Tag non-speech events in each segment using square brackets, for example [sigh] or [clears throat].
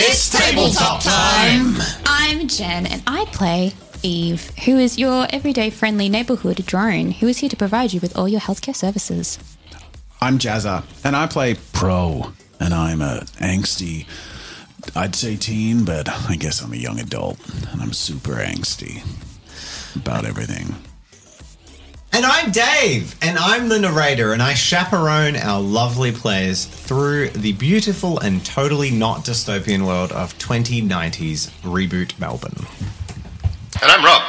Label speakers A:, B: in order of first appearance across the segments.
A: Table Talk time. I'm Jen, and I play Eve, who is your everyday friendly neighborhood drone, who is here to provide you with all your healthcare services.
B: I'm Jazza, and I play Pro, and I'm a angsty. I'd say teen, but I guess I'm a young adult, and I'm super angsty about everything.
C: And I'm Dave, and I'm the narrator, and I chaperone our lovely players through the beautiful and totally not dystopian world of 2090s reboot Melbourne.
D: And I'm Rob.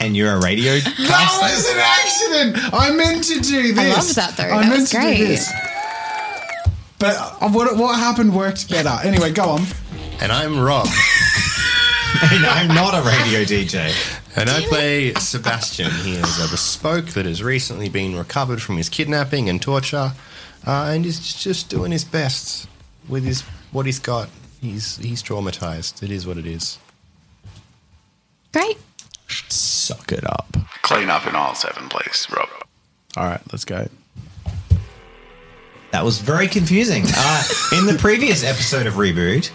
C: And you're a radio
B: That
C: [laughs] caster.
B: was an accident. I meant to do this.
A: I loved that, though.
B: I
A: That
B: meant
A: was
B: to
A: great.
B: do this. But uh, what what happened worked better. Anyway, go on.
D: And I'm [laughs] Rob.
C: and I'm not a radio DJ.
D: And I play Sebastian. He is a bespoke that has recently been recovered from his kidnapping and torture, uh, and is just doing his best with his what he's got. He's he's traumatized. It is what it is.
A: Great.
C: Suck it up.
E: Clean up in all seven, please, Rob.
B: All right, let's go.
C: That was very confusing. Uh, in the previous episode of Reboot,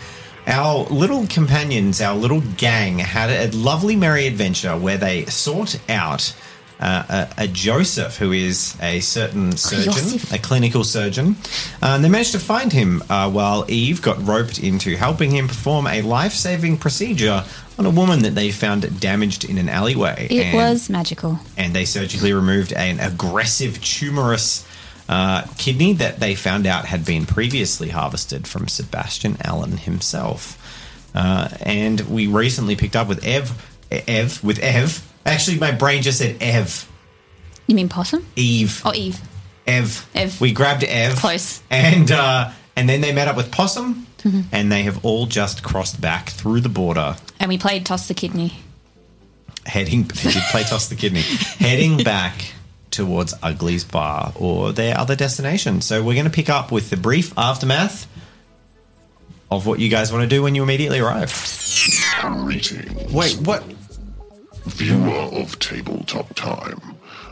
C: our little companions, our little gang, had a lovely merry adventure where they sought out uh, a, a Joseph, who is a certain surgeon,
A: Joseph.
C: a clinical surgeon. Uh, and they managed to find him uh, while Eve got roped into helping him perform a life saving procedure on a woman that they found damaged in an alleyway.
A: It
C: And-
A: was magical.
C: and they surgically removed an aggressive tumorous uh, kidney that they found out had been previously harvested from Sebastian Allen himself. Uh, and we recently picked up with Ev, Ev, with Ev. Actually, my brain just said Ev,
A: You mean possum?
C: Eve,
A: Or Eve?
C: Ev.
A: Oh, Ev.
C: We grabbed Ev.
A: Close. Mm-hmm.
C: And uh, and then they met up with Possum, and they have all just crossed back through the border
A: And we played Toss the Kidney.
C: heading [laughs] they did play toss the kidney heading back towards ugly's bar or their other destination so we're going to pick up with the brief aftermath of what you guys want to do when you immediately arrive
F: Greetings,
B: Wait, what?
F: viewer of Tabletop Time.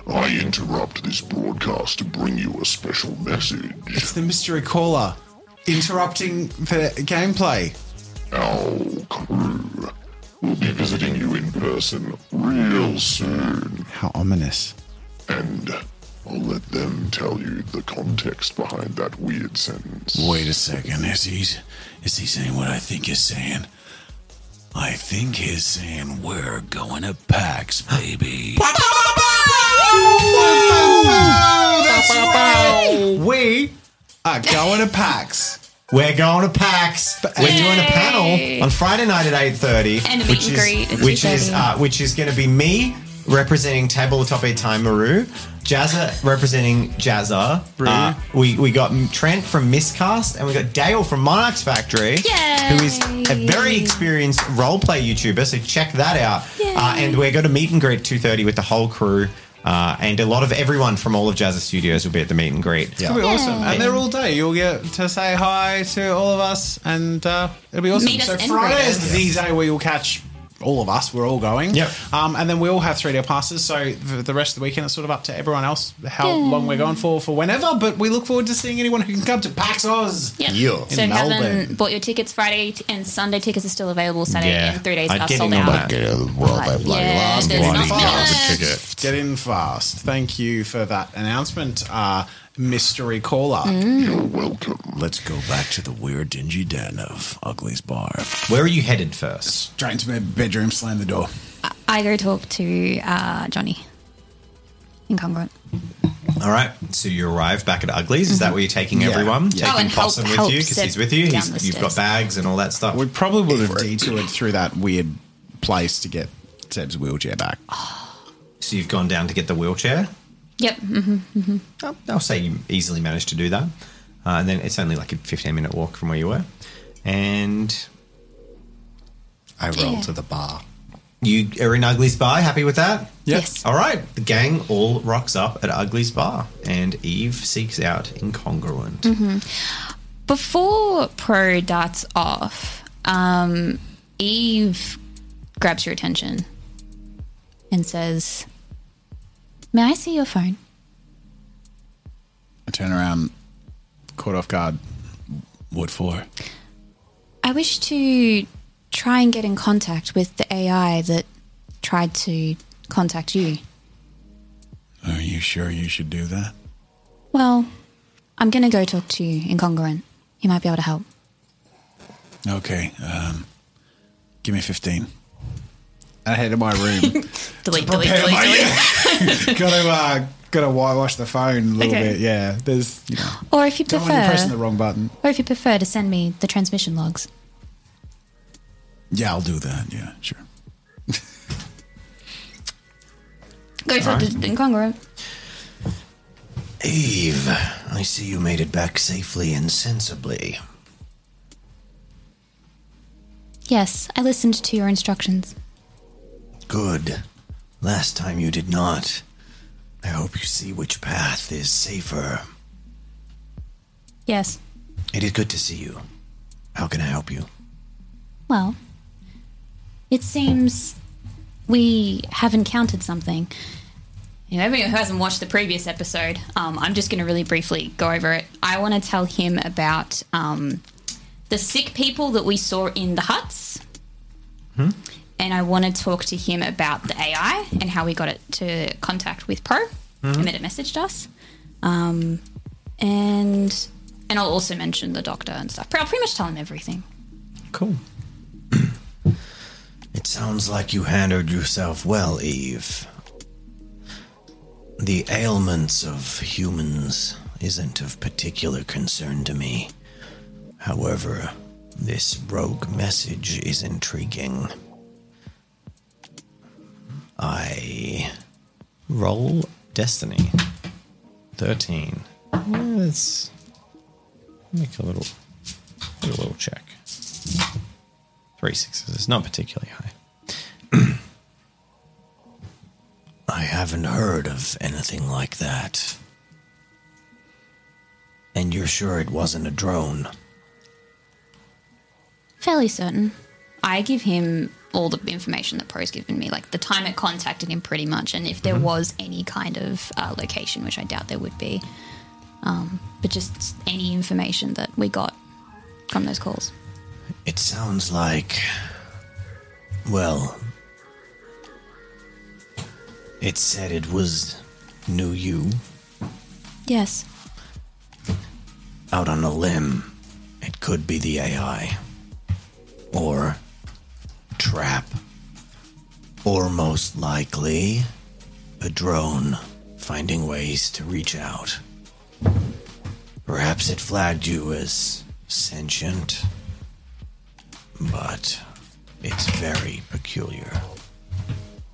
F: I interrupt this broadcast to bring you a special message.
B: It's the mystery caller interrupting the gameplay.
F: Our crew will be visiting you in person real soon,
B: How ominous.
F: and I'll let them tell you the context behind that weird sentence.
B: Wait a second. Is he, is he saying what I think he's saying? I think he's saying we're going to PAX, baby. That's right.
C: we
B: Are going to PAX.
C: we're going to pax we're doing a panel on friday night at 8.30
A: And a meet and greet at
C: which is
A: 2:30.
C: uh, which is going to be me representing tabletop time maru Jazza representing Jazza. Uh, we we got Trent from Miscast and we got Dale from Monarchs Factory,
A: Yay.
C: who is a very experienced roleplay YouTuber. So check that out.
A: Yay.
C: Uh, and we're going to meet and greet at two thirty with the whole crew, uh, and a lot of everyone from all of Jazza Studios will be at the meet and greet.
B: It'll be awesome. And they're all day. You'll get to say hi to all of us, and uh, it'll be awesome.
A: Meet us
B: so
A: and
B: Friday
A: greet us.
B: is the day where you'll catch all of us. We're all going.
C: Yep.
B: Um, and then we all have three day passes. So the, the rest of the weekend, it's sort of up to everyone else how
A: Yeah.
B: long we're going for for whenever. But we look forward to seeing anyone who can come to PAX Oz.
A: Yep.
D: Yeah.
A: So
B: In
A: if you
B: Melbourne.
A: haven't bought your tickets Friday t- and Sunday tickets are still available. Saturday
C: Yeah.
A: in three days
C: I'd
A: are
C: get
A: sold
C: in on
A: out.
C: that.
A: But yeah, there's
B: bloody
A: not
B: garbage
A: much.
B: Get in fast. Thank you for that announcement, uh, mystery caller.
A: Mm.
F: You're welcome.
B: Let's go back to the weird, dingy den of Ugly's Bar.
C: Where are you headed first?
B: Straight into my bedroom, slam the door.
A: I go talk to uh, Johnny. Incongruent.
C: All right. So you arrive back at Ugly's. Is that where you're taking
B: Mm-hmm. Yeah.
C: everyone?
B: Yeah.
A: Oh,
C: Taking
A: and help-
C: Possum with
A: help
C: you because
A: Seb
C: he's with you.
A: down
C: He's,
A: the
C: you've got
A: stairs.
C: bags and all that stuff.
B: We probably would have detoured through that weird place to get Seb's wheelchair back.
C: So you've gone down to get the wheelchair.
A: Yep. mhm.
B: Oh.
C: I'll, I'll say you easily managed to do that. Uh, and then it's only like a 15 minute walk from where you were. And
D: I roll
A: Yeah.
D: to the bar.
C: you are in Ugly's bar. Happy with that?
A: Yes.
C: All right. The gang all rocks up at Ugly's bar, and Eve seeks out incongruent.
A: Mm-hmm. Before Pro darts off, um, Eve grabs your attention and says, May I see your phone?
B: I turn around, caught off guard. What for?
A: I wish to try and get in contact with the AI that tried to contact you.
B: Are you sure you should do that?
A: Well, I'm going to go talk to you, Incongruent. You might be able to help.
B: Okay. Um, give me 15. I head to my room.
A: Delete, delete,
B: Prepare
A: delete,
B: my- [laughs]
A: delete.
B: gotta, uh, gotta whitewash the phone a little
A: Okay.
B: bit. Yeah. There's, you know,
A: Or if you
B: don't want you pressing the
A: prefer,
B: wrong button.
A: or if you prefer to send me the transmission logs.
B: Yeah, I'll do that. Yeah, sure.
A: Go talk to Incongruent.
C: Eve, I see you made it back safely and sensibly.
A: Yes, I listened to your instructions.
C: Good. Last time you did not. I hope you see which path is safer.
A: Yes.
C: It is good to see you. How can I help you?
A: Well, it seems we have encountered something. You know, everyone who hasn't watched the previous episode, um, I'm just going to really briefly go over it. I want to tell him about um, the sick people that we saw in the huts. And I want to talk to him about the AI and how we got it to contact with Pro and that it messaged us. Um, and and I'll also mention the doctor and stuff. I'll pretty much tell him everything.
C: Cool. [clears throat] it sounds like you handled yourself well, Eve. The ailments of humans isn't of particular concern to me. However, this rogue message is intriguing. I roll destiny. 13. Let's make a little do a little check. Three sixes. It's not particularly high. [clears throat] I haven't heard of anything like that. And you're sure it wasn't a drone?
A: Fairly certain. I give him all the information that Pro's given me, like the time it contacted him, pretty much, and if there was any kind of uh, location, which I doubt there would be, um, but just any information that we got from those calls.
C: It sounds like. Well. It said it was new you
A: Yes.
C: out on a limb. It could be the AI. Or trap. Or most likely a drone finding ways to reach out. Perhaps it flagged you as sentient, but it's very peculiar.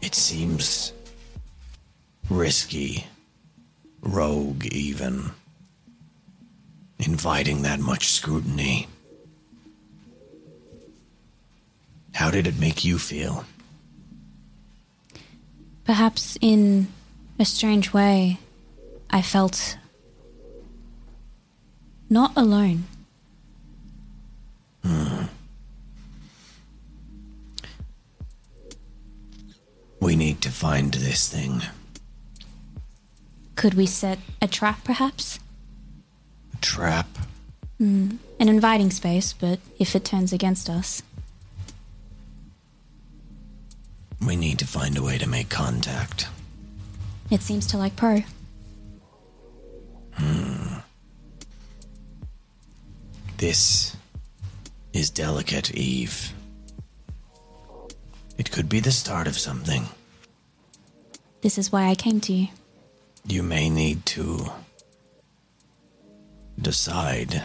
C: It seems risky, rogue, even inviting that much scrutiny. How did it make you feel?
A: Perhaps in a strange way, I felt not alone.
C: We need to find this thing.
A: Could we set a trap, perhaps?
C: A trap?
A: An inviting space, but if it turns against us,
C: We need to find a way to make contact.
A: it seems to like Pro.
C: This is delicate, Eve. It could be the start of something.
A: This is why I came to you.
C: You may need to decide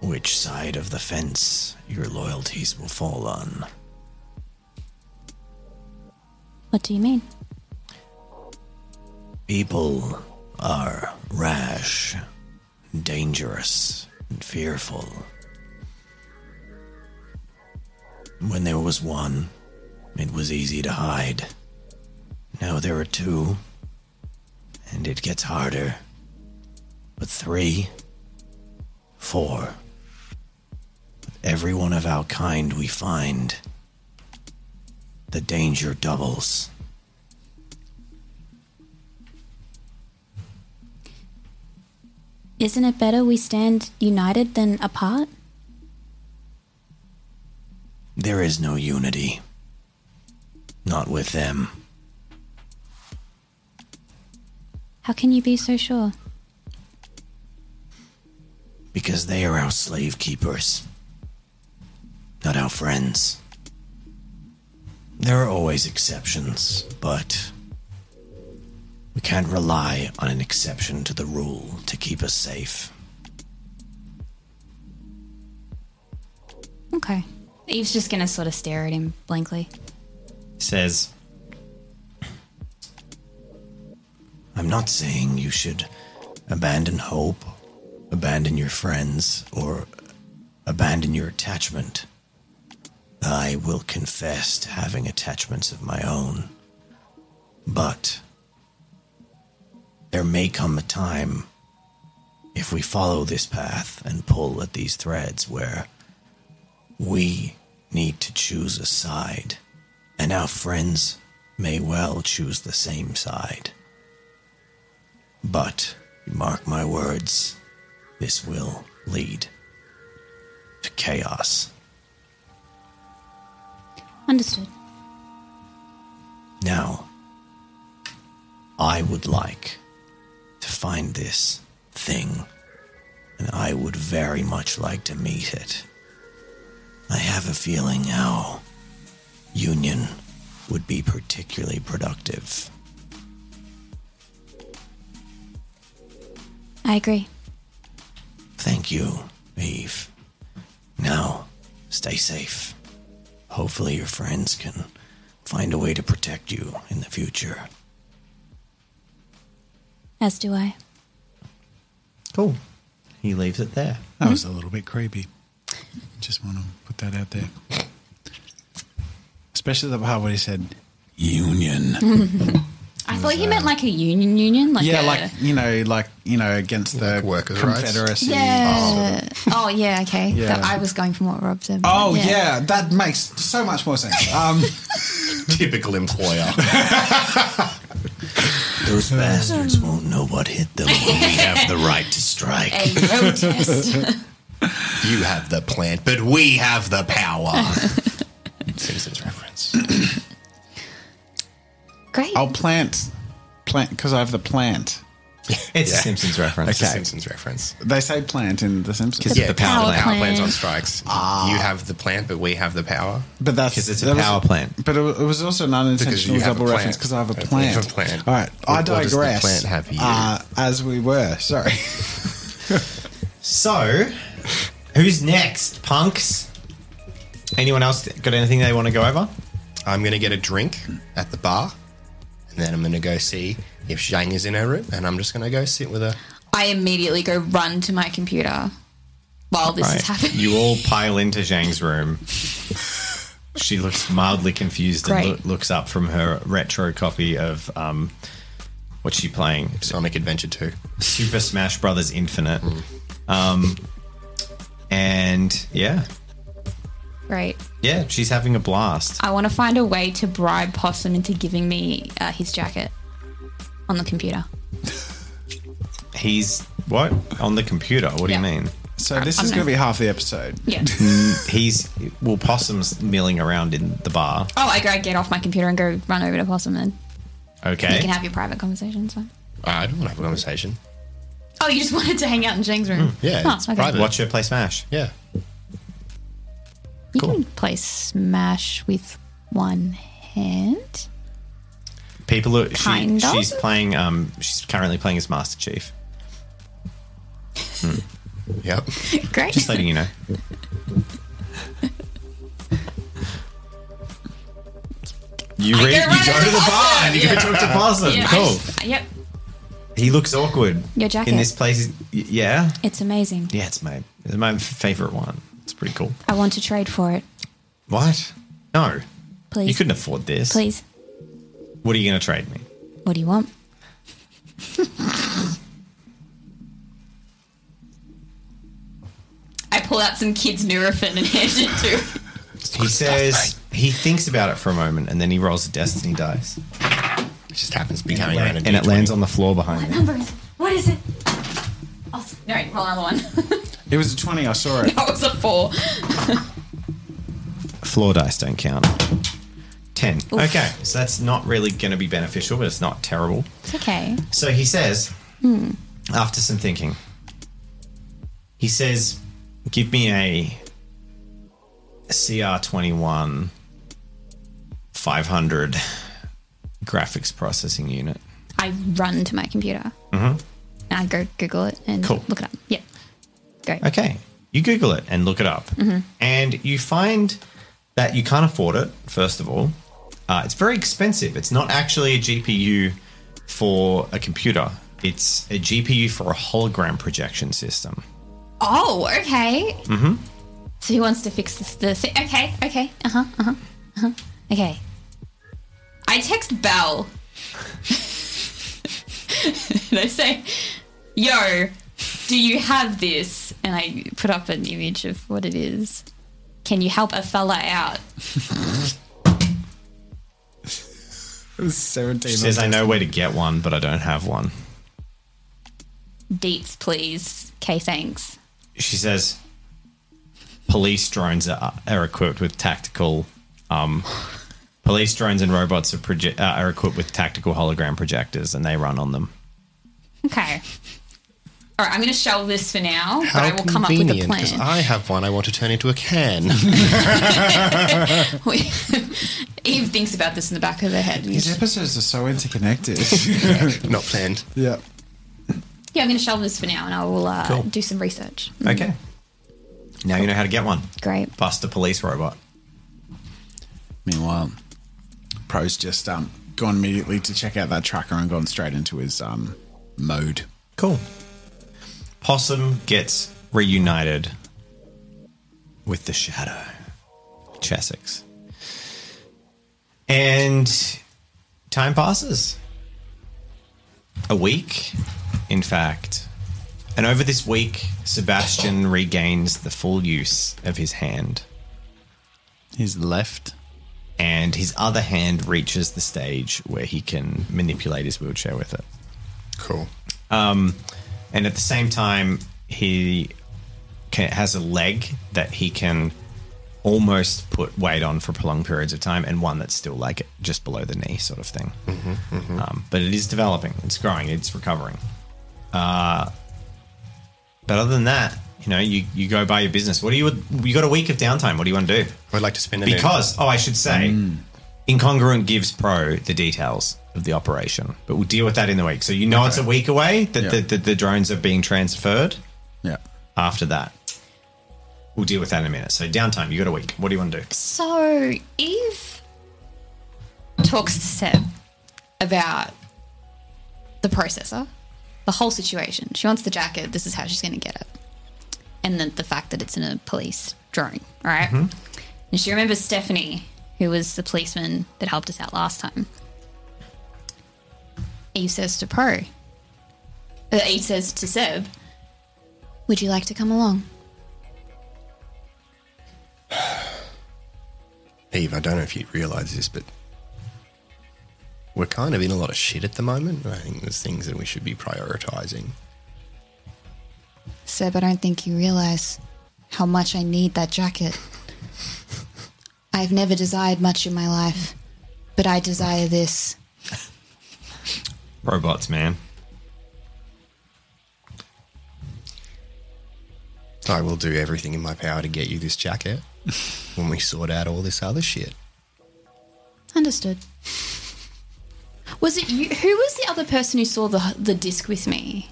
C: which side of the fence your loyalties will fall on.
A: What do you mean?
C: People are rash, dangerous, and fearful. When there was one, it was easy to hide. Now there are two, and it gets harder. But three, four. With every one of our kind we find, the danger doubles.
A: Isn't it better we stand united than apart?
C: There is no unity. Not with them.
A: How can you be so sure?
C: Because they are our slave keepers, not our friends. There are always exceptions, but we can't rely on an exception to the rule to keep us safe.
A: Okay. Eve's just gonna sort of stare at him blankly.
C: Says, I'm not saying you should abandon hope, abandon your friends, or abandon your attachment. I will confess to having attachments of my own. But there may come a time, if we follow this path and pull at these threads, where we need to choose a side, and our friends may well choose the same side. But, mark my words, this will lead to chaos.
A: Understood.
C: Now, I would like to find this thing, and I would very much like to meet it. I have a feeling our union would be particularly productive.
A: I agree.
C: Thank you, Eve. Now, stay safe. Hopefully, your friends can find a way to protect you in the future.
A: As do I.
C: Cool. He leaves it there.
B: That was a little bit creepy. Just want to put that out there. Especially the part where he said union.
A: I thought he meant like a union union, like
B: yeah,
A: a,
B: like you know, like you know, against the
D: Like workers' rights.
B: Confederacy.
A: yeah. Oh yeah, okay.
B: Yeah.
A: That- I was going from what Rob said.
B: Oh
A: but
B: yeah. that makes so much more sense. Um,
D: Typical employer.
C: Those bastards won't know what hit them when [laughs] we have the right to strike.
A: A
B: [laughs]
A: road test.
D: [laughs] you have the plant, but we have the [laughs] power. Simpsons reference.
A: Great.
B: I'll plant, plant because I have the plant.
C: It's
D: Yeah.
C: Simpsons reference.
D: It's a
B: Okay.
D: Simpsons reference.
B: They say plant in The Simpsons,
C: It's
A: Yeah.
C: the
A: Power
C: power, plant.
A: plant.
D: Power Ah. plant's on strikes. You have the plant, but we have the power.
B: but that's
C: 'Cause it's a
B: that was-
C: power plant.
B: But it, wa- it was also an
D: Because you
B: unintentional
D: have a
B: double
D: plant.
B: reference because I have a
D: Because you
B: plant.
D: have a plant.
B: All right, I
D: What- what does the
B: digress.
D: plant have for you?
B: Uh, as we were, sorry. [laughs]
C: So, who's next, punks? Anyone else got anything they want to go over?
D: I'm going to get a drink at the bar, and then I'm going to go see if Zhang is in her room, and I'm just going to go sit with her.
A: I immediately go run to my computer while this is
C: Right.
A: happening.
C: You all pile into Zhang's room. She looks mildly confused
A: Great.
C: and loo- looks up from her retro copy of um, what's she playing?
D: Sonic Adventure 2.
C: Super Smash Brothers Infinite. Um, and yeah,
A: Great.
C: yeah, she's having a blast.
A: I want to find a way to bribe Possum into giving me uh, his jacket on the computer.
C: He's what on the computer? What do
A: Yeah.
C: you mean?
B: So this
A: I'm
B: is going
A: not-
B: to be half the episode.
C: [laughs]
A: Yeah.
C: He's well, possums milling around in the bar.
A: oh, I, go- I get off my computer and go run over to Possum then.
C: Okay,
A: You can have your private conversations. Fine.
D: Uh, I don't want to have a conversation.
A: Oh, you just [laughs] wanted to hang out in Zheng's room.
D: Yeah, it's
A: Oh,
D: private.
C: watch her play Smash.
D: Yeah.
A: You can play Smash with one hand.
C: People, are, she,
A: Kind of.
C: she's playing. Um, she's currently playing as Master Chief.
D: [laughs] Yep.
A: Great.
C: Just letting you know. [laughs] You,
A: I
C: re-
A: get
C: you
A: right
C: go
A: over
C: to the
A: Possum,
C: bar and you
A: yeah.
C: go talk to Possum.
A: Yeah, I
C: Mm, cool.
A: just- yep.
C: He looks awkward.
A: Your jacket.
C: in this place. is- y- Yeah,
A: It's amazing.
C: yeah. It's my it's my favorite one. It's pretty cool.
A: I want to trade for it.
C: What? No,
A: Please.
C: you couldn't afford this.
A: Please.
C: What are you going to trade me?
A: What do you want? I pull out some kids' Nurofen and [laughs] hand it to him.
C: He says he thinks about it for a moment and then he rolls a destiny dice
D: It just happens to be coming around.
C: and it lands on the floor behind him.
A: Number is, what is it? I'll, s- no, No, roll another one.
B: It was a 20. I saw it.
A: [laughs] that was a four.
C: Floor dice don't count. 10. Okay, so that's not really going to be beneficial, but it's not terrible.
A: It's okay.
C: So he says, after some thinking, he says, Give me a CR21 500 graphics processing unit.
A: I run to my computer. And I go Google it and
C: Mm-hmm. Cool.
A: look it up. Yeah. Great.
C: Okay. You Google it and look it up. And you find that you can't afford it, first of all. Uh, it's very expensive. It's not actually a GPU for a computer, it's a GPU for a hologram projection system.
A: Oh, okay. Mm-hmm. So he wants to fix this, the thing. Okay, okay. Uh huh, uh huh, uh huh. Okay. I text [laughs] Bell. and I say, Yo, do you have this? And I put up an image of what it is. Can you help a fella out?
B: It was 17.
C: She says, I know where to get one, but I don't have one.
A: Deets, please. Okay, thanks.
C: She says, police drones are, are equipped with tactical. Um, police drones and robots are, proje- uh, are equipped with tactical hologram projectors and they run on them.
A: Okay. All right, I'm going to shelve this for now, but I will come up with a plan.
D: Because I have one I want to turn into a can. [laughs]
A: We- [laughs] Eve thinks about this in the back of her head.
B: These episodes are so interconnected.
D: [laughs] Not planned.
B: yeah.
A: Yeah, I'm going to shelve this for now, and I will uh,
C: Cool.
A: do some research.
C: Mm. Okay. Now you know how to get one.
A: Great.
C: Bust a police robot.
B: Meanwhile, Pro's just um, gone immediately to check out that tracker and gone straight into his um, mode.
C: Cool. Possum gets reunited with the shadow, Chessex. And time passes. A week, in fact. And over this week, Sebastian regains the full use of his hand.
B: His left.
C: And his other hand reaches the stage where he can manipulate his wheelchair with it.
D: Cool.
C: and at the same time he can, has a leg that he can almost put weight on for prolonged periods of time and one that's still like just below the knee sort of thing Um, but it is developing it's growing it's recovering uh, but other than that you know you, you go by your business what do you you got a week of downtime what do you want to do
D: I'd like to spend a noon-
C: because oh i should say incongruent gives pro the details of the operation but we'll deal with that in the week so you know it's a week away that
B: Yeah.
C: the, the, the drones are being transferred
B: Yeah.
C: after that we'll deal with that in a minute so downtime you got a week what do you want to do
A: So Eve talks to Seb about the processor, the whole situation. She wants the jacket. This is how she's going to get it, and then the fact that it's in a police drone, right? And she remembers Stephanie, who was the policeman that helped us out last time. Eve says to Pro, uh, Eve says to Seb, "Would you like to come along?"
D: Eve, I don't know if you realize this, but we're kind of in a lot of shit at the moment. I think there's things that we should be prioritizing.
G: Seb, I don't think you realize how much I need that jacket. I've never desired much in my life, but I desire this.
C: robots man
D: I will do everything in my power to get you
C: [laughs]
D: this jacket when we sort out all this other shit.
A: Understood. Was it you? Who was the other person who saw the the disc with me?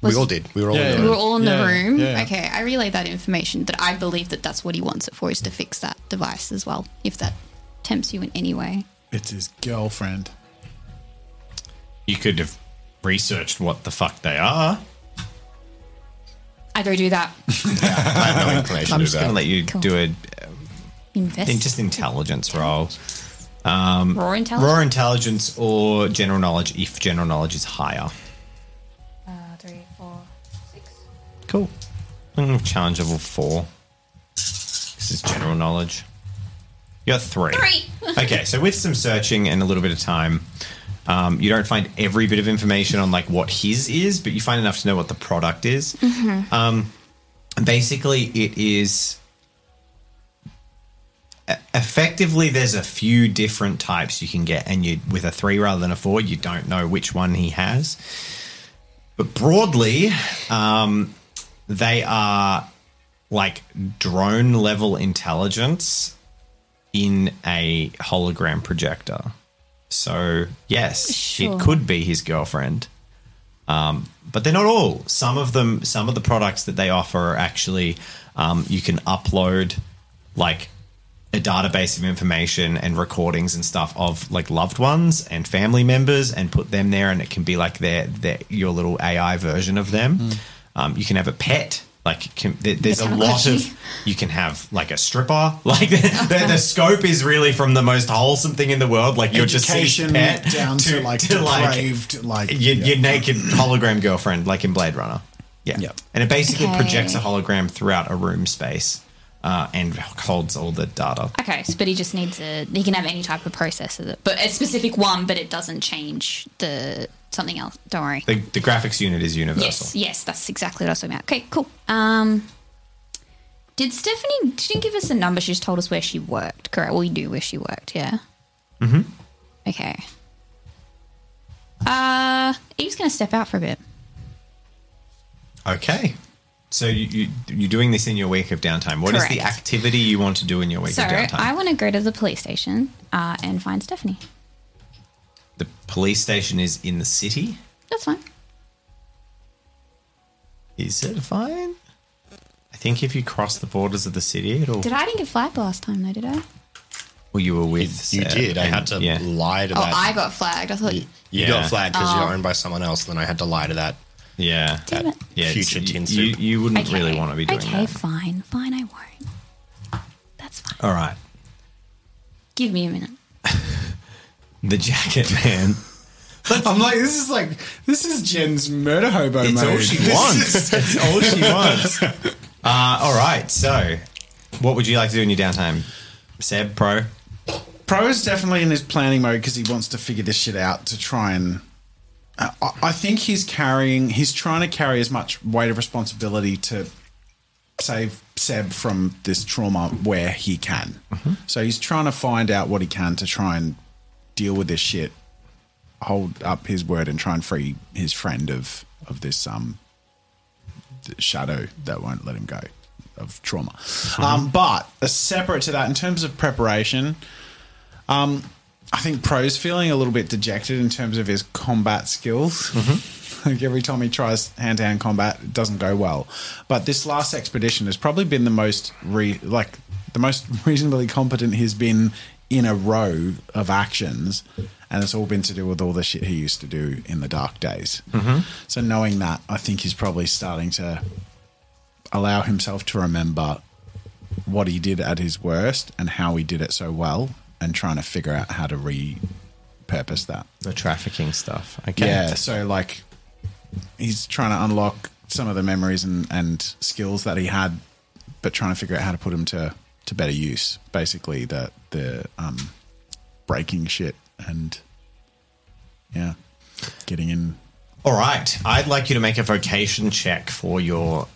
A: Was-
D: we all did. We were all
B: Yeah,
D: in
B: yeah.
D: the
A: We were all in
B: Yeah,
A: the room.
B: yeah.
A: Okay, I relayed that information that I believe that that's what he wants it for is to fix that device as well, if that tempts you in any way.
B: It's his girlfriend.
C: you could have researched what the fuck they are
A: I don't do that.
D: I have no inclination
C: i'm
D: to
C: just
D: do
C: going to
D: that.
C: let you
A: Cool.
C: do it
A: Invest
C: in just intelligence roll
B: Hmm.
A: raw intelligence.
C: raw intelligence or general knowledge if general knowledge is higher
A: Uh, three, four, six.
C: Cool. Mm, challenge level four. This is general knowledge. You're three.
A: Three.
C: okay, so with some searching and a little bit of time, Um, you don't find every bit of information on like what his is, but you find enough to know what the product is. Um, basically, it is e, effectively there's a few different types you can get and you with a three rather than a four you don't know which one he has but broadly um, they are like drone level intelligence in a hologram projector so yes
A: Sure.
C: it could be his girlfriend but they're not all. Some of them, some of the products that they offer are actually um, you can upload like a database of information and recordings and stuff of like loved ones and family members and put them there, and it can be like their, their your little AI version of them.
B: Hmm.
C: Um, you can have a pet. Like can, there, there's a
A: Like
C: lot of
A: Tamagotchi.
C: you can have like a stripper. [laughs] Like the, the, the scope is really from the most wholesome thing in the world. Like you're just
B: Education
C: pet
B: down to, like depraved, like,
C: your,
B: yeah.
C: your naked hologram girlfriend, like in Blade Runner. Yeah.
B: Yep.
C: And it basically
G: Okay.
C: projects a hologram throughout a room space uh, and holds all the data.
A: Okay, so, but he just needs a. He can have any type of processor, but a specific one, but it doesn't change the something else. Don't worry.
C: The, the graphics unit is
A: Yes,
C: universal.
A: yes, that's exactly what I was talking about. Okay, cool. Um, did Stephanie? She didn't give us a number. She just told us where she worked. Correct. Well, you knew where she worked. Yeah. Mm-hmm. Okay. Uh, Eve's gonna step out for a bit.
C: Okay. So you, you, you're doing this in your week of downtime. What is the
A: Correct.
C: activity you want to do in your week
A: So
C: of downtime?
A: I want to go to the police station uh, and find Stephanie.
C: the police station is in the city.
A: That's fine.
C: Is it fine? I think if you cross the borders of the city, it'll.
A: Did I, I didn't get flagged last time though? Did I?
C: well, you were with.
D: You
C: Sarah,
D: did. I
C: and-
D: had to
C: yeah.
D: lie to
G: Oh,
D: that.
G: I got flagged. I thought.
D: you you
C: Yeah.
D: got flagged because you're owned by someone else, then I had to lie to that.
C: Yeah.
A: Damn it.
C: Yeah, it's-
D: Future
C: you-
D: tin
C: you,
D: soup.
C: you wouldn't really want to be doing
A: okay,
C: that.
A: fine, fine. I won't. That's fine.
C: All right.
A: Give me a minute.
C: The jacket man.
B: I'm like, this is like, this is Jen's murder hobo
C: It's
B: mode.
C: all she
B: This
C: wants.
B: is-
C: [laughs] it's all she wants. Uh, all right. So, what would you like to do in your downtime? Seb, pro?
B: Pro is definitely in his planning mode because he wants to figure this shit out to try and. uh, I, I- I think he's carrying. He's trying to carry as much weight of responsibility to save Seb from this trauma where he can. So he's trying to find out what he can to try and deal with this shit, hold up his word, and try and free his friend of of this um th- shadow that won't let him go of trauma. Um, but uh, separate to that, in terms of preparation, I think Pro's feeling a little bit dejected in terms of his combat skills. [laughs] like every time he tries hand to hand combat, it doesn't go well. But this last expedition has probably been the most re- like the most [laughs] reasonably competent he's been in a row of actions, and it's all been to do with all the shit he used to do in the dark days. So knowing that, I think he's probably starting to allow himself to remember what he did at his worst and how he did it so well and trying to figure out how to repurpose that.
C: The trafficking stuff. Okay.
B: Yeah. So like he's trying to unlock some of the memories and, and skills that he had, but trying to figure out how to put them to, to better use. Basically the the um breaking shit and yeah. Getting in
C: All right. I'd like you to make a vocation check for your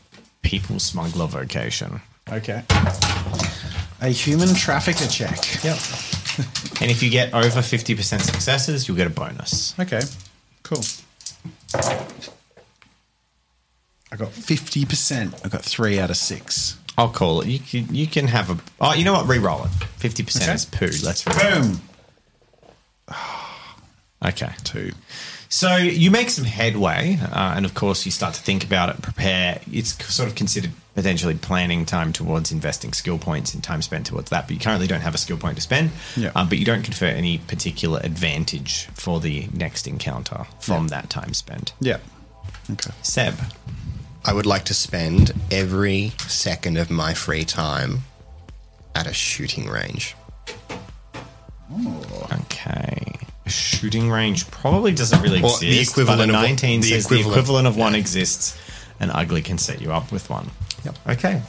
C: people smuggler vocation.
B: Okay. A human trafficker check.
C: Yep. and if you get over 50% successes, you'll get a bonus.
B: Okay. Cool. I got 50%. I got three out of six.
C: I'll call it. You can, you can have a. Oh, you know what? Reroll it. 50%
B: Okay.
C: is poo. Let's reroll.
B: Boom.
C: [sighs] Okay.
B: Two.
C: So you make some headway, uh, and of course you start to think about it, prepare. It's c- sort of considered potentially planning time towards investing skill points and time spent towards that. But you currently don't have a skill point to spend.
B: Yeah.
C: Um, but you don't confer any particular advantage for the next encounter from that time spent.
B: Yeah. Okay.
C: Seb,
D: I would like to spend every second of my free time at a shooting range.
C: okay. Shooting range probably doesn't really
D: Well,
C: exist.
D: the equivalent
C: but
D: of
C: a
D: one-
C: 19
D: the
C: says the
D: equivalent-
C: equivalent of one exists, and ugly can set you up with one. Yep. Okay.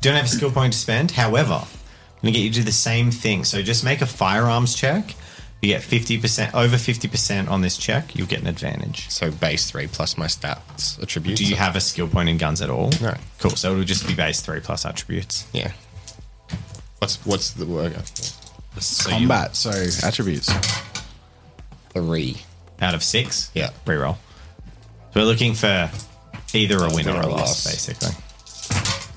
C: Don't have a skill point to spend. However, I'm going to get you to do the same thing. So just make a firearms check You get 50%, over 50% on this check, you'll get an advantage.
D: So base three plus my stats attributes.
C: Do you have a skill point in guns at all?
D: No.
C: Cool. So it'll just be base three plus attributes.
D: Yeah. What's what's the word?
C: So you-
B: Combat, so attributes.
D: Three.
C: out of six.
D: Yeah.
C: Reroll. So we're looking for either a win
D: Win
C: or a
D: or
C: loss,
D: loss.
C: basically.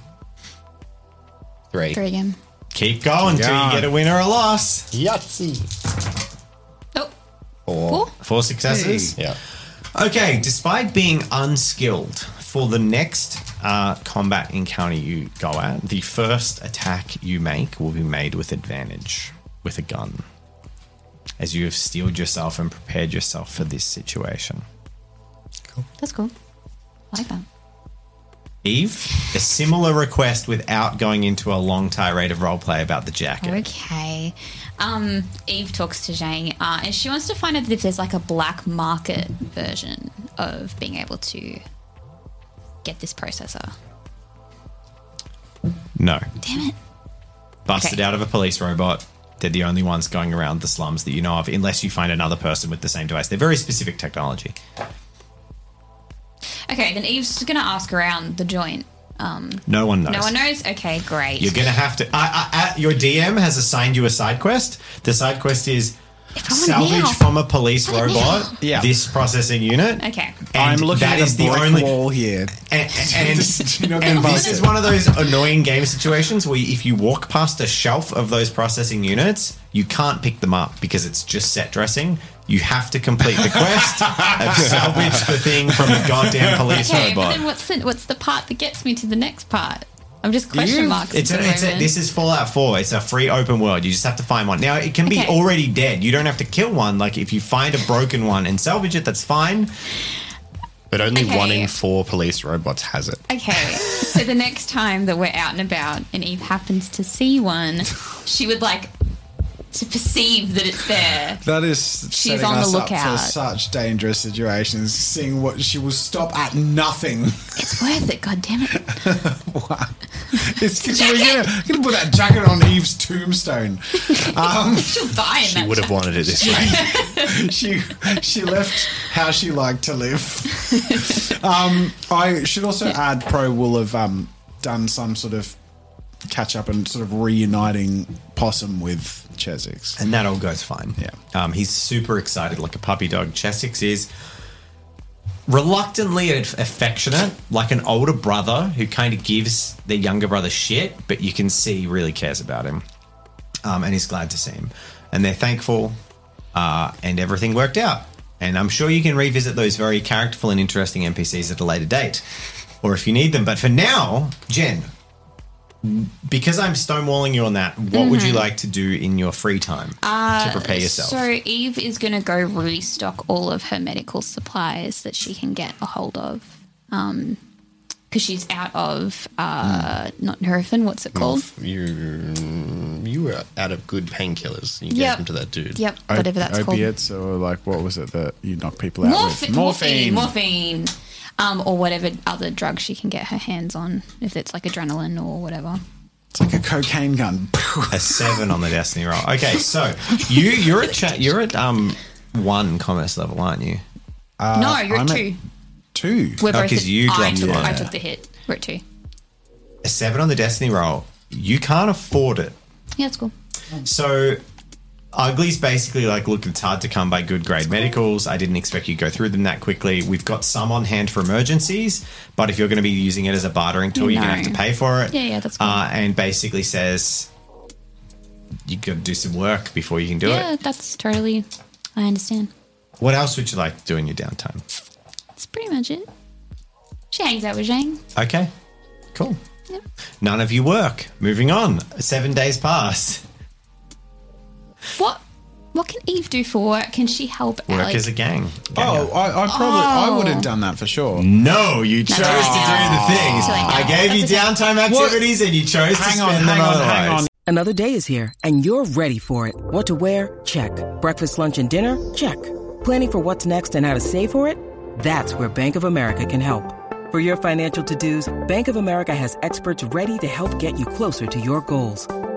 D: Three.
G: Three again.
C: Keep going till you
B: Yeah.
C: get a win or a loss.
D: Yahtzee.
A: Oh,
D: Four.
A: four.
C: Four successes.
D: Yeah.
C: Okay, despite being unskilled, for the next uh, combat encounter you go at, the first attack you make will be made with advantage with a gun, as you have steeled yourself and prepared yourself for this situation.
A: That's cool. I like that.
C: Eve, a similar request without going into a long tirade of roleplay about the jacket.
A: Okay. Um, Eve talks to Zhang, uh, and she wants to find out if there's like a black market version of being able to get this processor.
C: No.
A: Damn it.
C: Busted
A: Okay.
C: out of a police robot. They're the only ones going around the slums that you know of, unless you find another person with the same device. They're very specific technology.
A: Okay, then Eve's just gonna ask around the joint.
C: No one knows.
A: No one knows. Okay, great.
C: You're gonna have to. I, I, I, your DM has assigned you a side quest. The side quest is
A: I want it
C: salvage
A: now.
C: from a police
A: want it
C: robot
B: now.
C: this processing unit.
A: Okay.
C: And
B: I'm looking
C: that
B: at
C: is
B: a brick wall here.
D: [laughs]
C: and, and,
B: not
C: and
B: gonna
C: this
B: bust
C: is
B: it.
C: one of those annoying game situations where if you walk past a shelf of those processing units, you can't pick them up because it's just set dressing. You have to complete the
D: [laughs]
C: quest and salvage the thing from the goddamn police
A: Okay, but then
C: robot.
A: what's the what's the part that gets me to the next part? I'm just question marks.
C: It's
A: at
C: a,
A: the
C: it's a,
A: moment.
C: this is Fallout 4. It's a free open world. You just have to find one. Now, it can be
A: Okay.
C: already dead. You don't have to kill one. Like, if you find a broken one and salvage it, that's fine.
D: But only
A: Okay.
D: one in four police robots has it.
A: Okay, so the next time that we're out and about and Eve happens to see one, she would like to perceive that it's there.
B: That is setting
A: on the
B: us
A: lookout.
B: up for such dangerous situations. Seeing what she will stop at nothing. [laughs]
A: It's worth it, God damn it!
B: It's, we're gonna, gonna put that jacket on Eve's tombstone.
A: [laughs] She'll buy in
D: She
A: that
D: would have wanted it this way.
B: she [laughs] she left how she liked to
D: [laughs]
B: live. Um, I should also add, Pro will have um, done some sort of catch up and sort of reuniting Possum with Chesix.
C: and that all goes fine.
B: Yeah.
C: Um, he's super excited, like a puppy dog. Chessex is reluctantly aff- affectionate, like an older brother who kind of gives the younger brother shit, but you can see he really cares about him. Um, and he's glad to see him. And they're thankful, uh, and everything worked out. And I'm sure you can revisit those very characterful and interesting NPCs at a later date, or if you need them. But for now, Jen, because I'm stonewalling you on that, what would you like to do in your free time to prepare yourself?
A: So Eve is going to go restock all of her medical supplies that she can get a hold of, because she's out of uh, not Nurofen. What's it called?
D: you you were out of good painkillers. You
A: Yep.
D: gave them to that dude.
A: Yep, whatever that's called.
B: opiates or like what was it that you knock people out
A: Morph-
B: with?
A: morphine, morphine, um, or whatever other drug she can get her hands on, if it's like adrenaline or whatever.
B: It's like a cocaine gun.
C: a seven on the destiny roll. Okay, so you you're at cha- you're at um one commerce level, aren't you?
A: no, you're
B: I'm
A: at
B: at-
A: two.
B: [laughs] Two.
A: We're
C: Oh,
A: both.
C: 'cause
A: at-
C: you
A: I,
C: dropped
A: took,
C: one.
A: I took the hit. We're at two.
C: A seven on the destiny roll. You can't afford it.
A: Yeah, that's cool.
C: So Ugly's basically like, look, it's hard to come by good grade medicals. I didn't expect you to go through them that quickly. We've got some on hand for emergencies, but if you're going to be using it as a bartering tool, you're going to have to
A: No.
C: pay for it.
A: Yeah, yeah, that's cool.
C: Uh, and basically says you got to do some work before you can do
A: Yeah,
C: it.
A: that's totally. I understand.
C: What else would you like to do in your downtime?
A: That's pretty much it. She hangs out with Zhang.
C: Okay, cool. None of you work. Moving on. Seven days pass.
A: What? What can Eve do for work? Can she help
C: Work
A: Alex?
C: as a gang. Gang
B: Oh,
C: up.
B: I, I probably I would have done that for sure.
C: no, you chose to do the things.
A: Actually, no.
C: I gave you
A: That's okay.
C: downtime activities and you chose to
B: Hang
C: spend
B: on,
C: them
B: hang on,
C: otherwise.
B: hang on.
H: Another day is here, and you're ready for it. What to wear? Check. Breakfast, lunch, and dinner? Check. Planning for what's next and how to save for it? That's where Bank of America can help. For your financial to dos, Bank of America has experts ready to help get you closer to your goals.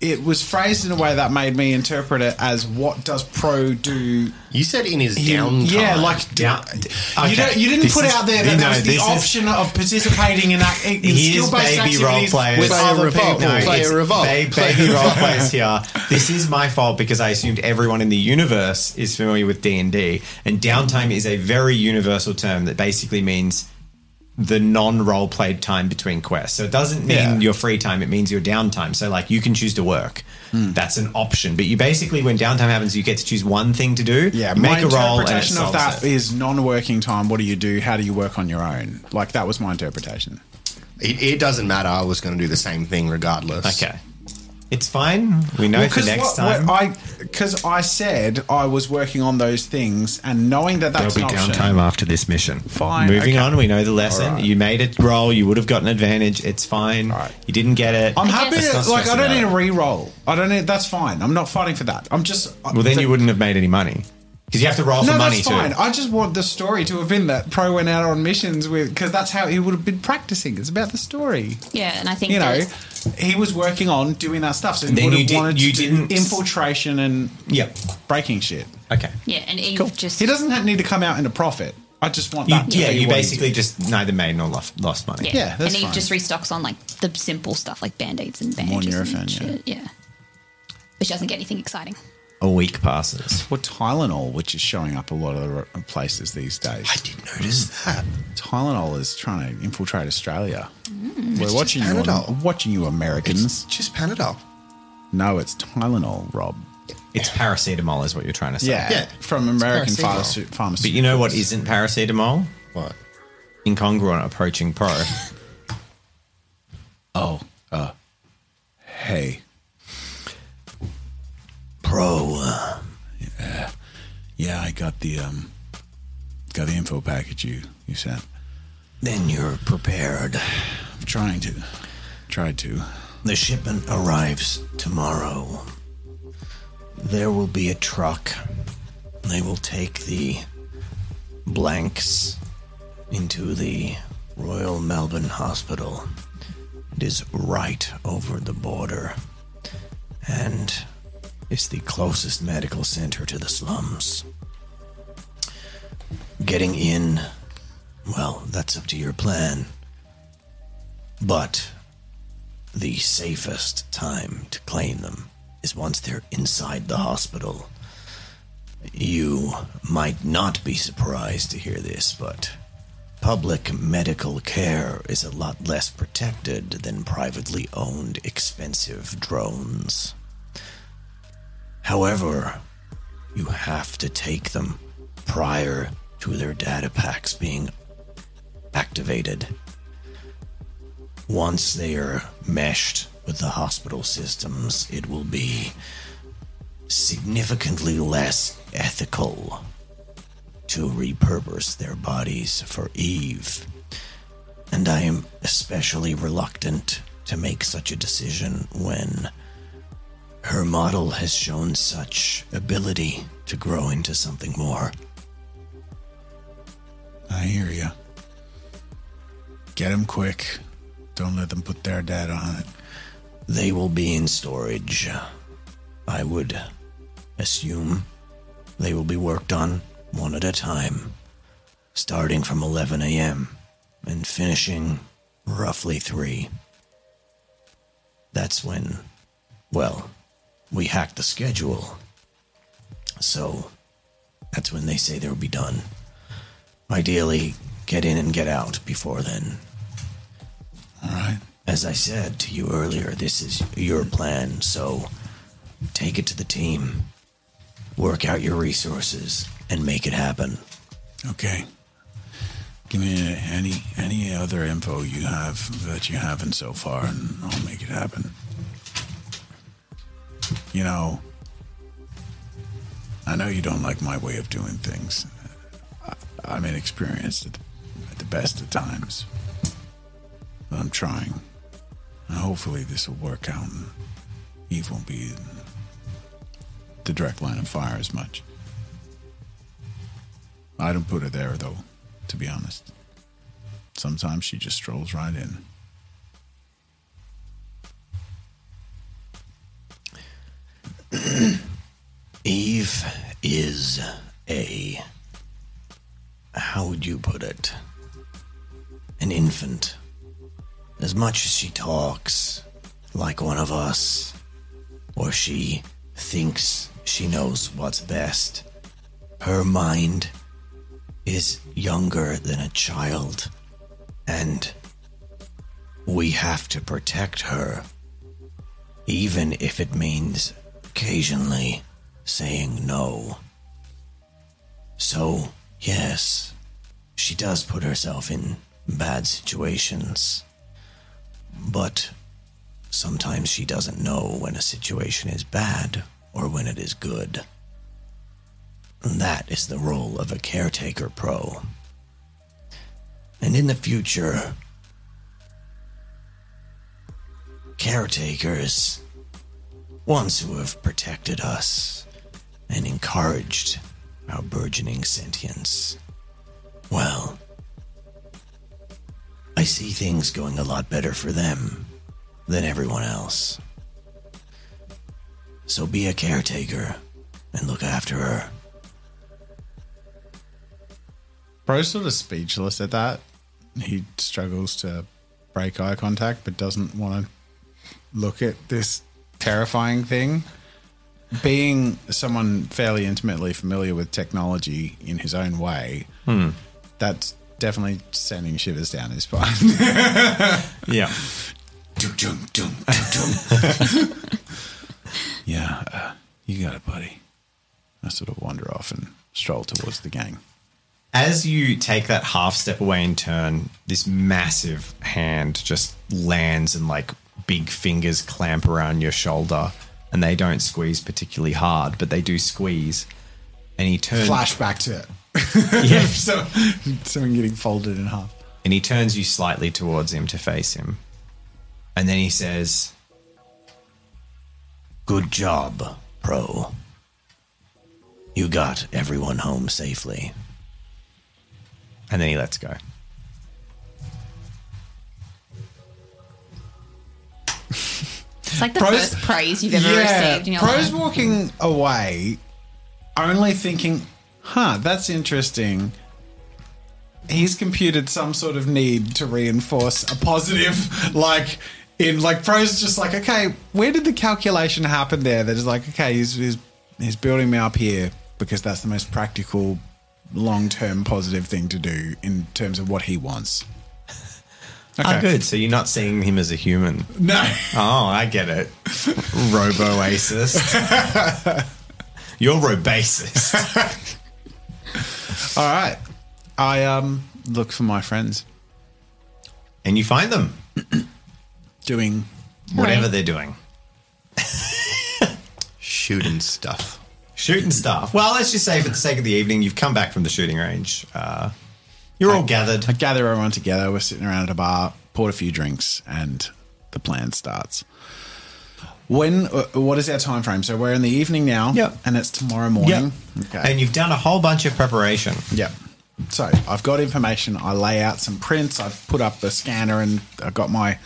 B: it was phrased in a way that made me interpret it as what does Pro do
D: You said in his downtime.
B: Yeah, like down. You, don't, you didn't
C: This
B: put
C: is-
B: out there that
C: no,
B: there was the
C: this is-
B: option of participating in, act- in
C: Here's
B: skill-based
C: baby role
B: activities
C: players.
B: with
D: Play a
B: other
D: revolt.
B: people.
D: No, Play
C: it's
D: a revolt.
C: ba-
D: Play
C: baby
D: a
C: role
D: revolt.
C: players here. This is my fault because I assumed everyone in the universe is familiar with D and D, and downtime is a very universal term that basically means the non-role played time between quests. So it doesn't mean
B: Yeah.
C: your free time; it means your downtime. So like you can choose to work.
B: Hmm.
C: That's an option, but you basically, when downtime happens, you get to choose one thing to do.
B: Yeah,
C: make
B: my
C: a roll. and it
B: interpretation of
C: solves
B: that
C: it.
B: is non-working time. What do you do? How do you work on your own? Like that was my interpretation.
D: It, it doesn't matter. I was going to do the same thing regardless.
C: okay. It's fine. We know for next
B: what- what
C: time.
B: I because I said I was working on those things, and knowing that that's
C: There'll be
B: an option.
C: downtime after this mission.
B: Fine, okay.
C: Moving on, we know the lesson.
B: Alright.
C: You made it roll. You would have gotten advantage. It's fine.
B: Alright.
C: You didn't get it.
B: I'm
A: I
B: happy.
A: guess-
B: to-
C: Let's not
B: like
C: stress
B: I don't
C: about
B: need
C: it.
B: a re-roll. I don't need. That's fine. I'm not fighting for that. I'm just. uh,
C: Well, then you wouldn't have made any money because you have to roll
B: No,
C: for money
B: that's fine.
C: too.
B: I just want the story to have been that Pro went out on missions with because that's how he would have been practicing. It's about the story.
A: Yeah, and I think
B: You know,
A: that-
B: he was working on doing that stuff, so he
C: Then
B: would
C: you
B: have
C: did-
B: wanted
C: you
B: to do
C: didn't-
B: infiltration and
C: Yep.
B: breaking shit.
C: Okay.
A: yeah, and Eve just
B: He doesn't have, need to come out in a profit. I just want
C: You,
B: that. to
C: yeah,
B: be
C: you
B: what he
C: basically
B: did.
C: just neither made nor lost, lost money.
A: yeah,
B: yeah, that's
A: and Eve
B: fine.
A: just restocks on like the simple stuff like band aids and bandages
B: Nurofen,
A: and
B: yeah.
A: shit. Yeah. which doesn't get anything exciting.
C: A week passes.
B: Well, Tylenol, which is showing up a lot of the r- uh, places these days. I did notice that. Tylenol is trying to infiltrate Australia. We're watching you,
D: Mm. Panadol.
B: watching you Americans.
D: It's just Panadol.
B: no, it's Tylenol, Rob.
C: It's paracetamol, is what you're trying to say.
B: Yeah,
D: Yeah.
B: from American
D: It's
B: pharmacy.
D: paracetamol.
B: pharmacy.
C: But you know what isn't paracetamol?
D: What?
C: Incongruent approaching pro.
B: Oh, uh, hey,
C: pro.
B: uh, yeah, I got the um, got the info package you you sent.
C: Then you're prepared.
B: I'm trying to, tried to.
C: The shipment arrives tomorrow. There will be a truck. They will take the blanks into the Royal Melbourne Hospital. It is right over the border and it's the closest medical center to the slums. Getting in, well, that's up to your plan. But the safest time to claim them is once they're inside the hospital. You might not be surprised to hear this, but public medical care is a lot less protected than privately owned expensive drones. However, you have to take them prior to their data packs being activated. Once they are meshed with the hospital systems, it will be significantly less ethical to repurpose their bodies for Eve. And I am especially reluctant to make such a decision when her model has shown such ability to grow into something more.
B: I hear you. Get them quick. Don't let them put their data on it.
C: They will be in storage. I would assume they will be worked on one at a time, starting from 11 a.m. and finishing roughly 3. That's when, well, we hack the schedule. So that's when they say they'll be done. Ideally, get in and get out before then.
B: All right.
C: As I said to you earlier, this is your plan, so take it to the team. Work out your resources and make it happen.
B: Okay. Give me any any other info you have that you haven't so far, and I'll make it happen. You know, I know you don't like my way of doing things. I, I'm inexperienced at the, at the best of times, but I'm trying. Hopefully, this will work out and Eve won't be in the direct line of fire as much. I don't put her there, though, to be honest. Sometimes she just strolls right in.
I: Eve is a. How would you put it? An infant. As much as she talks like one of us, or she thinks she knows what's best, her mind is younger than a child, and we have to protect her even if it means occasionally saying no. So, yes, she does put herself in bad situations, but sometimes she doesn't know when a situation is bad or when it is good. And that is the role of a caretaker pro. And in the future, caretakers ones who have protected us and encouraged our burgeoning sentience. Well, I see things going a lot better for them than everyone else. So be a caretaker and look after her.
B: Bro's sort of speechless at that. He struggles to break eye contact, but doesn't want to look at this terrifying thing. Being someone fairly intimately familiar with technology in his own way, that's definitely sending shivers down his [laughs] spine.
C: Yeah.
B: Dum, dum, dum, dum, dum. [laughs] yeah, uh, you got it, buddy. I sort of wander off and stroll towards the gang.
C: As you take that half step away and turn, this massive hand just lands and like big fingers clamp around your shoulder and they don't squeeze particularly hard, but they do squeeze. And he turns
B: Flashback to it.
C: [laughs] Yeah.
B: so, someone getting folded in half.
C: and he turns you slightly towards him to face him. And then he says,
I: Good job, Pro. You got everyone home safely.
C: and then he lets go.
A: It's like the
B: Pros-
A: first praise you've ever received in your
B: Pro's
A: life.
B: walking away, only thinking, huh, that's interesting. He's computed some sort of need to reinforce a positive, [laughs] like, in like, Pro's just like, okay, where did the calculation happen there? That is like, okay, he's, he's, he's building me up here because that's the most practical, long term positive thing to do in terms of what he wants.
C: Oh, good. So you're not seeing him as a human.
B: No.
C: Oh, I get it. Roboacist. You're robacist.
B: All right. I um look for my friends
C: And you find them,
B: doing
C: whatever
A: Right.
C: they're doing.
D: Shooting stuff.
C: Shooting stuff. Well, let's just say for the sake of the evening, you've come back from the shooting range. Uh, you're all gathered.
B: I gather everyone together. We're sitting around at a bar, poured a few drinks, and the plan starts. When? Uh, what is our time frame? So we're in the evening now.
C: Yep.
B: And it's tomorrow morning. Okay.
C: And you've done a whole bunch of preparation.
B: yeah. So I've got information. I lay out some prints. I've put up a scanner, and I've got my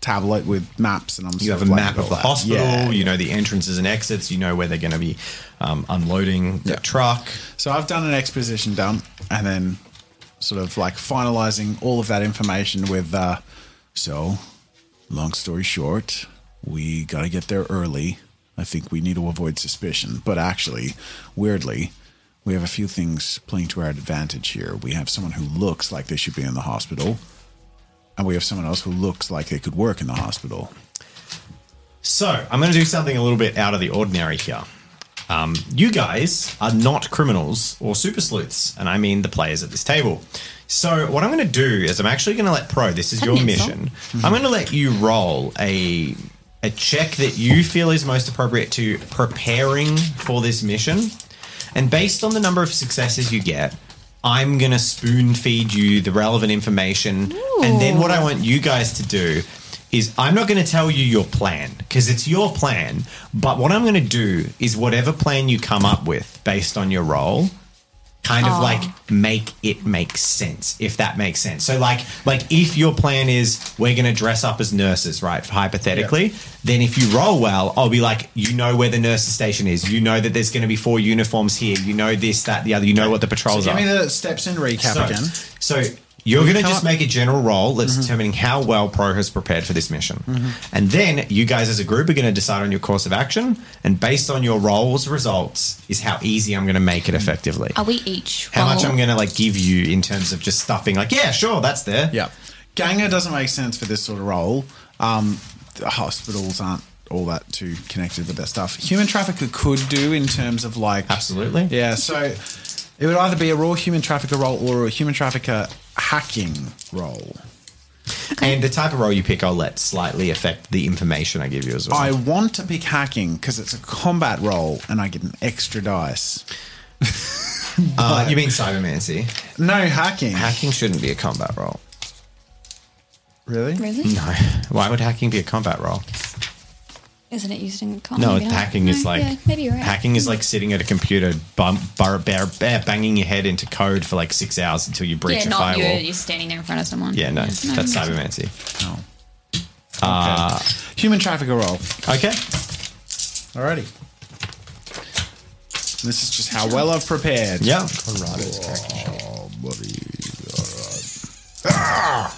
B: tablet with maps. And I'm.
C: You
B: sort
C: have a
B: laying
C: map
B: it
C: of
B: all
C: the
B: out.
C: hospital.
B: Yeah.
C: You know the entrances and exits. You know where they're going to be um, unloading the
B: Yeah.
C: truck.
B: So I've done an exposition dump and then sort of like finalizing all of that information with uh so long story short, we got to get there early. I think we need to avoid suspicion, but actually, weirdly, we have a few things playing to our advantage here. We have someone who looks like they should be in the hospital, and we have someone else who looks like they could work in the hospital.
C: So I'm going to do something a little bit out of the ordinary here. Um, you guys are not criminals or super sleuths, and I mean the players at this table. So what I'm going to do is I'm actually going to let Pro. This is your
A: Peninsula.
C: mission. I'm going to let you roll a a check that you feel is most appropriate to preparing for this mission, and based on the number of successes you get. I'm going to spoon feed you the relevant information. And then what I want you guys to do is I'm not going to tell you your plan because it's your plan. But what I'm going to do is whatever plan you come up with based on your role, kind of
J: Aw.
C: like make it make sense if that makes sense so like like if your plan is we're going to dress up as nurses right hypothetically then if you roll well i'll be like you know where the nurses station is you know that there's going to be four uniforms here you know this that the other you know what the patrols
G: So
C: are
G: give me the steps in recap
C: so,
G: again. Mm-hmm.
C: so you're going to
G: Come
C: just
G: up-
C: make a general roll that's determining how well Pro has prepared for this mission.
G: Mhm.
C: And then you guys as a group are going to decide on your course of action. And based on your roll's results is how easy I'm going to make it effectively.
K: Are we each?
C: How much
K: roll-
C: I'm going to like give you in terms of just stuffing like, yeah, sure, that's there.
G: Yeah. Ganger doesn't make sense for this sort of role. Um, the hospitals aren't all that too connected with that stuff. Human trafficker could do in terms of like.
C: Absolutely.
G: Yeah. So it would either be a raw human trafficker role or a human trafficker hacking role.
C: And the type of role you pick, I'll let slightly affect the information I give you as well.
G: I want to pick hacking because it's a combat role and I get an extra dice.
C: uh, you mean cybermancy?
G: No, hacking.
C: Hacking shouldn't be a combat role.
G: Really?
K: Really?
C: No. [laughs] Why would hacking be a combat role?
K: Isn't it used in
C: No,
K: combat?
C: hacking is like
K: yeah, maybe you're right.
C: hacking is like sitting at a computer, bum, bar, bar, bar, banging your head into code for like six hours until you breach
K: yeah,
C: a
K: not
C: firewall.
K: you. You're standing there in front of someone.
C: Yeah, no, that's
K: makes sense.
C: cybermancy.
G: No.
C: Uh,
G: Human trafficker role.
C: Okay.
G: Alrighty. This is just how well I've prepared.
C: Yeah.
G: Oh, buddy. Ah!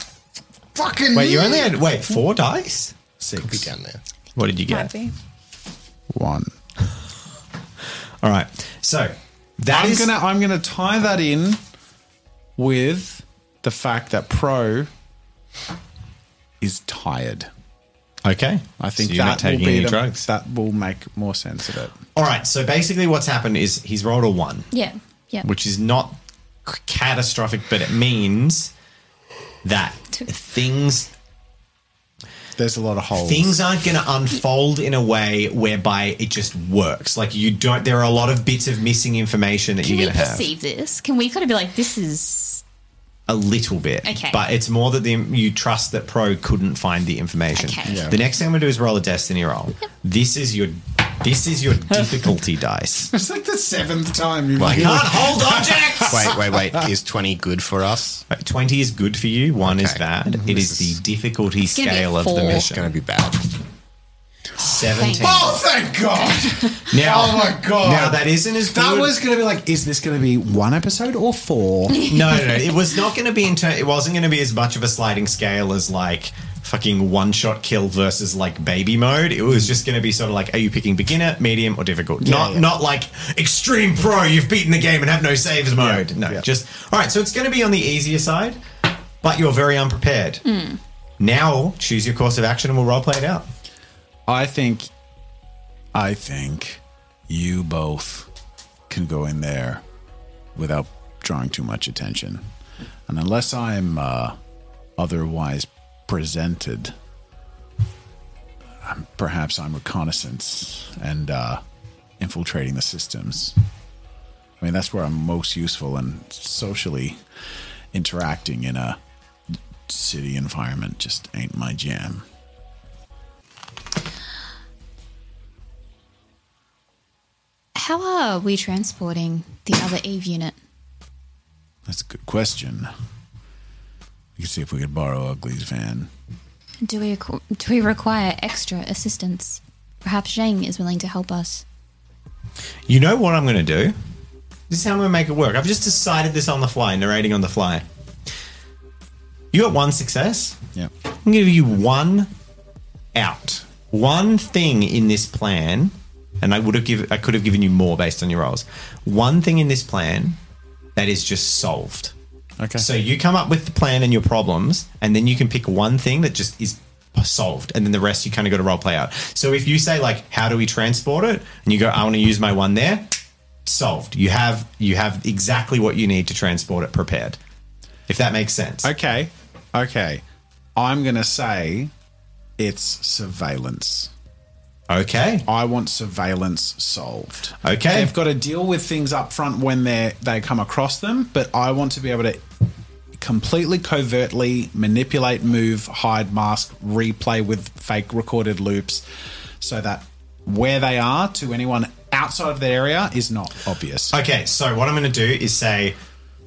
D: Fucking.
C: Wait, you only had wait four dice.
G: Six.
D: Be down there.
C: What did you get?
G: One.
C: All right. So that
G: I'm
C: is-
G: gonna I'm gonna tie that in with the fact that Pro is tired.
C: okay.
G: I think
C: So you're not
G: that will
C: taking
G: be
C: any
G: the-
C: drugs.
G: that will make more sense of it.
C: All right. So basically, what's happened is he's rolled a one.
K: Yeah, yeah.
C: which is not c- catastrophic, but it means that things
G: There's a lot of holes.
C: things aren't going to unfold in a way whereby it just works. Like you don't. There are a lot of bits of missing information that
K: Can
C: you're
K: we
C: going to have
K: perceive this? Can we kind of be like, this is
C: a little bit.
K: Okay.
C: But it's more that the, you trust that Pro couldn't find the information.
K: Okay. Yeah.
C: The next thing I'm going to do is roll a destiny roll. This is your this is
K: [laughs]
C: your difficulty dice.
G: [laughs] It's like the seventh time you've
C: I can't hold objects.
D: [laughs] Wait, wait, [laughs] wait. Is 20 good for us?
C: [laughs] Wait, Twenty is good for you. One is
D: Okay.
C: bad. It is the difficulty
K: gonna be a
C: scale of the
K: four.
D: It's
C: mission.
D: going to be bad.
C: 17.
G: Oh thank God.
C: Now,
G: Oh my God.
C: Now that isn't as
G: That
C: good.
G: was gonna be like, is this gonna be one episode or
C: [laughs]
G: four?
C: no, no,
G: [laughs]
C: no. It was not going to be inter- It wasn't going to be as much of a sliding scale as like fucking one shot kill versus like baby mode. It was just going to be sort of like, are you picking beginner, medium, or difficult? not
G: yeah.
C: not like extreme pro. You've beaten the game and have no saves mode. no,
G: yeah.
C: just all right. So it's going to be on the easier side, but you're very unprepared.
G: Hmm.
C: Now choose your course of action and we'll role play it out.
G: I think I think you both can go in there without drawing too much attention. And unless I'm uh, otherwise presented, um, perhaps I'm reconnaissance and uh, infiltrating the systems. I mean, that's where I'm most useful and socially interacting in a city environment just ain't my jam.
A: How are we transporting the other Eve unit?
G: That's a good question. We can see if we could borrow Ugly's van.
A: Do we requ- do we require extra assistance? Perhaps Zhang is willing to help us. [laughs]
C: You know what I'm going to do? This is how I'm going to make it work. I've just decided this on the fly, narrating on the fly. You got one success.
G: Yeah.
C: I'm going to give you one out. One thing in this plan, and I would have given I could have given you more based on your roles. One thing in this plan that is just solved.
G: Okay.
C: So you come up with the plan and your problems, and then you can pick one thing that just is solved, and then the rest you kind of got to role play out. So if you say like, "How do we transport it?" and you go, "I want to use my one there," solved. You have you have exactly what you need to transport it prepared. If that makes sense.
G: Okay. Okay. I'm going to say it's surveillance.
C: Okay.
G: I want surveillance solved.
C: Okay.
G: They've got to deal with things up front when they they come across them, but I want to be able to completely covertly manipulate, move, hide, mask, replay with fake recorded loops so that where they are to anyone outside of the area is not obvious.
C: Okay, so what I'm going to do is say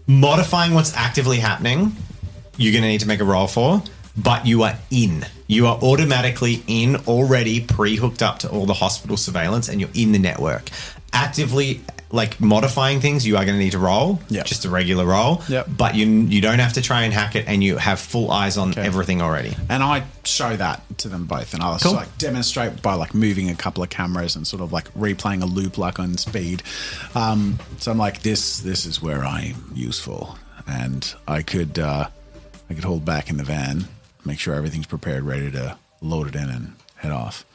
C: modifying what's actively happening, you're going to need to make a roll for, but you are in. You are automatically in already pre hooked up to all the hospital surveillance and you're in the network. Actively like modifying things, you are going to need to roll,
G: Yep.
C: just a regular roll,
G: Yep.
C: but you you don't have to try and hack it and you have full eyes on everything already.
G: And I show that to them both, and I'll
C: Cool.
G: like demonstrate by like moving a couple of cameras and sort of like replaying a loop like on speed. Um, so I'm like, this this is where I'm useful, and I could uh, I could hold back in the van, make sure everything's prepared, ready to load it in and head off.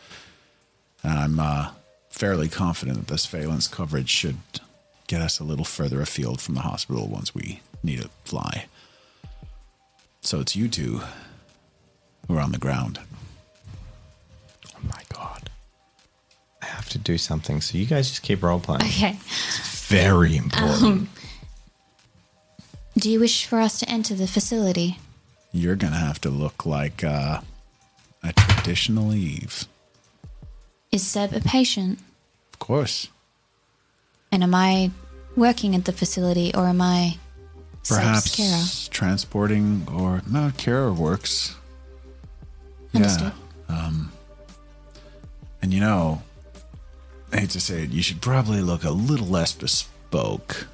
G: And I'm uh, fairly confident that the surveillance coverage should get us a little further afield from the hospital once we need to fly. So it's you two who are on the ground.
C: Oh my god. I have to do something. So you guys just keep role playing.
K: Okay.
C: Very important.
A: Do you wish for us to enter the facility?
G: You're gonna have to look like uh, a traditional Eve,
A: Is Seb a patient?
G: of course.
A: And am I working at the facility or am I Seb's carer?
G: Perhaps transporting or no, Kara works.
A: Understood.
G: Yeah. Um, and you know, I hate to say it, you should probably look a little less bespoke.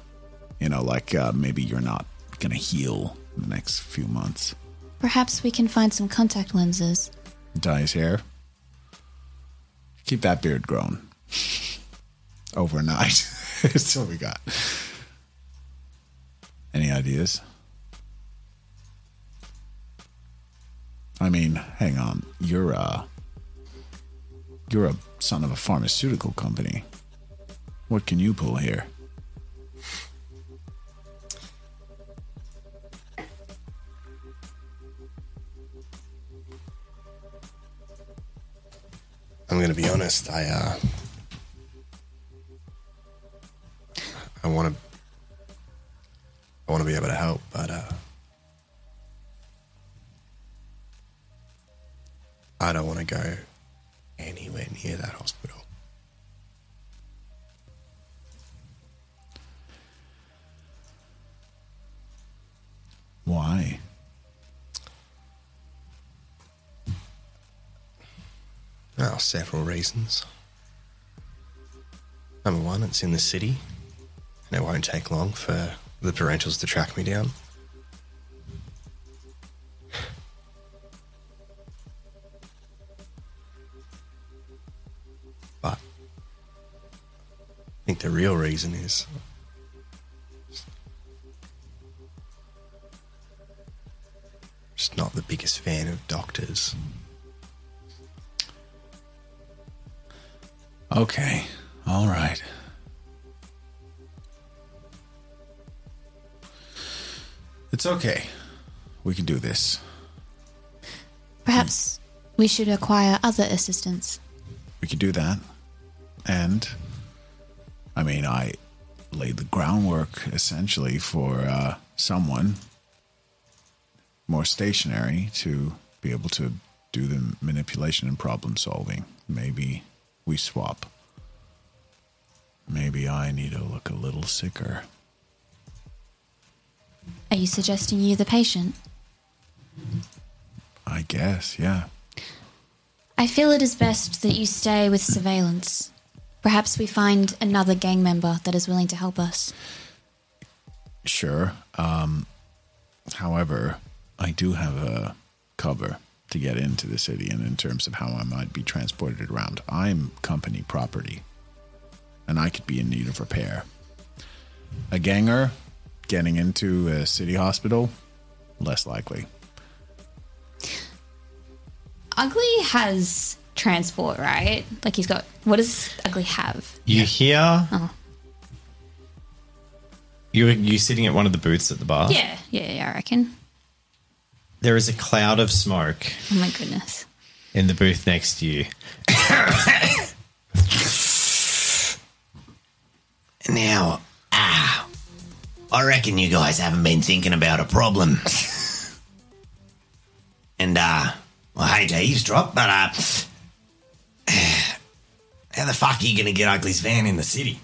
G: You know, like uh, maybe you're not gonna heal in the next few months.
A: Perhaps we can find some contact lenses.
G: Dye his hair. Keep that beard grown. [laughs] Overnight. [laughs] That's what we got. Any ideas? I mean, hang on. You're a you're a son of a pharmaceutical company. What can you pull here?
D: I'm going to be honest. I uh, I want to I want to be able to help, but uh, I don't want to go anywhere near that hospital.
G: Why?
D: Well, several reasons. Number one, it's in the city, and it won't take long for the parentals to track me down. But I think the real reason is just not the biggest fan of doctors.
G: Okay. All right. It's okay. We can do this.
A: Perhaps we should acquire other assistance.
G: We could do that. And I mean, I laid the groundwork essentially for uh, someone more stationary to be able to do the manipulation and problem solving. Maybe we swap. Maybe I need to look a little sicker.
A: Are you suggesting you the patient?
G: I guess, yeah.
A: I feel it is best that you stay with surveillance. Perhaps we find another gang member that is willing to help us.
G: Sure. Um, however, I do have a cover to get into the city, and in terms of how I might be transported around, I'm company property, and I could be in need of repair. A ganger getting into a city hospital, less likely.
K: Ugly has transport, right? Like he's got. What does Ugly have?
C: You hear? You you sitting at one of the booths at the bar.
K: Yeah, yeah, yeah, I reckon.
C: There is a cloud of smoke
K: Oh my goodness.
C: in the booth next to you.
L: Now, ah,
B: I reckon you guys haven't been thinking about a problem. and, uh, I hate to eavesdrop, but, uh, [sighs] how the fuck are you gonna get Ugly's van in the city?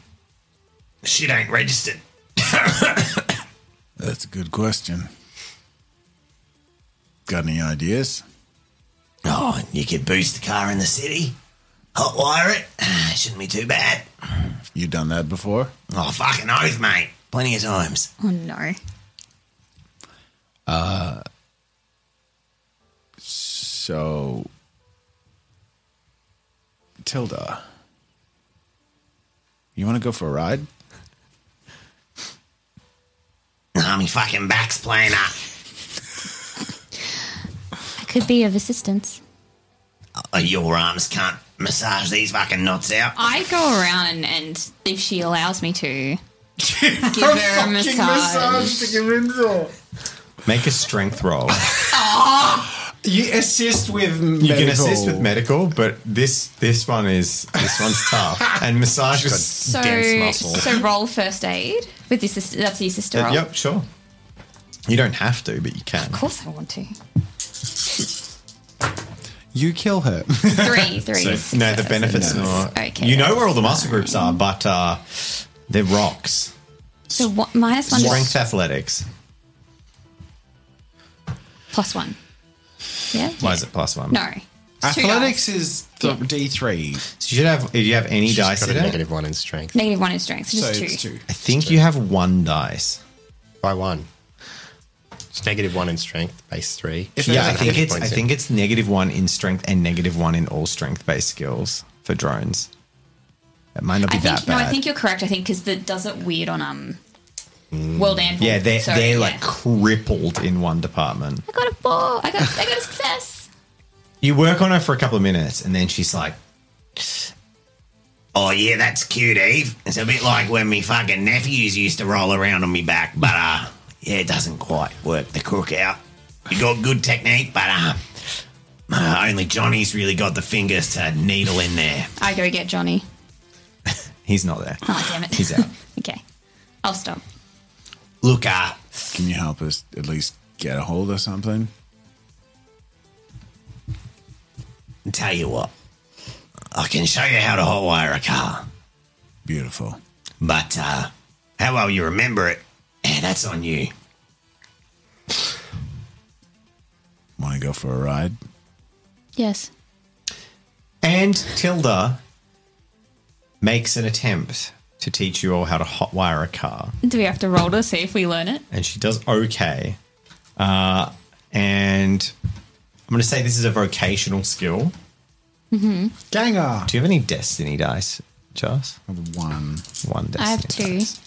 B: Shit ain't registered.
G: That's a good question. Got any ideas?
B: Oh, you could boost the car in the city, hotwire it. It [sighs] shouldn't be too bad.
G: You done that before?
B: Oh, fucking oath, mate. Plenty of times.
K: Oh no.
G: Uh. So. Tilda. You want to go for a ride?
B: Nah, me fucking back's playing uh, up.
K: I could be of assistance.
B: Oh, your arms can't massage these fucking knots out.
K: I go around and, and if she allows
C: [laughs]
K: me to, give her a massage.
C: Make a strength
K: [laughs]
C: roll.
G: You assist with
C: You can assist with medical, but this this one is this
K: [laughs]
C: one's tough. And massage is
K: So,
C: dense muscle.
K: so roll first aid with this. assist- That's the assistant
C: Uh,
K: roll.
C: yep, sure. You don't have to, but you can.
K: Of course, I want to.
C: You kill her. [laughs]
K: Three, three.
C: So, no, the benefits are.
K: Okay,
C: you know where all the muscle groups are, but uh, they're rocks.
K: So what, minus one
C: Strength athletics.
K: plus one. Yeah.
C: Why is it plus one?
K: No. It's two
G: Athletics
K: dice.
G: is [laughs] th- D3.
C: So you should have. If you have any dice
D: got
C: in
D: a
C: it,
D: negative one in strength
K: Negative one in strength, so
G: So
K: just two.
G: it's two.
C: I think you have one dice.
D: by one. It's negative one in strength, base three.
G: If
C: yeah, I
G: there's
C: think
D: a-
C: it's. I think it's negative one in strength and negative one in all strength-based skills for drones. It might not be
K: I
C: that
K: think no,
C: bad.
K: I think you're correct. I think because that does it weird on um World Anvil.
C: yeah, they're
K: Oh, Sorry,
C: they're
K: yeah.
C: like crippled in one department.
K: I got a four. I got I got a success.
C: You work on her for a couple of minutes, and then she's like,
B: Oh yeah, that's cute, Eve. It's a bit like when me fucking nephews used to roll around on me back, but uh, yeah, it doesn't quite work the crook out. You got good technique, but uh, uh, only Johnny's really got the fingers to needle in there.
K: I go get Johnny.
C: "He's not there.
K: Oh damn it.
C: He's out."
K: [laughs] okay. I'll stop.
B: Look, uh,
G: Can you help us at least get a hold of something?
B: tell you what, I can show you how to hotwire a car,
G: Beautiful.
B: but uh, how well you remember it, eh, that's on you.
G: Want to go for a ride?
K: Yes.
C: And Tilda makes an attempt to teach you all how to hotwire a car,
K: Do we have to roll to see if we learn it?
C: and she does okay. Uh, and I'm going to say this is a vocational skill.
G: Ganger!
C: Do you have any destiny dice, Charles?
G: One.
C: One destiny.
K: I have two.
C: dice.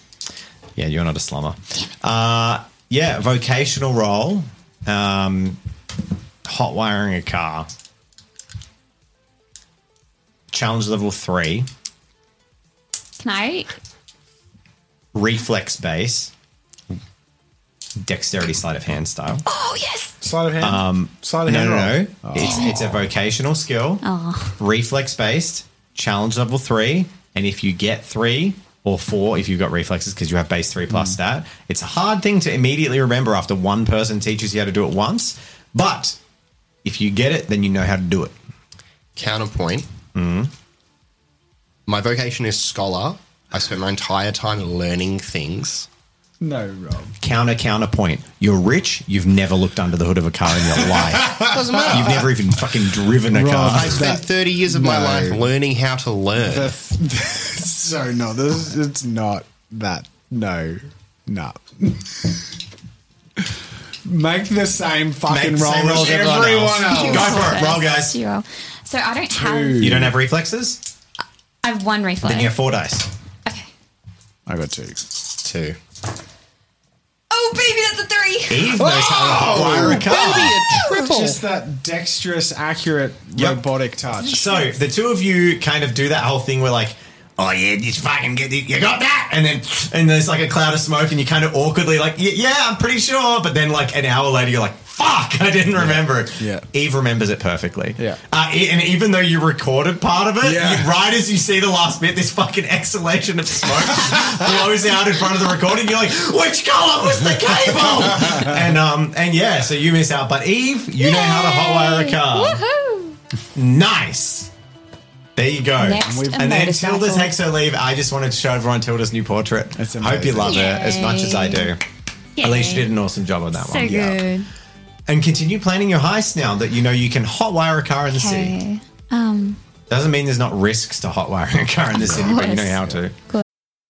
C: Yeah, you're not a slumber. Uh, yeah, vocational role, um, hot wiring a car. Challenge level three,
K: Can I
C: reflex base, dexterity sleight of hand style.
K: Oh yes.
G: Sleight of hand. Um, Sleight
C: No, no, no. It's, it's a vocational skill,
K: Oh.
C: reflex based, challenge level three. And if you get three or four, if you've got reflexes because you have base three plus that, it's a hard thing to immediately remember after one person teaches you how to do it once. But if you get it, then you know how to do it.
D: Counterpoint. My vocation is scholar. I spent my entire time learning things.
G: No, Rob.
C: Counter, counterpoint. You're rich. You've never looked under the hood of a car in [laughs] your life. Doesn't matter. You've never even fucking driven a car.
D: I spent 30 years of my
G: no.
D: life learning how to learn.
G: [laughs] so no, this it's not that. No, no. [laughs] Make the same fucking
C: Make the
G: roll
C: same rolls
G: as
C: everyone
G: everyone,
C: else.
G: else.
C: Go for it. Roll, guys.
K: You roll. So I don't have.
C: You don't have reflexes?
K: I have one reflex.
C: Then you have four dice.
K: Okay.
G: I got two.
D: Two.
K: Oh baby, that's a three.
C: Eve knows how to wire a car.
G: Just that dexterous, accurate,
C: Yep.
G: robotic touch.
C: So the two of you kind of do that whole thing where like, oh yeah, just fucking get the, you got that, and then and there's like a cloud of smoke, and you kind of awkwardly like, "Y- yeah, I'm pretty sure, but then like an hour later you're like, fuck, I didn't remember it. Yeah. Eve remembers it perfectly. Yeah. Uh, e- and even though you recorded part of it, you- right as you see the last bit, this fucking exhalation of smoke [laughs] blows out in front of the recording. You're like, which color was the [laughs] cable? and um and yeah, so you miss out. But Eve, you know how to hotwire a car.
A: Woohoo!
C: Nice. There you go.
A: Next, a
C: and then
A: motorcycle.
C: Tilda takes her leave. I just wanted to show everyone Tilda's new portrait. It's Hope you love her as much as I do.
A: Yay.
C: Alicia did an awesome job on that
A: So
C: one.
A: good.
C: And continue planning your heist now that you know you can hotwire a car in the city.
A: Okay. Um,
C: Doesn't mean there's not risks to hotwiring a car in the city, but you know
A: course. [laughs]
C: how to.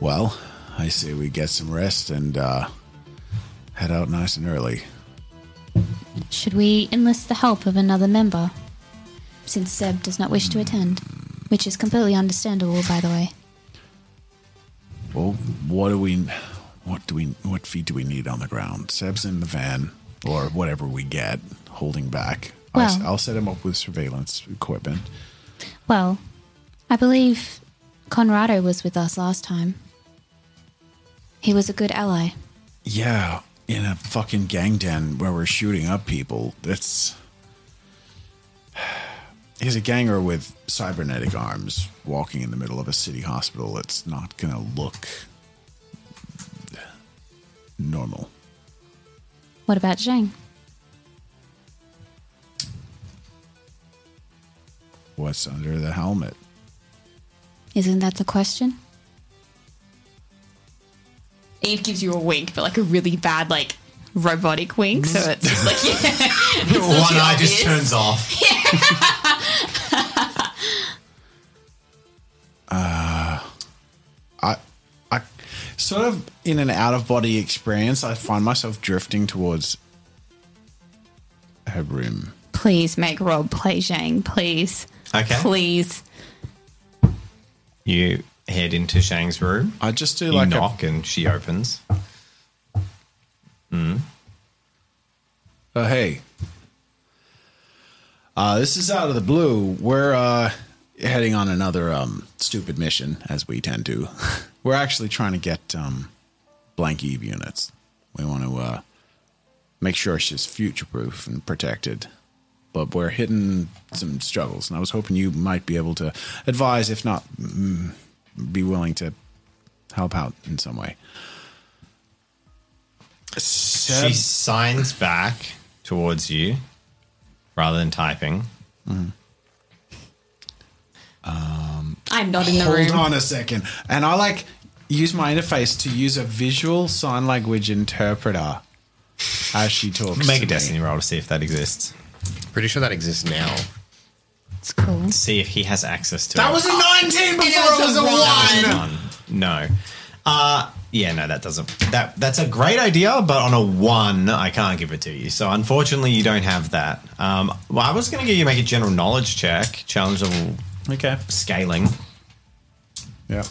G: Well, I say we get some rest and uh, head out nice and early.
A: should we enlist the help of another member? Since Seb does not wish to attend, which is completely understandable, by the way.
G: Well, what do we, what do we, what feet do we need on the ground? Seb's in the van or whatever we get, holding back. I s-
A: Well-
G: I'll set him up with surveillance [laughs] equipment.
A: Well, I believe Conrado was with us last time. He was a good ally.
G: Yeah, in a fucking gang den where we're shooting up people. That's [sighs] he's a ganger with cybernetic arms walking in the middle of a city hospital. It's not gonna look normal.
A: What about Zhang?
G: What's under the helmet?
A: Isn't that the question?
K: Eve gives you a wink, but like a really bad, like robotic wink. So it's just like [laughs] yeah,
C: [laughs]
K: It's not
C: Mm. One
K: too
C: eye just
K: obvious.
C: turns off.
G: I, I sort of in an out of body experience. I find myself drifting towards her room.
K: Please make Rob play Zhang, please.
C: Okay.
K: Please.
C: You head into Shang's room.
G: I just do
C: You
G: like a
C: knock and she opens.
G: Uh, hey. Uh, this is out of the blue. We're uh, heading on another um, stupid mission, as we tend to. [laughs] We're actually trying to get um, blank Eve units. We want to uh, make sure she's future proof and protected. But we're hitting some struggles, and I was hoping you might be able to advise, if not, mm, be willing to help out in some way.
C: She signs back towards you rather than typing.
K: I'm not in the
G: Hold
K: room.
G: on a second. And I like use my interface to use a visual sign language interpreter as she
C: Make
G: talks. to
C: a
G: me.
C: destiny roll to see if that exists.
D: Pretty sure that exists now.
A: It's cool.
C: See if he has access to it.
G: That was a 19 before it was a
C: That was
G: one.
C: a one. No. Uh yeah, no, that doesn't. That that's a great idea, but on a one, I can't give it to you. So unfortunately, you don't have that. Um, well, I was going to give you make a general knowledge check, challenge level
G: Okay.
C: scaling.
G: Yeah.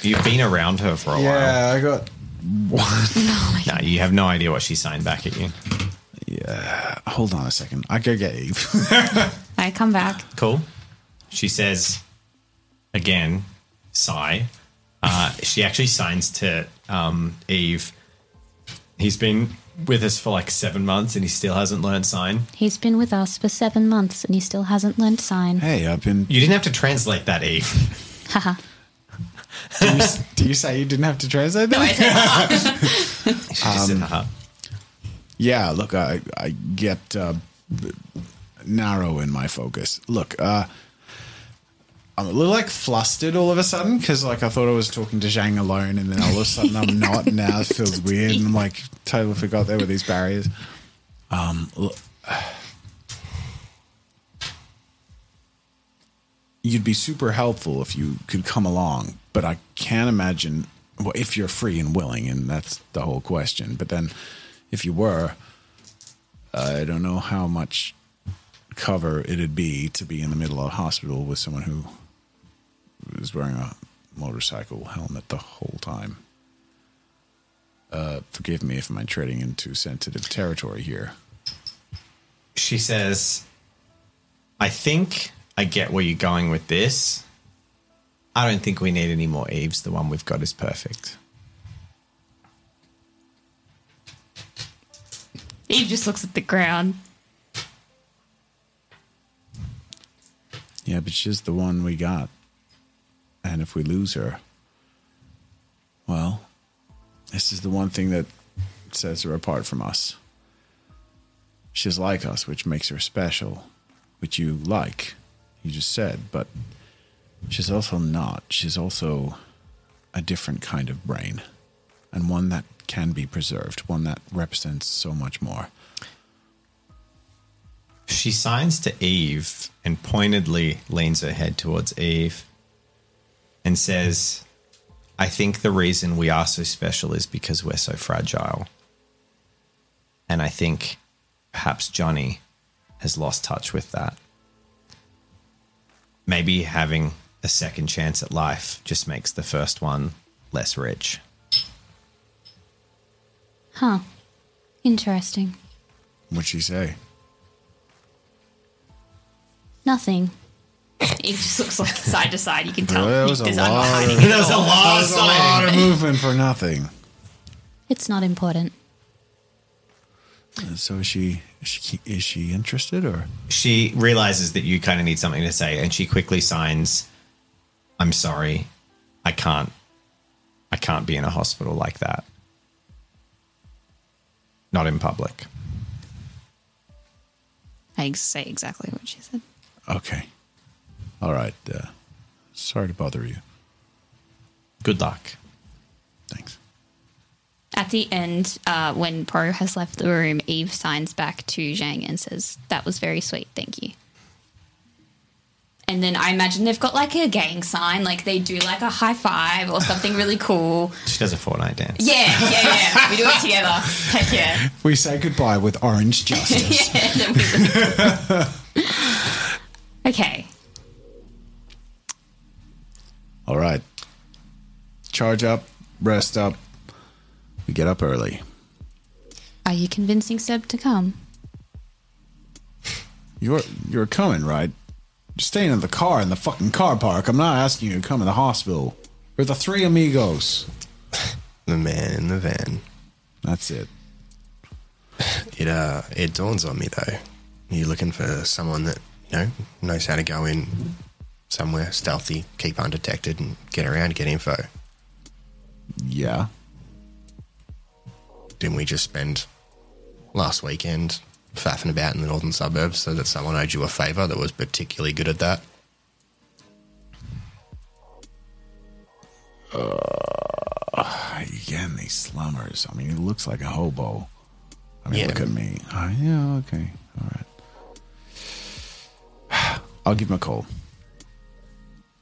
C: You've been around her for a while.
G: Yeah, I got.
C: No, you have no idea what she signed back at you.
G: Hold on a second. I go get Eve.
A: I come back.
C: Cool. She says again, sigh. Uh, she actually signs to um, Eve. He's been with us for like seven months and he still hasn't learned sign.
A: He's been with us for seven months and he still hasn't learned sign.
G: hey, I've been.
C: You didn't have to translate that, Eve. [laughs]
A: Haha.
G: Do you, [laughs] do you say you didn't have to translate that?
C: She just said, "Uh-huh." "Haha."
G: Yeah, look, I, I get uh, b- narrow in my focus. Look, uh, I'm a little like flustered all of a sudden because like I thought I was talking to Zhang alone, and then all of a sudden I'm not. and Now it feels weird, and I'm like totally forgot there were these barriers. Um, l- [laughs] you'd be super helpful if you could come along, but I can't imagine well, if you're free and willing, and that's the whole question. But then, if you were,
B: I don't know how much cover it'd be to be in the middle of a hospital with someone who was wearing a motorcycle helmet the whole time. Uh, forgive me if I'm treading into sensitive territory here.
C: She says, I think I get where you're going with this. I don't think we need any more Eves. The one we've got is perfect.
A: Eve just looks at the ground.
B: Yeah, but she's the one we got. And if we lose her, well, this is the one thing that sets her apart from us. She's like us, which makes her special, which you like, you just said, but she's also not. She's also a different kind of brain, and one that can be preserved, one that represents so much more.
C: She signs to Eve and pointedly leans her head towards Eve and says, I think the reason we are so special is because we're so fragile. And I think perhaps Johnny has lost touch with that. Maybe having a second chance at life just makes the first one less rich.
A: Huh. Interesting.
B: What'd she say?
A: Nothing. Eve just looks like side to side. You can tell.
B: There was a
A: There's- I'm
B: lot
A: hiding
B: of,
A: it
B: there was
A: all.
B: a lot of movement for nothing.
A: It's not important.
B: And so is she, is she is she interested or
C: she realizes that you kind of need something to say and she quickly signs i'm sorry i can't i can't be in a hospital like that not in public
K: I ex- say exactly what she said.
B: okay? All right. Uh, sorry to bother you.
C: Good luck.
A: At the end, uh, when Pro has left the room, Eve signs back to Zhang and says, That was very sweet, thank you. And then I imagine they've got like a gang sign, like they do like a high five or something really cool.
C: she does a fortnite dance
A: [laughs] Yeah, yeah, yeah. We do it together. Heck yeah.
B: We say goodbye with [laughs] orange justice.
A: yeah then we- okay.
B: All right. Charge up, rest up. We get up early.
A: Are you convincing Seb to come?
B: You're you're coming, right? You're staying in the car in the fucking car park. I'm not asking you to come to the hospital. We're the three amigos.
D: The man in the van.
B: That's it.
D: It uh, it dawns on me though. You're looking for someone that you know knows how to go in somewhere stealthy, keep undetected, and get around, get info.
B: Yeah.
D: Didn't we just spend last weekend faffing about in the northern suburbs so that someone owed you a favour that was particularly good at that?
B: Uh, again, these slummers. I mean, he looks like a hobo. I mean,
D: Yeah.
B: look at me. Oh, yeah, okay. All right. [sighs] I'll give him a call.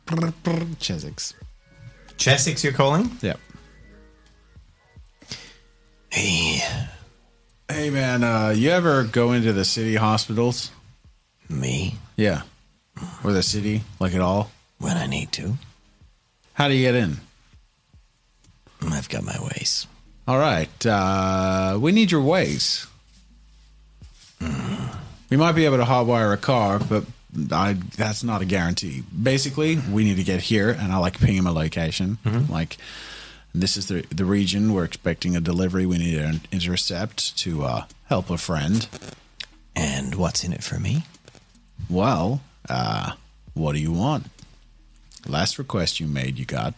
B: Chesix.
C: chessex you're calling
B: yep
C: hey
B: Hey, man, uh, you ever go into the city hospitals?
I: Me?
B: Yeah. Or the city, like at all?
I: When I need to.
B: How do you get in?
I: I've got my ways.
B: All right. Uh, we need your ways. We might be able to hotwire a car, but I, that's not a guarantee. Basically, we need to get here, and I like ping him a location. Like, this is the the region we're expecting a delivery. We need an intercept to uh, help a friend.
I: And what's in it for me?
B: Well, uh, what do you want? Last request you made, you got.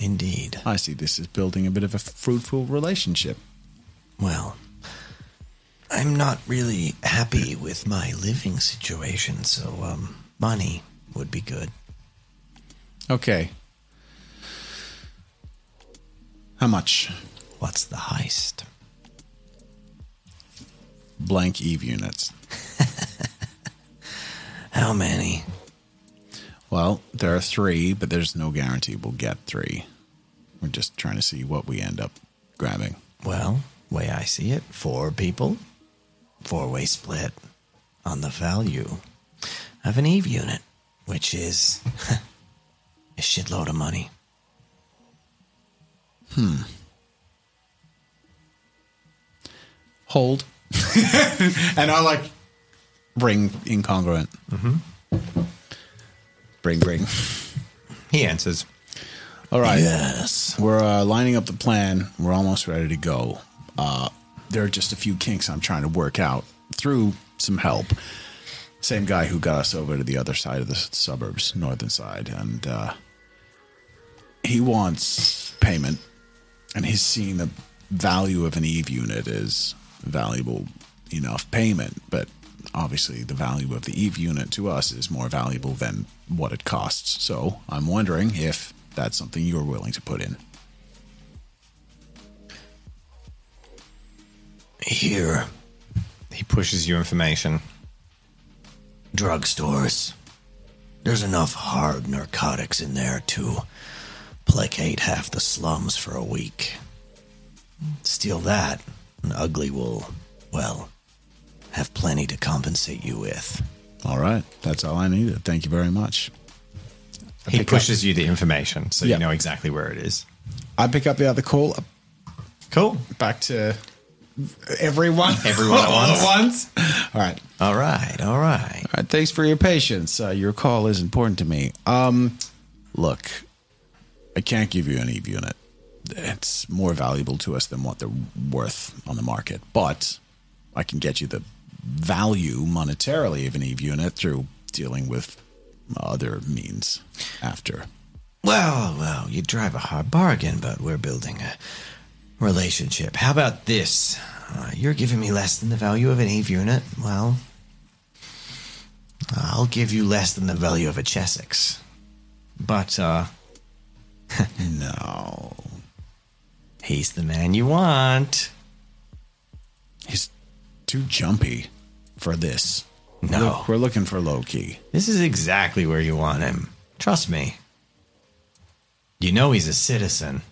I: Indeed.
B: I see this is building a bit of a fruitful relationship.
I: Well, I'm not really happy with my living situation, so um, money would be good.
B: Okay. How much?
I: What's the heist?
B: Blank Eve units.
I: How many?
B: Well, there are three, but there's no guarantee we'll get three. We're just trying to see what we end up grabbing.
I: Well, way I see it, four people. four way split on the value of an Eve unit, which is [laughs] a shitload of money.
B: Hmm. Hold. [laughs] and I like bring incongruent. Mm-hmm. Bring, bring.
C: He answers.
B: All right. Yes. We're uh, lining up the plan. We're almost ready to go. Uh, there are just a few kinks I'm trying to work out through some help. Same guy who got us over to the other side of the suburbs, northern side, and uh, he wants payment, and he's seeing the value of an Eve unit is valuable enough payment, but obviously the value of the Eve unit to us is more valuable than what it costs. So I'm wondering if that's something you're willing to put in.
I: Here.
C: He pushes you information.
I: Drugstores. There's enough hard narcotics in there to placate half the slums for a week. Steal that, and Ugly will, well, have plenty to compensate you with.
B: All right. That's all I needed. Thank you very much. I
C: He
B: pick up-
C: pushes you the information so
B: Yeah.
C: you know exactly where it is.
B: I pick up the other call.
C: Cool.
B: Back to
I: [laughs]
B: everyone.
C: Everyone at
B: [laughs] All
C: once.
B: All right.
I: All right. All right.
B: All right. Thanks for your patience. Uh, your call is important to me. Um, look, I can't give you an Eve unit. It's more valuable to us than what they're worth on the market, but I can get you the value monetarily of an Eve unit through dealing with other means after.
I: Well, well, you drive a hard bargain, but we're building a relationship. How about this? Uh, you're giving me less than the value of an Eve unit. Well, I'll give you less than the value of a Chessex. But, uh.
B: no.
I: He's the man you want.
B: He's too jumpy for this.
I: No.
B: We're, we're looking for low key.
I: This is exactly where you want him. Trust me. You know he's a citizen.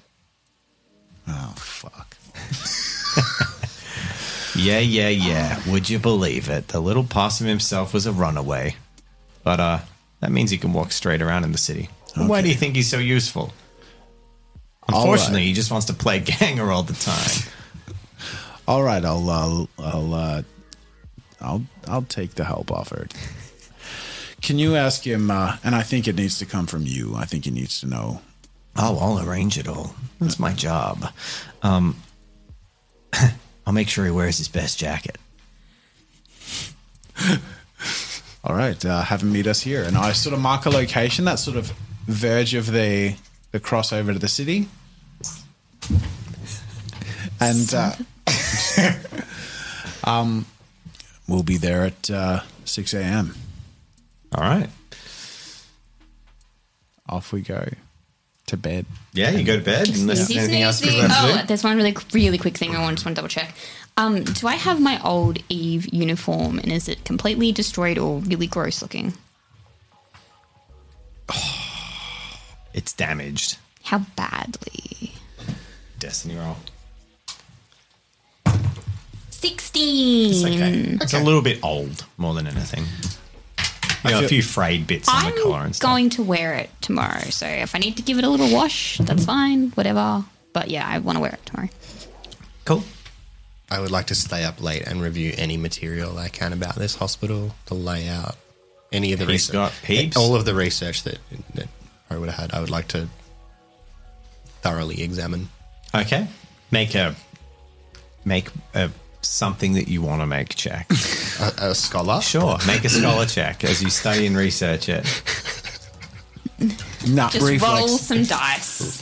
B: Oh, fuck.
C: Yeah, yeah, yeah. Would you believe it? The little possum himself was a runaway. But uh that means he can walk straight around in the city. Why do you think he's so useful?
B: All
C: Unfortunately,
B: right.
C: he just wants to play [laughs] ganger all the time.
B: All right, I'll uh, I'll uh, I'll I'll take the help offered. Can you ask him? Uh, and I think it needs to come from you. I think he needs to know.
I: Oh, I'll arrange it all. That's my job. Um, [clears throat] I'll make sure he wears his best jacket.
B: All right, uh, have him meet us here, and I sort of mark a location that's sort of verge of the the crossover to the city, and uh, [laughs] um, we'll be there at uh, six a.m.
C: All right.
B: Off we go to bed.
C: Yeah, you go to bed unless
A: Easy
C: there's anything else
A: sneezy.
C: we want to
A: Oh,
C: do.
A: there's one really, really quick thing I want, just want to double check. Um, do I have my old Eve uniform, and is it completely destroyed or really gross looking?
C: It's damaged.
A: How badly?
C: Destiny roll.
A: Sixteen.
C: It's okay. It's a little bit old more than anything. You know, a
A: feel-
C: few frayed bits on the collar and stuff.
A: Going to wear it tomorrow, so if I need to give it a little wash,
C: Mm-hmm.
A: that's fine. Whatever. But yeah, I want to wear it tomorrow.
D: I would like to stay up late and review any material I can about this hospital, the layout, any of the
C: He's
D: research,
C: got heaps.
D: all of the research that, that I would have had. I would like to thoroughly examine.
C: Okay. Make a make a something that you want to make check.
D: A, a scholar?
C: Sure. Make a scholar check as you study and research it.
B: Not
A: Just roll
C: [laughs]
A: some dice.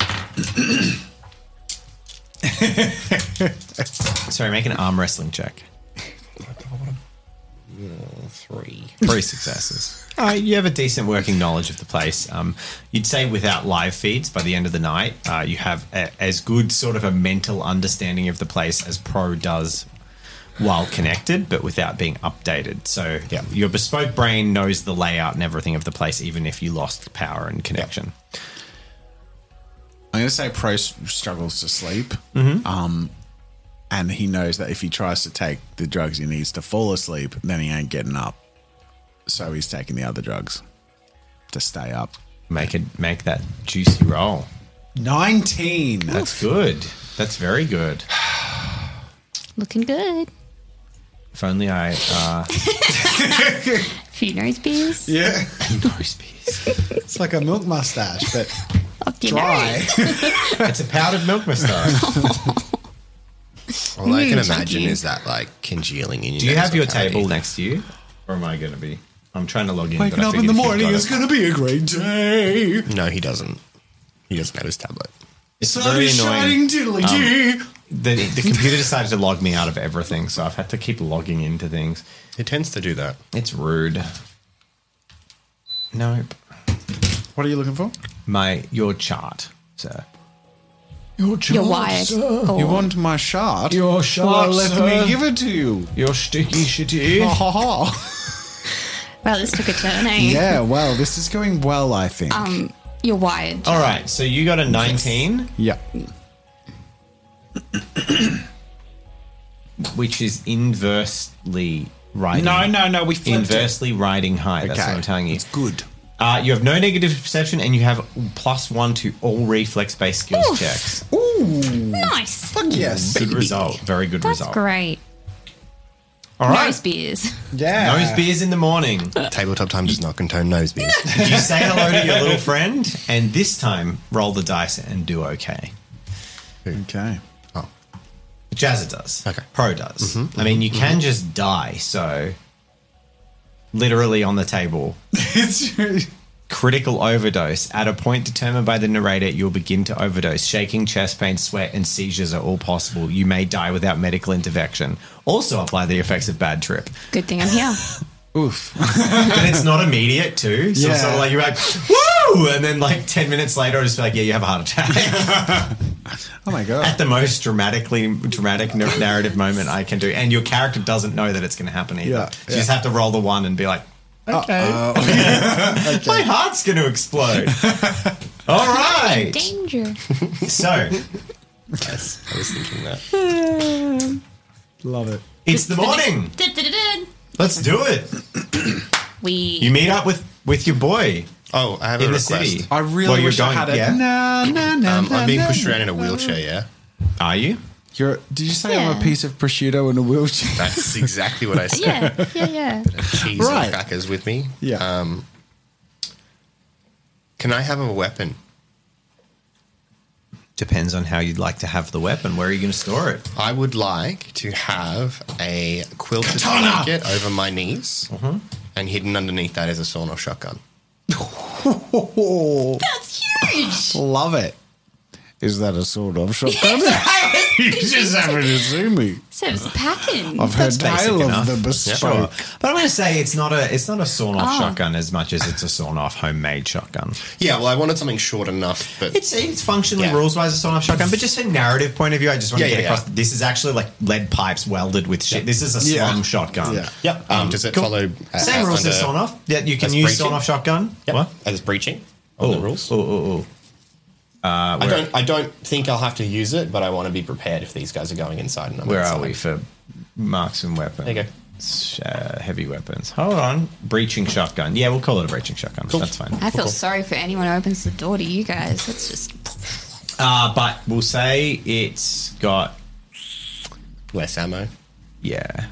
C: Sorry, make an arm wrestling check.
D: Three.
C: Three [laughs] successes. All right, Uh, you have a decent working knowledge of the place. Um, you'd say without live feeds by the end of the night, uh, you have a, as good sort of a mental understanding of the place as Pro does while connected, but without being updated. So yeah, your bespoke brain knows the layout and everything of the place, even if you lost power and connection.
B: I'm going to say Price struggles to sleep.
C: Mhm.
B: Um, and he knows that if he tries to take the drugs he needs to fall asleep, then he ain't getting up. So he's taking the other drugs to stay up.
C: Make it make that juicy roll.
B: Nineteen.
C: That's good. That's very good.
A: Looking good.
C: If only I. Uh,
A: Few nose beers.
D: [laughs]
B: Yeah. It's like a milk mustache, but dry.
C: it's a powdered milk mustache.
D: All I can
C: Mm,
D: imagine
C: chunky.
D: is that like congealing in your.
C: Do you have
D: nasal
C: your
D: cavity.
C: table next to you, or am I going to be? I'm trying to log in.
D: [laughs] Waking up in the morning, it's
B: gonna be a great day.
D: No, he doesn't. He doesn't have his tablet.
C: It's
D: Sun
C: very
D: is
C: annoying. Um,
D: shining, diddly-dee.
C: the, the computer decided to log me out of everything, so I've had to keep logging into things.
D: It tends to do that.
C: It's rude. Nope.
B: What are you looking for?
C: My your chart, sir.
B: Your
C: You're wired. Oh.
B: You want my shard?
C: Your
B: Well, let me give it to you.
C: Your sticky shitty.
B: Ha ha ha.
A: Well, this took a turn, eh?
B: Yeah, well, this is going well, I think.
A: Um, you're wired.
C: All right, so you got a 19,
B: yeah.
C: which is inversely riding.
B: No, no, no, we flipped it.
C: inversely riding high. That's
B: Okay.
C: what I'm telling you. It's
B: good.
C: Uh, you have no negative perception, and you have plus one to all reflex-based skills
A: Oof.
C: checks.
A: Nice.
B: Fuck yes.
C: good result. Very good
A: That's
C: result.
A: great.
C: All right.
A: Nose beers.
B: Yeah.
C: Nose beers in the morning.
D: Tabletop time does not contain nose beers.
C: you say hello to your little friend, and this time roll the dice and do okay.
B: Okay.
D: Oh.
C: Jazza does. Okay. Pro does. I mean, you can just die, so literally on the table.
B: It's
C: Critical overdose. At a point determined by the narrator, you'll begin to overdose. Shaking, chest pain, sweat, and seizures are all possible. You may die without medical intervention. Also apply the effects of bad trip.
A: Good thing I'm
C: [laughs]
A: here.
B: Oof.
C: and it's not immediate too. So it's
B: Yeah.
C: not like you're like, woo! And then like 10 minutes later, it's like, yeah, you have a heart attack.
B: [laughs] Oh my
C: At
B: god.
C: the most dramatically dramatic nar- narrative moment I can do. And your character doesn't know that it's going to happen either.
B: Yeah,
C: You just have to roll the one and be like, okay.
B: Uh,
C: My heart's going to explode.
B: [laughs]
C: All right.
A: Danger.
C: So
D: Yes, I was thinking that.
C: [sighs]
B: Love it.
C: it's the morning.
A: Da-da-da-da.
C: Let's do it. You
A: We.
C: meet up with, with your boy.
D: Oh, I have
C: In
D: a
C: the
D: request.
C: city.
B: I really
C: Well, you're
B: wish I
C: going-
B: had it.
C: yeah?
B: No, no, no.
D: Um, I'm being
B: no, [laughs]
D: pushed
B: no.
D: around in a wheelchair. Yeah,
C: Are you?
B: You're, did you say I'm
A: Yeah.
B: a piece of prosciutto in a wheelchair?
D: [laughs] that's exactly what I said.
A: Yeah, yeah, yeah.
D: Cheese
B: Right.
D: and crackers with me.
B: Yeah.
D: Um, can I have a weapon?
C: Depends on how you'd like to have the weapon. Where are you going to store [laughs] it?
D: I would like to have a quilted blanket over my knees,
C: Mm-hmm.
D: and hidden underneath that is a sawed-off shotgun.
B: Oh,
A: That's huge.
B: love it. Is that a sort of
A: [laughs]
B: shotgun? [laughs] you just haven't to see me.
A: Service packing.
B: I've heard
C: basic
B: tale
C: enough.
B: of the bespoke.
C: But I'm going to say it's not a it's not a sawn off
A: Oh.
C: shotgun as much as it's a sawn off homemade shotgun.
D: Yeah, well, I wanted something short enough, but
C: It's it's functionally
D: Yeah.
C: rules wise a sawn off shotgun, but just a narrative point of view, I just want
D: Yeah,
C: to get
D: yeah,
C: across
D: yeah.
C: that this is actually like lead pipes welded with shit. This is a
B: Yeah.
C: slum shotgun.
B: Yeah.
D: Yep. Um, does it
C: cool.
D: follow uh,
C: Same rules as
D: under-
C: sawn off. Yeah, you can
D: as
C: use
D: breaching?
C: sawn off shotgun.
D: Yep.
C: What?
D: As breaching on
C: Oh,
D: the rules.
C: Oh, oh, oh. Uh,
D: I
C: where,
D: don't. I don't think I'll have to use it, but I want to be prepared if these guys are going inside. And I'm
C: where
D: inside.
C: are we for marks and weapons?
D: There you go.
C: Uh, heavy weapons. Hold on. Breaching shotgun. Yeah, we'll call it a breaching shotgun. That's fine.
A: I feel sorry for anyone who opens the door to you guys. That's just.
C: Uh, but we'll say it's got
D: Less ammo.
C: yeah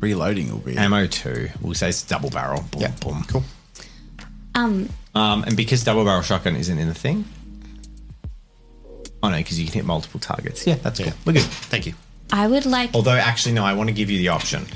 B: Reloading will be.
C: ammo two. We'll say it's double barrel. Boom,
D: Yeah.
C: boom.
D: Cool.
A: Um,
C: Um, and because double barrel shotgun isn't in the thing, oh no, because you can hit multiple targets. Yeah, that's
D: Yeah.
C: cool. We're good.
D: Thank you.
A: I would like.
C: Although actually, no, I want to give you the option.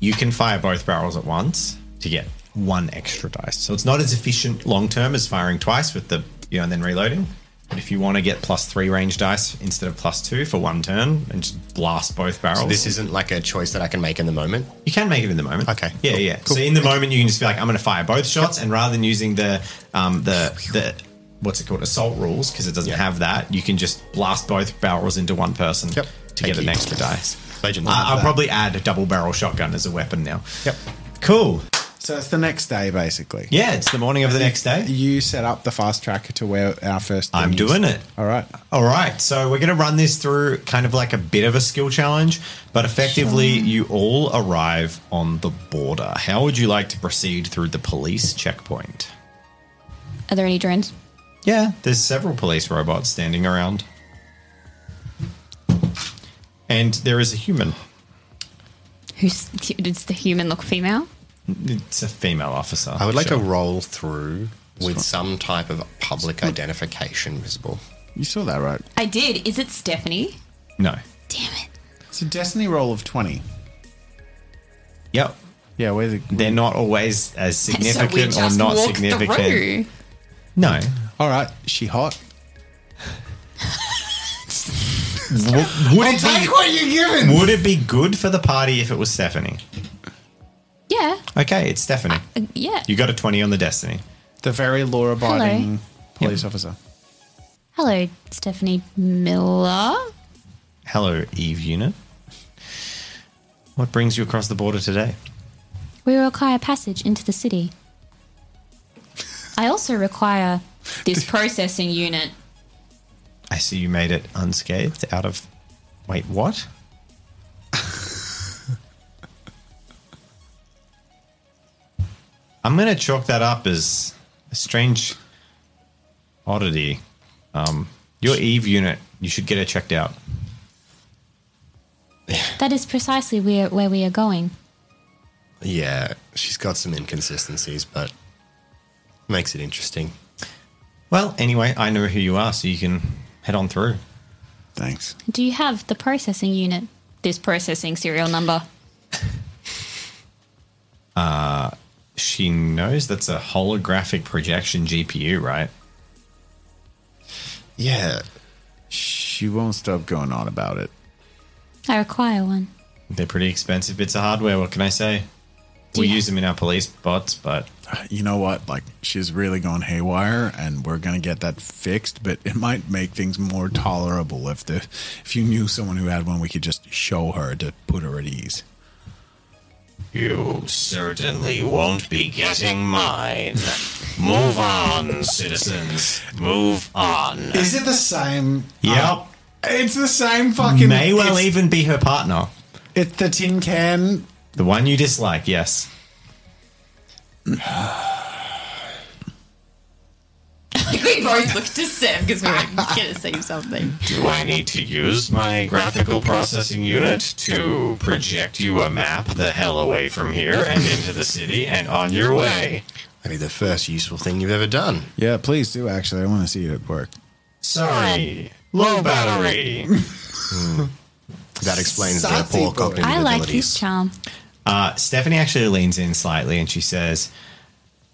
C: You can fire both barrels at once to get one extra dice. So it's not as efficient long term as firing twice with the you know and then reloading. But if you want to get plus three range dice instead of plus two for one turn and just blast both barrels,
D: So this isn't like a choice that I can make in the moment.
C: You can make it in the moment.
D: Okay,
C: Yeah,
D: cool,
C: yeah.
D: cool.
C: So in the moment, you can just be like, I'm going to fire both shots, and rather than using the um, the the what's it called assault rules because it doesn't have that, you can just blast both barrels into one person
D: Yep.
C: to
D: Thank
C: get an
D: you.
C: extra dice.
D: Legend.
C: I- I'll
D: Love that.
C: probably add a double barrel shotgun as a weapon now.
D: Yep.
C: Cool.
B: So it's the next day, basically.
C: Yeah, it's the morning of the next day.
B: You set up the fast tracker to where our first.
C: I'm
B: thing is.
C: doing it.
B: All right.
C: All right. So we're going to run this through kind of like a bit of a skill challenge, but effectively,
B: Sure.
C: you all arrive on the border. How would you like to proceed through the police checkpoint?
A: Are there any drones?
C: Yeah. There's several police robots standing around, and there is a human.
A: [laughs] Who's does the human look female?
C: It's a female officer.
D: I would like
C: Sure.
D: to roll through with some type of public identification visible.
B: You saw that, right?
A: I did. Is it Stephanie?
C: No.
B: It's a destiny roll of 20.
C: Yep.
B: Yeah, where's it?
C: They're not always
A: [laughs]
C: as significant
B: So we
C: or
B: just
C: not
B: walk
C: significant.
B: through.
C: No.
B: All right. She hot.
C: W- would, it be,
B: take what you're given.
C: would it be good for the party if it was Stephanie?
A: Yeah.
C: Okay, it's Stephanie.
A: Uh, yeah.
C: You got a 20 on the Destiny.
B: The very law abiding police officer.
A: Hello, Stephanie Miller.
C: Hello, Eve unit. What brings you across the border today?
A: We require passage into the city. I also require this processing unit.
C: I see you made it unscathed out of. Wait, what? I'm going to chalk that up as a strange oddity. Um, your Eve unit, you should get it checked out.
A: That is precisely where, where we are [laughs] going.
D: Yeah, she's got some inconsistencies, but makes it interesting.
C: Well, anyway, I know who you are, so you can head on through.
B: Thanks.
A: Do you have the processing unit? This processing serial number.
C: Uh, she knows that's a holographic projection GPU, right?
D: Yeah.
B: She won't stop going on about it.
A: I require one.
C: They're pretty expensive bits of hardware. What can I say?
A: Do
C: we
A: you-
C: use them in our police bots, but
B: You know what? Like, she's really gone haywire, and we're going to get that fixed, but it might make things more tolerable if the if you knew someone who had one, we could just show her to put her at ease.
I: You certainly won't be getting mine. Move on, citizens. Move on.
B: Is it the same?
C: Yep.
I: Uh,
B: it's the same fucking.
C: may well
B: it's-
C: even be her partner.
B: It's the tin can.
C: The one you dislike, yes.
K: we both looked to Sam because we were going to say something.
I: Do I need to use my graphical processing unit to project you a map the hell away from here and into the city and on your way?
D: Maybe the first useful thing you've ever done.
B: Yeah, please do, actually. I want to see it at work.
I: Sorry, low battery.
D: That explains
I: Sassy
D: their poor
I: boy.
D: cognitive
A: [laughs] I like
D: abilities.
A: his charm.
C: Uh, Stephanie actually leans in slightly and she says,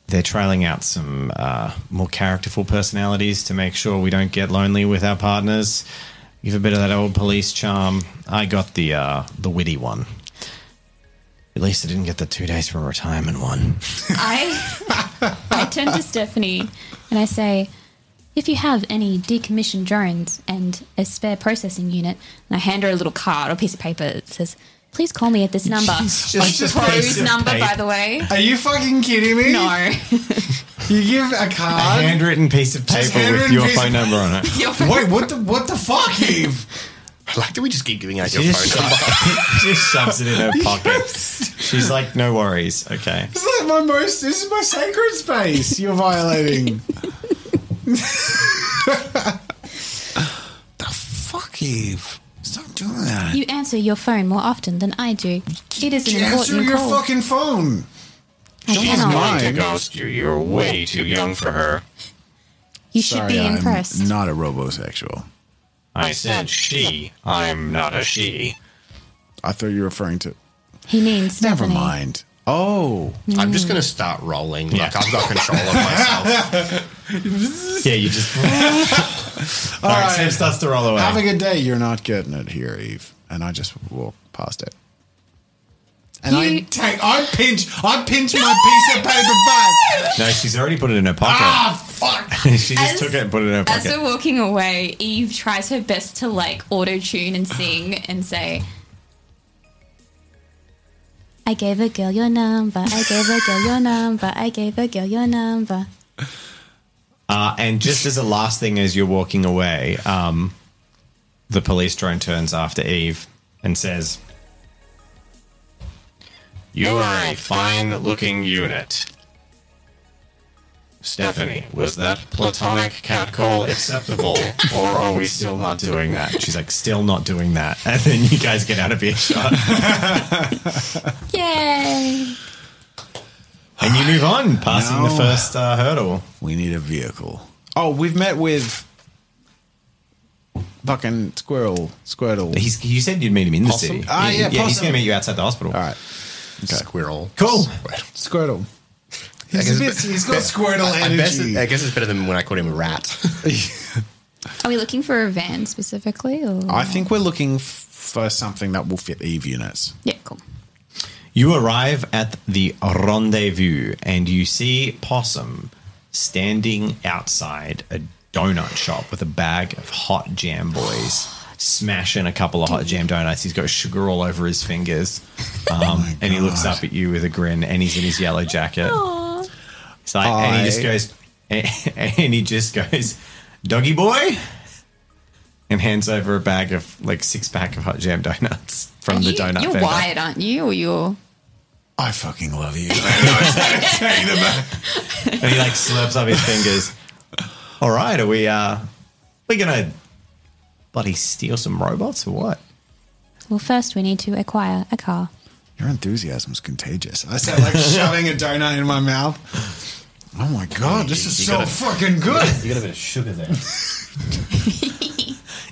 C: they're trialing out some uh, more characterful personalities to make sure we don't get lonely with our partners. Give a bit of that old police charm. I got the uh, the witty one. At least I didn't get the two days from retirement one.
A: I I turn to Stephanie and I say, "If you have any decommissioned drones and a spare processing unit," and I hand her a little card or piece of paper that says, "Please call me
B: [laughs]
A: at this number."
B: She's
A: My
B: just a piece
A: proposed
B: of
A: number, by
B: paper.
A: the way.
B: Are you fucking kidding me?
A: No.
B: You give a
C: A
B: card.
A: [laughs]
C: handwritten piece of
B: Um, Just
C: paper with
B: handwritten
C: your
B: piece of-
C: phone number on
B: [laughs]
C: it.
B: Wait, what the what the fuck,
A: [laughs]
B: Eve?
D: I like that we just keep giving out
C: She
D: your
C: just,
D: phone number.
C: [laughs] she just shoves it
B: [laughs]
C: in her pocket. She's like, no worries. Okay.
B: This is like my most. This is my sacred space. You're
A: [laughs]
B: violating. [laughs] the fuck, Eve? Stop doing that.
A: You answer your phone more often than I do. It is an
B: Answer
A: important
B: your
A: call.
B: fucking phone.
A: I
I: She's
A: cannot.
I: going to ghost you. You're way too young for her.
A: You should be impressed.
B: I'm not a robosexual.
I: I said she. I'm not a she.
B: I thought you were referring to.
A: He means
B: Never
A: Stephanie.
B: mind. Oh,
D: I'm just going to start rolling. Like, I've got control of myself.
I: [laughs]
C: Yeah,
B: [laughs]
C: you just. All right, Sam starts to roll away.
B: Have a good day. You're not getting it here, Eve. And I just walk past it. And I [laughs] take, I pinch, I pinch my piece of paper back.
C: no, she's already put it in her pocket.
B: Ah, fuck.
C: [laughs] she just
K: As-
C: took it and put it in her
K: As
C: pocket.
K: we're walking away, Eve tries her best to like auto tune and sing and say,
A: I gave a girl your number. I gave a girl your number. I gave a girl your number.
C: Uh, and just as a last thing, as you're walking away, um, the police drone turns after Eve and says,
M: You are a fine looking unit. Stephanie, was that platonic catcall acceptable, or are we still not doing that?
C: She's like, still not doing that. [laughs] And then you guys get out
M: [laughs]
C: of earshot.
A: Yay!
C: and you move on, passing the
B: No.
C: first uh, hurdle.
B: We need a vehicle. Oh, we've met with fucking squirrel, squirtle.
C: He's, you said you'd meet him in the
B: Possum?
C: city.
B: Ah, yeah,
C: he's
B: possum.
C: going to meet you outside the hospital. All
B: right.
D: Squirrel.
C: Cool.
B: Squirtle.
D: I guess
B: He's, a bit,
D: it's be-
B: he's got
D: be-
B: squirtle
D: I, I, guess
B: energy.
D: it- I guess it's better than when I called him a rat.
K: Are we looking for a van specifically? Or?
B: I think we're looking f- for something that will fit Eve units.
K: Yeah, cool.
C: You arrive at the rendezvous and you see Possum standing outside a donut shop with a bag of hot jam boys, smashing a couple of hot jam donuts. He's got sugar all over his
K: [laughs]
C: fingers.
K: Oh
C: Um, and he looks up at you with a grin and he's in his yellow jacket. He's like, and he just
M: I-
C: goes, [laughs] and he just goes, doggy boy, and hands over a bag of like six pack of hot jam donuts from the
K: you,
C: donut
K: You're
C: vendor.
K: wired, aren't you? Or you're.
B: I fucking love [laughs] you.
C: and he like slurps up his fingers. All right, are we uh we gonna bloody steal some robots or what?
A: Well, first we need to acquire a car.
B: Your enthusiasm's contagious. I sound like shoving a donut in my mouth. Oh my god, this is
M: You
B: so
M: gotta-
B: fucking good.
M: You got a bit of sugar
B: [laughs]
M: there.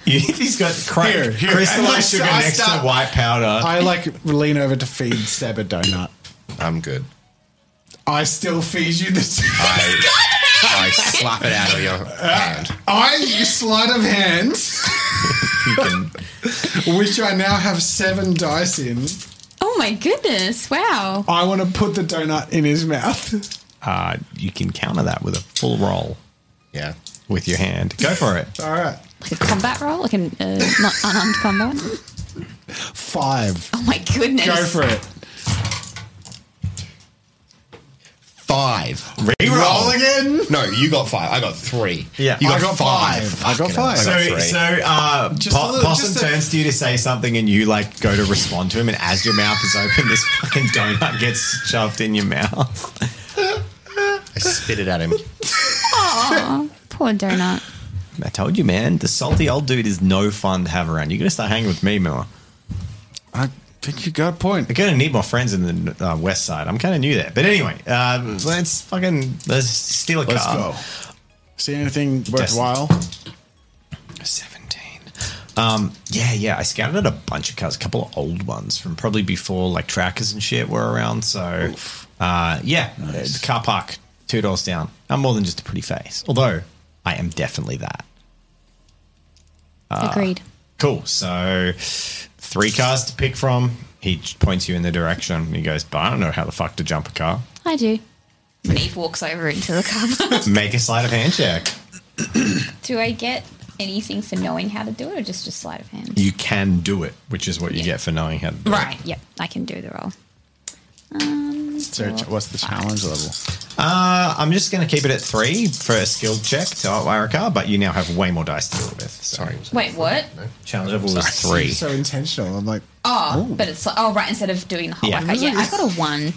C: He's got cra-
B: Here, here. And I-
C: crystallized sugar
B: I
C: next
B: start-
C: to white powder.
B: I like lean over to feed Seb a donut.
D: I'm good.
B: I still feed you the.
D: I, I slap it out of your hand.
B: I sleight of hand, which I now have seven dice in.
K: Oh my goodness. Wow.
C: Oh.
B: I want to put the donut in his mouth.
C: Uh, you can counter that with a full roll.
D: Yeah.
C: With your hand. Go for it.
B: All right,
A: Like a combat role? Like an uh, not unarmed combat?
B: five.
K: Oh my goodness.
B: Go for it.
D: Five.
C: Reroll.
B: again.
D: No, you got five. I got three.
C: Yeah.
D: you
C: I got
B: five. I got
D: Fucking
B: five.
D: hell,
C: So,
D: I got three.
C: so uh,
B: Just
C: Po-
B: a little-
C: Possum
B: just a-
C: turns to you to say something, and you like go to respond to him, and as your mouth is open, this fucking donut gets shoved in your mouth.
D: I spit it at him.
A: Aw, poor donut.
C: I told you, man, the salty old dude is no fun to have around. You're gonna start hanging with me more.
B: I think you got a point.
C: I'm gonna need more friends in the uh, west side. I'm kind of new there, but anyway, uh, let's fucking let's steal a
B: Let's
C: car.
B: go. See anything worthwhile?
C: 17. Um, yeah, yeah. I scouted out a bunch of cars, a couple of old ones from probably before like trackers and shit were around. So, uh, yeah, uh, car park two doors down. I'm more than just a pretty face, although I am definitely that. Ah.
A: Agreed.
C: Cool. So, three cars to pick from. He points you in the direction. and He goes, "But I don't know how the fuck to jump a car."
A: I do.
K: And Eve walks over into the car. [laughs]
C: Make a sleight of hand check.
K: Do I get anything for knowing how to do it or just just sleight of hand?
C: You can do it, which is what you get for knowing how to. Do it.
K: Right. Yep. I can do the roll. Um,
B: So, ch- what's the challenge level?
C: Uh, I'm just going to keep it at three for a skill check to outwire a car, but you now have way more dice to deal with. Sorry.
K: wait, what?
C: Challenge level was three.
B: So intentional. I'm like,
K: Oh, but it's like, oh, right. Instead of doing the whole
C: Yeah.
K: yeah. yeah, I got a one.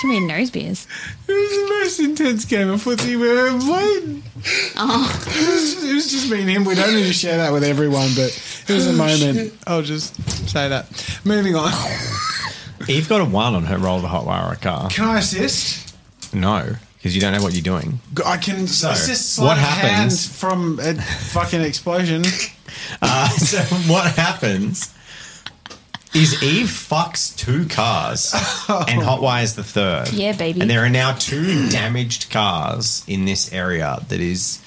A: Too many nose beers.
B: It was the most intense game of footsie we ever played. It, was, it was just me and him. We don't need to share that with everyone, but it was a moment. I'll just say that. Moving on.
C: [laughs] Eve got a one on her roll to hotwire a car.
B: Can I assist?
C: No, because you don't know what you're doing.
B: G- I can assist.
C: what
B: What happens
C: happens-
B: from a [laughs] fucking explosion?
C: Uh, [laughs] so what happens is Eve fucks two cars and hotwires the third.
A: Yeah, baby.
C: And there are now two damaged cars in this area that is.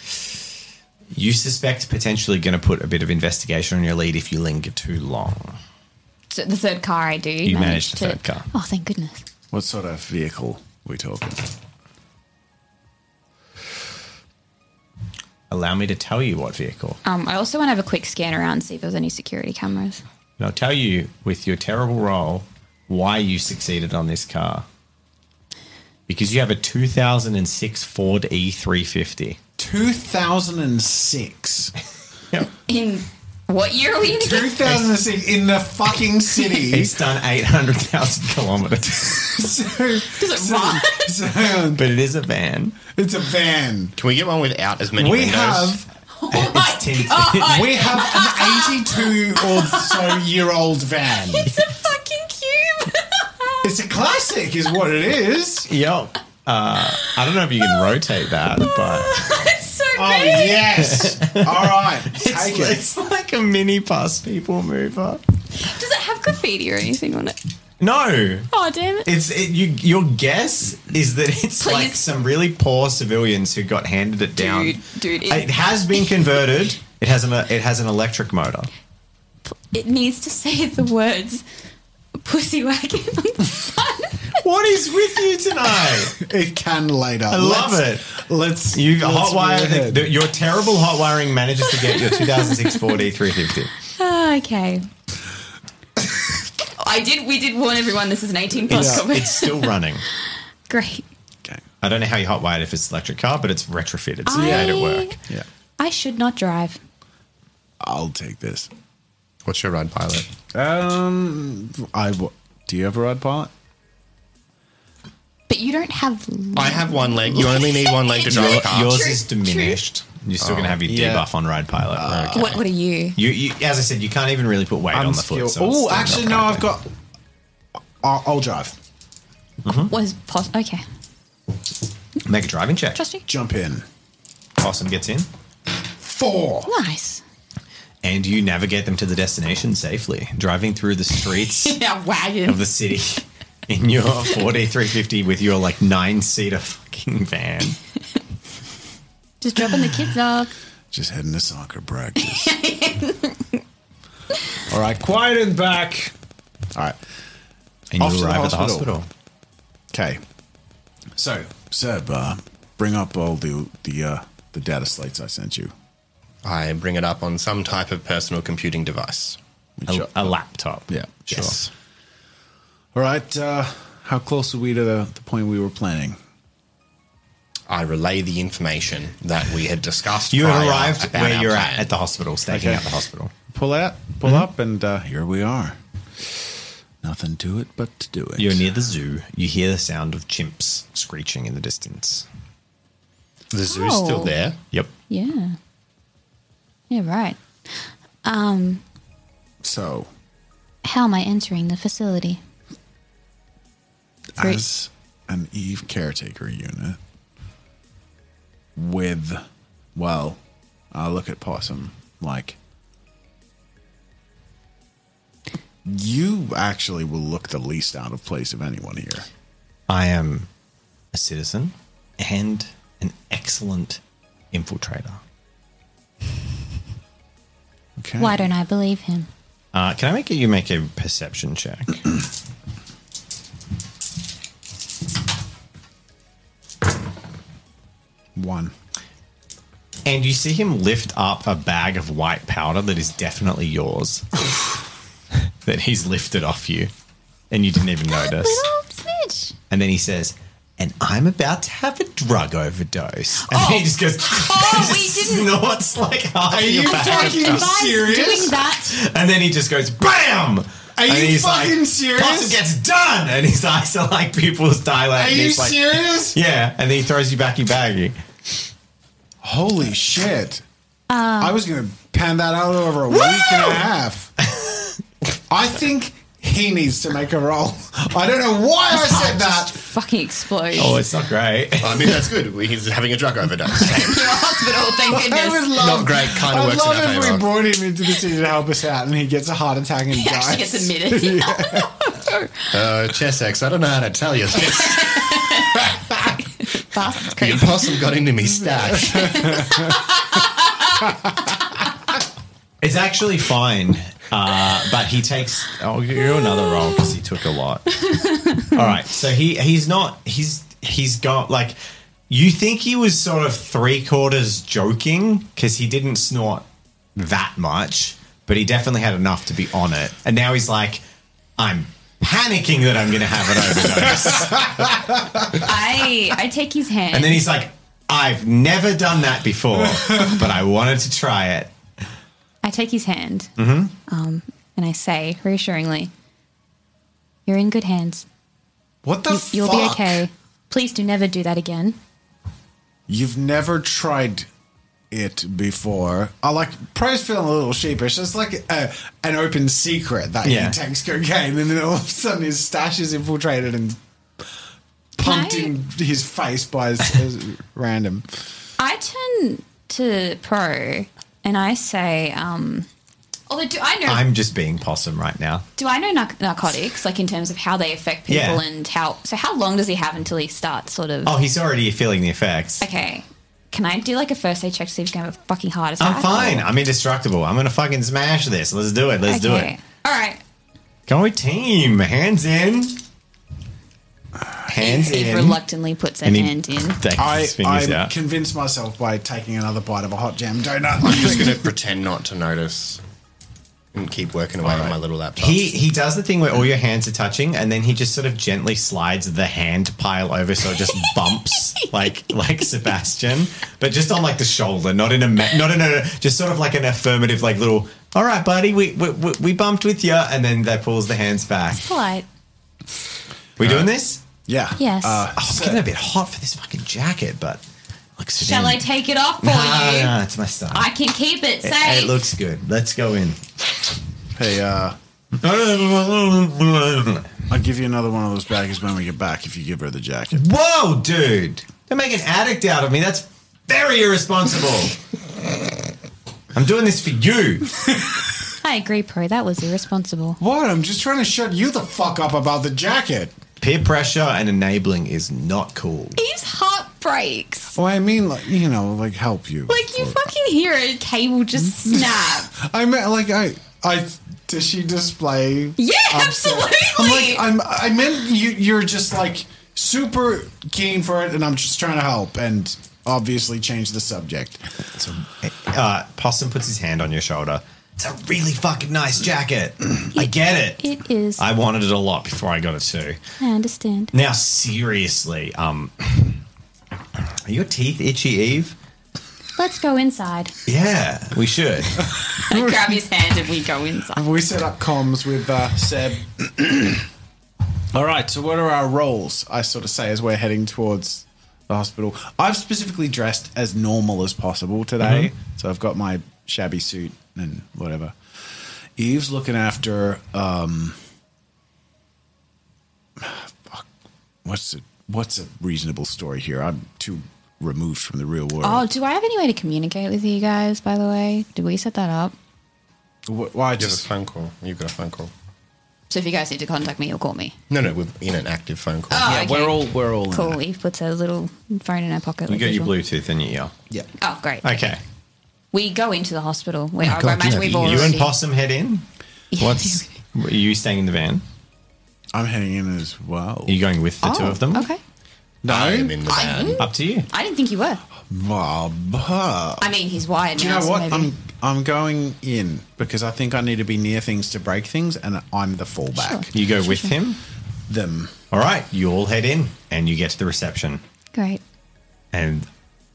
C: You suspect potentially going to put a bit of investigation on your lead if you linger too long.
K: So the third car I do.
C: You managed the third car.
A: Oh, thank goodness.
B: What sort of vehicle we talking?
C: Allow me to tell you what vehicle.
A: Um, I also want to have a quick scan around and see if there's any security cameras.
C: And I'll tell you with your terrible roll why you succeeded on this car. Because you have a 2006 Ford E E350.
B: 2006.
A: In what year are we in? again?
C: [laughs]
B: 2006 in the fucking
G: [laughs]
B: city.
C: It's done 800,000 kilometers. [laughs]
B: Does
A: it run?
C: but it is a van.
B: It's a van.
D: Can we get one without as many
B: we
D: windows?
B: have
K: Oh
C: It's 10
B: we have an 82 or so year old van.
K: It's a fucking cube. [laughs]
B: It's a classic, is what it is.
C: [laughs] Yo. Uh, I don't know if you can rotate that, but
K: it's so big.
B: Oh yes. All right.
C: it's,
B: Take it.
C: it's like a mini bus people mover.
K: Does it have graffiti or anything on it?
C: No,
K: Oh damn it!
C: It's it, you. Your guess is that it's
K: Please.
C: like some really poor civilians who got handed it down.
K: Dude, dude, it-
C: it, has been converted. It has an it has an electric
K: [laughs]
C: motor.
K: It needs to say the words "pussy wagon"
A: [laughs]
K: on the front.
C: What is with you tonight?
B: It can later.
C: I love
B: Let's- Let's
C: You've
B: let's move
C: hotwired
B: ahead.
C: the, your terrible hot wiring manages to get your 2006 Ford E350.
K: Oh, okay. [coughs] I did. We did warn everyone. This is an eighteen plus.
C: It's, [laughs]
K: cover.
C: it's still running.
K: Great.
C: I don't know how you hotwired if it's electric car, but it's retrofitted, so you
A: I-
C: made it work.
B: Yeah.
A: I should not drive.
B: I'll take this.
D: What's your ride pilot?
B: Um, I w- do you have a ride pilot?
A: But you don't have.
D: I have one leg. You only need one
B: [laughs]
D: leg to drive a car.
C: Yours is diminished. You're still going to have your
B: Oh, yeah. Uh,
C: debuff on Ride Pilot. We're okay.
A: What? What are you?
C: You, you, as I said, you can't even really put weight on the foot. So it's
B: oh,
C: still
B: actually,
C: not
B: no.
C: gonna
B: I've
C: do.
B: got. I'll, I'll drive.
A: Was pos- okay.
C: Make a driving check.
A: Trust me.
B: Jump in.
C: Awesome gets in,
B: Four.
A: Nice.
C: and you navigate them to the destination safely, driving through the streets
K: Yeah, wagon.
C: of the city [laughs] in your Ford E350 with your like nine seater fucking van.
A: Just dropping the kids off.
B: Just heading to soccer practice. [laughs] All right, quiet and back. All right.
C: And you
B: Off to the
C: arrive at the
B: hospital.
C: hospital.
B: Okay. So, Seb, uh, bring up all the the uh, the data slates I sent you.
D: I bring it up on some type of personal computing device.
C: A, a laptop.
B: Yeah,
C: sure.
D: Yes.
B: All right. Uh, how close are we to the, the point we were planning?
D: I relay the information that we had discussed.
C: You have
D: prior
C: arrived
D: about
C: where
D: our
C: you're
D: plan.
C: at at the hospital, staking
B: Okay.
C: out the hospital.
B: Pull out, pull
C: Mm-hmm.
B: up, and uh, here we are. Nothing to it but to do it.
C: You're near the zoo. You hear the sound of chimps screeching in the distance.
D: The zoo's still
A: Oh.
D: there.
C: Yep.
A: Yeah. Yeah. Right. Um.
B: so
A: How am I entering the facility? Great.
B: as an Eve caretaker unit with, well, I look at Possum like, you actually will look the least out of place of anyone here.
C: I am a citizen and an excellent infiltrator.
B: Okay.
A: Why don't I believe him?
C: Uh, can I make you make a perception check?
B: One.
C: and you see him lift up a bag of white powder that is definitely yours, [laughs] that he's lifted off you, and you didn't even notice.
K: Oh,
A: Little snitch.
C: And then he says, and I'm about to have a drug overdose. And then he just goes, [laughs]
K: Oh, we
C: just
K: didn't-
C: Snorts like half Are you
B: fucking
A: Doing that.
C: And then he just goes, BAM! Are
B: you fucking serious?
C: Possum gets done! And his [laughs] eyes are like pupils dilate.
B: Are
C: and
B: you
C: he's like,
B: serious?
C: Yeah. And then he throws you back your baggie.
B: Holy shit. I was going to pan that out over a week and a half. I think he needs to make a roll. I don't know why I said that.
A: Fucking explode.
C: Oh, it's not great. [laughs]
D: I mean, that's good. He's having a drug overdose.
K: You're a hospital. Thank
B: I
K: goodness.
B: would love,
D: Not great, kinda
B: I'd
D: works in
B: love
D: our
B: if we
D: favour.
B: brought him into the city to help us out, and he gets a heart attack and
K: He
B: dies.
K: actually gets admitted.
D: uh, Chessex, I don't know how to tell you this.
K: Bastards
D: Your
K: crazy.
D: possum got into me stash.
C: It's actually fine, uh, but he takes. I'll give you another roll because he took a lot. All right, so he he's not he's he's got like You think he was sort of three quarters joking because he didn't snort that much, but he definitely had enough to be on it. And now he's like, I'm panicking that I'm going to have an overdose.
A: I I take his hand.
C: and then he's like, I've never done that before, but I wanted to try it.
A: I take his hand,
C: Mm-hmm.
A: um, and I say reassuringly, "You're in good hands.
B: What the
A: you,
B: fuck?
A: you'll be okay. Please do never do that again."
B: You've never tried it before. I like Pro's feeling a little sheepish. It's like a, an open secret that
C: Yeah.
B: he takes cocaine, and then all of a sudden his stash is infiltrated and pumped in his face by his, his random.
A: I turn to Pro and I say, um, although do I know
C: I'm just being possum right now.
A: do I know narc- narcotics like in terms of how they affect people
C: Yeah.
A: and how so how long does he have until he starts sort of
C: Oh, he's already feeling the effects.
A: okay. Can I do like a first aid check to see if he's gonna have a fucking heart attack?
C: I'm fine. I'm indestructible. I'm going to fucking smash this. Let's do it. Let's do it.
A: All right.
C: Can we team? Hands in. Hands
A: He
C: in.
A: reluctantly puts a
C: And he-
A: hand in.
B: I,
C: fingers
B: I
C: out.
B: convinced myself by taking another bite of a hot jam donut.
D: I'm just going to pretend not to notice and keep working away on my little laptop.
C: He he does the thing where all your hands are touching, and then he just sort of gently slides the hand pile over, so it
A: [laughs]
C: just bumps like like Sebastian, but just on like the shoulder, not in a ma- no no no no, just sort of like an affirmative, like little. All right, buddy, we we, we, we bumped with you, and then that pulls the hands back.
A: Polite.
C: We doing this?
B: Yeah.
A: Yes.
C: Uh, oh, it's getting a bit hot for this fucking jacket, but look, sit
A: Shall
C: down.
A: I take it off for
C: Nah,
A: you?
C: nah, it's my style.
A: I can keep it
C: It-
A: safe.
C: It, looks good. Let's go in.
B: Hey, uh. I'll give you another one of those baggies when we get back if you give her the jacket.
C: Whoa, dude! Don't make an addict out of me. That's very irresponsible.
A: [laughs]
C: I'm doing this for you.
A: I agree, Pro. That was irresponsible.
B: What? I'm just trying to shut you the fuck up about the jacket.
C: Peer pressure and enabling is not cool.
A: His heart breaks.
B: Well, I mean, like, you know, like help you.
A: Like you fucking hear a cable just
K: Mm-hmm.
A: snap.
K: [laughs]
B: I meant like I I does she display?
A: Yeah,
B: absolutely. I'm like I'm I meant you. You're just like super keen for it, and I'm just trying to help and obviously change the subject.
C: Uh, Possum puts his hand on your shoulder. It's a really fucking nice jacket.
A: [clears throat]
C: I get it.
A: It is.
C: I wanted it a lot before I got it too.
A: I understand.
C: Now, seriously, um, are your teeth itchy, Eve?
A: Let's go inside.
C: Yeah, we should.
K: [laughs]
A: I grab
C: [laughs]
A: his hand and we go inside.
B: We set up comms with uh, Seb. [clears throat] All right, so what are our roles? I sort of say as we're heading towards the hospital. I've specifically dressed as normal as possible today, so I've got my shabby suit and whatever. Eve's looking after um, fuck, what's a, what's a reasonable story here? I'm too removed from the real
A: Uh,
B: world.
K: Oh, do I have any way to communicate with you guys, by the way? Did we set that up?
B: Wh- Why
D: just a phone call? You got a phone call?
K: So if you guys need to contact me, you'll call me.
D: No, no, we're in an active phone call.
A: Ah.
K: Oh, Yeah, okay. we're
B: all we're all
K: Cool. Eve puts her little phone in her pocket.
C: You
K: like
C: got your
K: usual.
C: Bluetooth in your ear.
B: Yeah.
K: Oh, great.
C: Okay.
K: We go into the hospital where I
C: Oh God,
K: imagine
C: yeah.
K: we've
C: you
K: already.
C: and Possum head in. What's are you staying in the van?
B: I'm heading in as well.
C: Are you going with the two
K: Oh,
C: of them?
K: Okay. Mm-hmm.
B: No,
D: I'm in the van.
C: Up to you.
K: I didn't think you were.
B: Bob.
K: I mean, he's wired
B: Do you
K: now.
B: know
K: so
B: what?
K: maybe-
B: I'm I'm going in because I think I need to be near things to break things, and I'm the fallback.
C: You go with him.
B: Them.
C: All right. You all head in, and you get to the reception.
K: Great.
C: And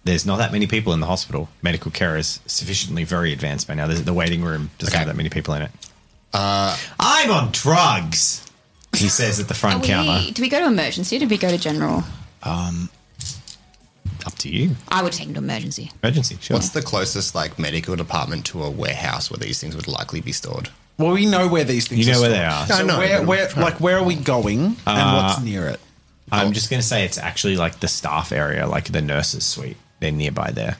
C: there's not that many people in the hospital. Medical care is sufficiently very advanced by now. There's, the waiting room doesn't have that many people in it. Uh, I'm on drugs. He says at the front
K: Are
C: counter.
K: we, do we go to emergency or do we go to general?
C: Um, up to you.
K: I would take him to emergency.
C: Emergency. Sure.
D: What's the closest like medical department to a warehouse where these things would likely be stored?
B: Well, we know where these things.
C: You know
B: are
C: where
B: stored.
C: they are.
B: So
D: No, no,
B: where,
D: but
B: where,
D: I'm trying-
B: like, where are we going, and
C: Uh,
B: what's near it?
C: I'm just going to say it's actually like the staff area, like the nurses' suite. They're nearby there.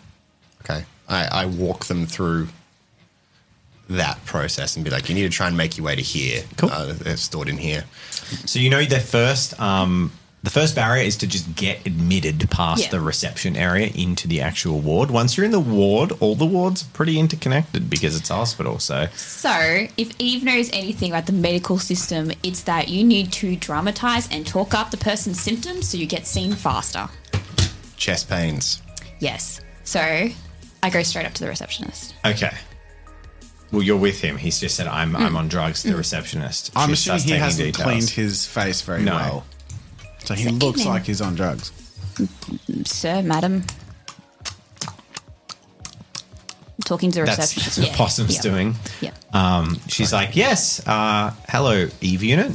D: Okay. I, I walk them through that process and be like, you need to try and make your way to here. Cool. Uh, they're stored in here.
C: So you know the first um, the first barrier is to just get admitted past
K: Yeah.
C: the reception area into the actual ward. Once you're in the ward, all the wards are pretty interconnected because it's a hospital. So
K: So, if Eve knows anything about the medical system, it's that you need to dramatize and talk up the person's symptoms so you get seen faster.
D: chest pains.
A: Yes. So I go straight up to the receptionist.
C: Okay. Well, you're with him. He's just said, "I'm I'm on drugs." The
A: Mm.
C: receptionist.
B: I'm
C: She
B: assuming
C: starts
B: he
C: taking
B: hasn't
C: details.
B: cleaned his face very
C: No.
B: well. So he looks
A: evening.
B: like he's on drugs.
A: Sir, madam. I'm talking to the
C: That's
A: receptionist.
C: what
A: Yeah,
C: Possum's
A: yeah.
C: doing.
A: Yeah.
C: Um, she's like, "Yes, uh, hello, Eve Unit.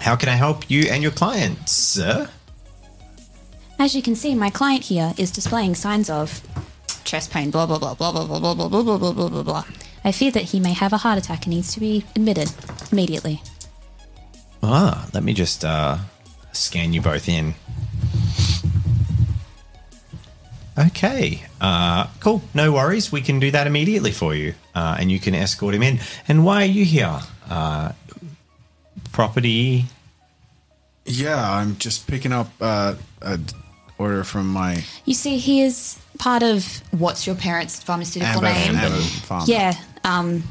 C: How can I help you and your client, sir?"
A: As you can see, my client here is displaying signs of chest pain, blah, blah, blah, blah, blah, blah, blah, blah, blah, blah, blah, blah, blah, blah. I fear that he may have a heart attack and needs to be admitted immediately.
C: Ah, let me just uh, scan you both in. Okay, uh, cool. No worries. We can do that immediately for you, uh, and you can escort him in. And why are you here? Uh, property.
B: Yeah, I'm just picking up uh, an order from my
A: You see, he is part of what's your parents' pharmaceutical
B: Amber-
A: name?
B: Amber Pharma.
A: Yeah. Um,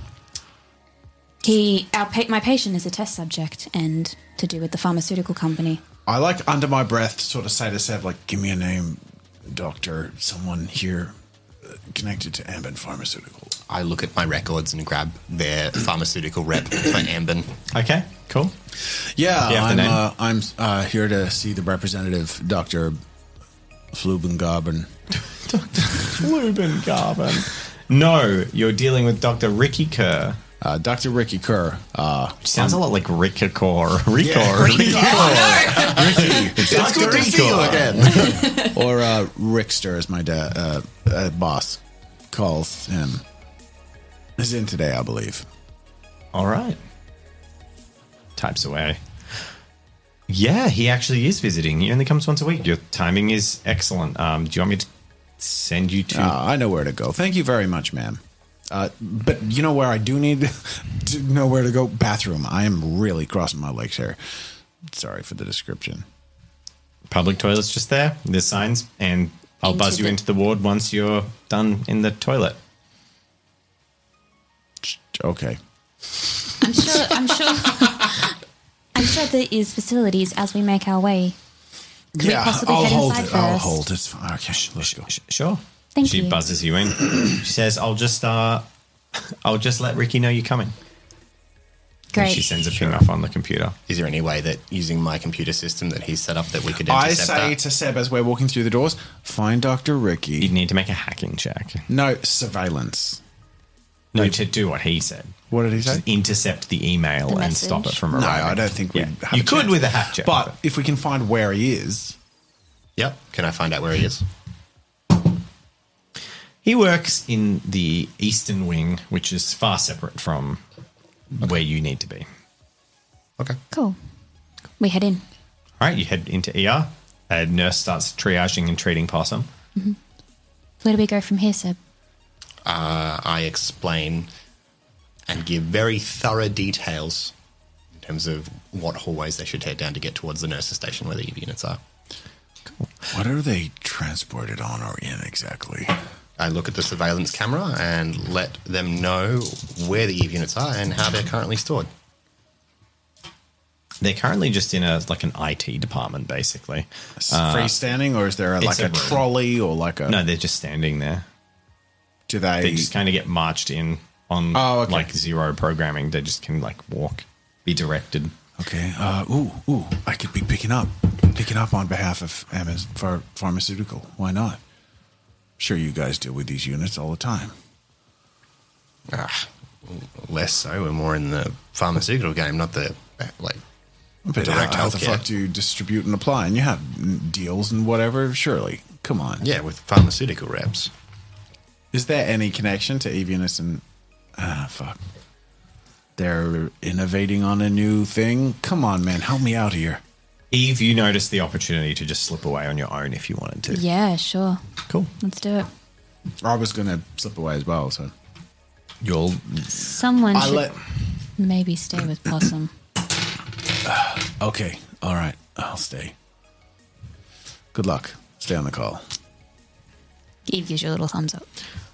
A: he, our pa- my patient is a test subject and to do with the pharmaceutical company.
B: I like under my breath sort of say to Sev, like, give me a name, doctor, someone here uh, connected to Ambien Pharmaceutical.
D: I look at my records and grab their pharmaceutical rep for Ambien.
C: Okay, cool.
B: Yeah,
D: Do you have the
B: I'm,
D: name?
B: uh, I'm uh, here to see the representative, Dr. Flubengaben.
C: Flubengaben. No, you're dealing with Dr. Ricky Kerr.
B: Uh, Dr. Ricky Kerr. Uh,
C: sounds a lot like Ricky Kerr. [laughs] Ricky
B: Yeah.
C: Kerr.
B: Ricky Kerr.
C: Ricky.
B: [laughs] It's good to
C: Ricky
B: see you
C: Kerr.
B: again. or uh, Rickster, as my da- uh, uh, boss calls him. Is in today, I believe.
C: All right. Types away. Yeah, he actually is visiting. He only comes once a week. Your timing is excellent. Um, do you want me to send you to?
B: Ah, I know where to go. Thank you very much, ma'am. Uh, but you know where I do need [laughs] to know where to go? Bathroom. I am really crossing my legs here. Sorry for the description.
C: Public toilets just there. There's signs, and I'll buzz you into the ward once you're done in the toilet.
B: Okay.
A: I'm sure. I'm sure. I'm sure there is facilities as we make our way. Can we possibly
B: I'll
A: head
B: hold
A: inside
B: it. I'll
A: first?
B: hold it. It's fine. Okay, let's go.
C: Sure.
A: Thank
C: she
A: you.
C: buzzes you in. she says, "I'll just, uh, [laughs] I'll just let Ricky know you're coming."
A: Great.
C: And she sends a ping off on the computer.
D: Is there any way that using my computer system that he's set up that we could
B: I
D: intercept
B: say
D: that?
B: to Seb as we're walking through the doors, find Dr. Ricky. You'd
C: need to make a hacking check.
B: No, surveillance.
C: No, to do what he said.
B: What did he say?
C: Intercept the email
B: The
C: and stop it
B: message.
C: from
B: No,
C: arriving.
B: I don't think we have
C: You
B: a
C: could
B: chance.
C: with a hat check.
B: But if we can find where he is.
D: Yep. Can I find out where he is?
C: He works in the eastern wing, which is far separate from where you need to be.
A: Cool. We head in.
C: All right, you head into ER. A nurse starts triaging and treating Possum.
A: Where do we go from here, Seb?
D: Uh, I explain and give very thorough details in terms of what hallways they should head down to get towards the nurses' station where the EV units are.
B: What are they transported on or in exactly?
D: I look at the surveillance camera and let them know where the EV units are and how they're currently stored.
C: They're currently just in a like an IT department, basically. Uh,
B: freestanding, or is there
C: it's
B: like a,
C: a room.
B: trolley or like a?
C: No, they're just standing there.
B: Do they?
C: They just kind of get marched in on
B: Oh, okay.
C: like zero programming. They just can like walk, be directed.
B: Okay. Uh, ooh, ooh! I could be picking up, picking up on behalf of Amazon Phar- Pharmaceutical. Why not? Sure, you guys deal with these units all the time.
D: Ah, less so. We're more in the pharmaceutical game, not the uh, like
B: But how,
D: direct
B: how the
D: healthcare.
B: fuck do you distribute and apply? And you have mm, deals and whatever. Surely, come on.
D: Yeah, with pharmaceutical reps.
B: Is there any connection to Evianus and ah fuck? They're innovating on a new thing. Come on, man, help me out here.
C: Eve, you notice the opportunity to just slip away on your own if you wanted to.
A: Yeah, sure.
C: Cool.
A: Let's do it.
B: I was gonna slip away as well, so
C: you'll.
A: Someone
B: I
A: should
B: let-
A: maybe stay with [coughs] Possum.
B: Okay, all right, I'll stay. Good luck. Stay on the call.
A: Eve gives you a little thumbs up.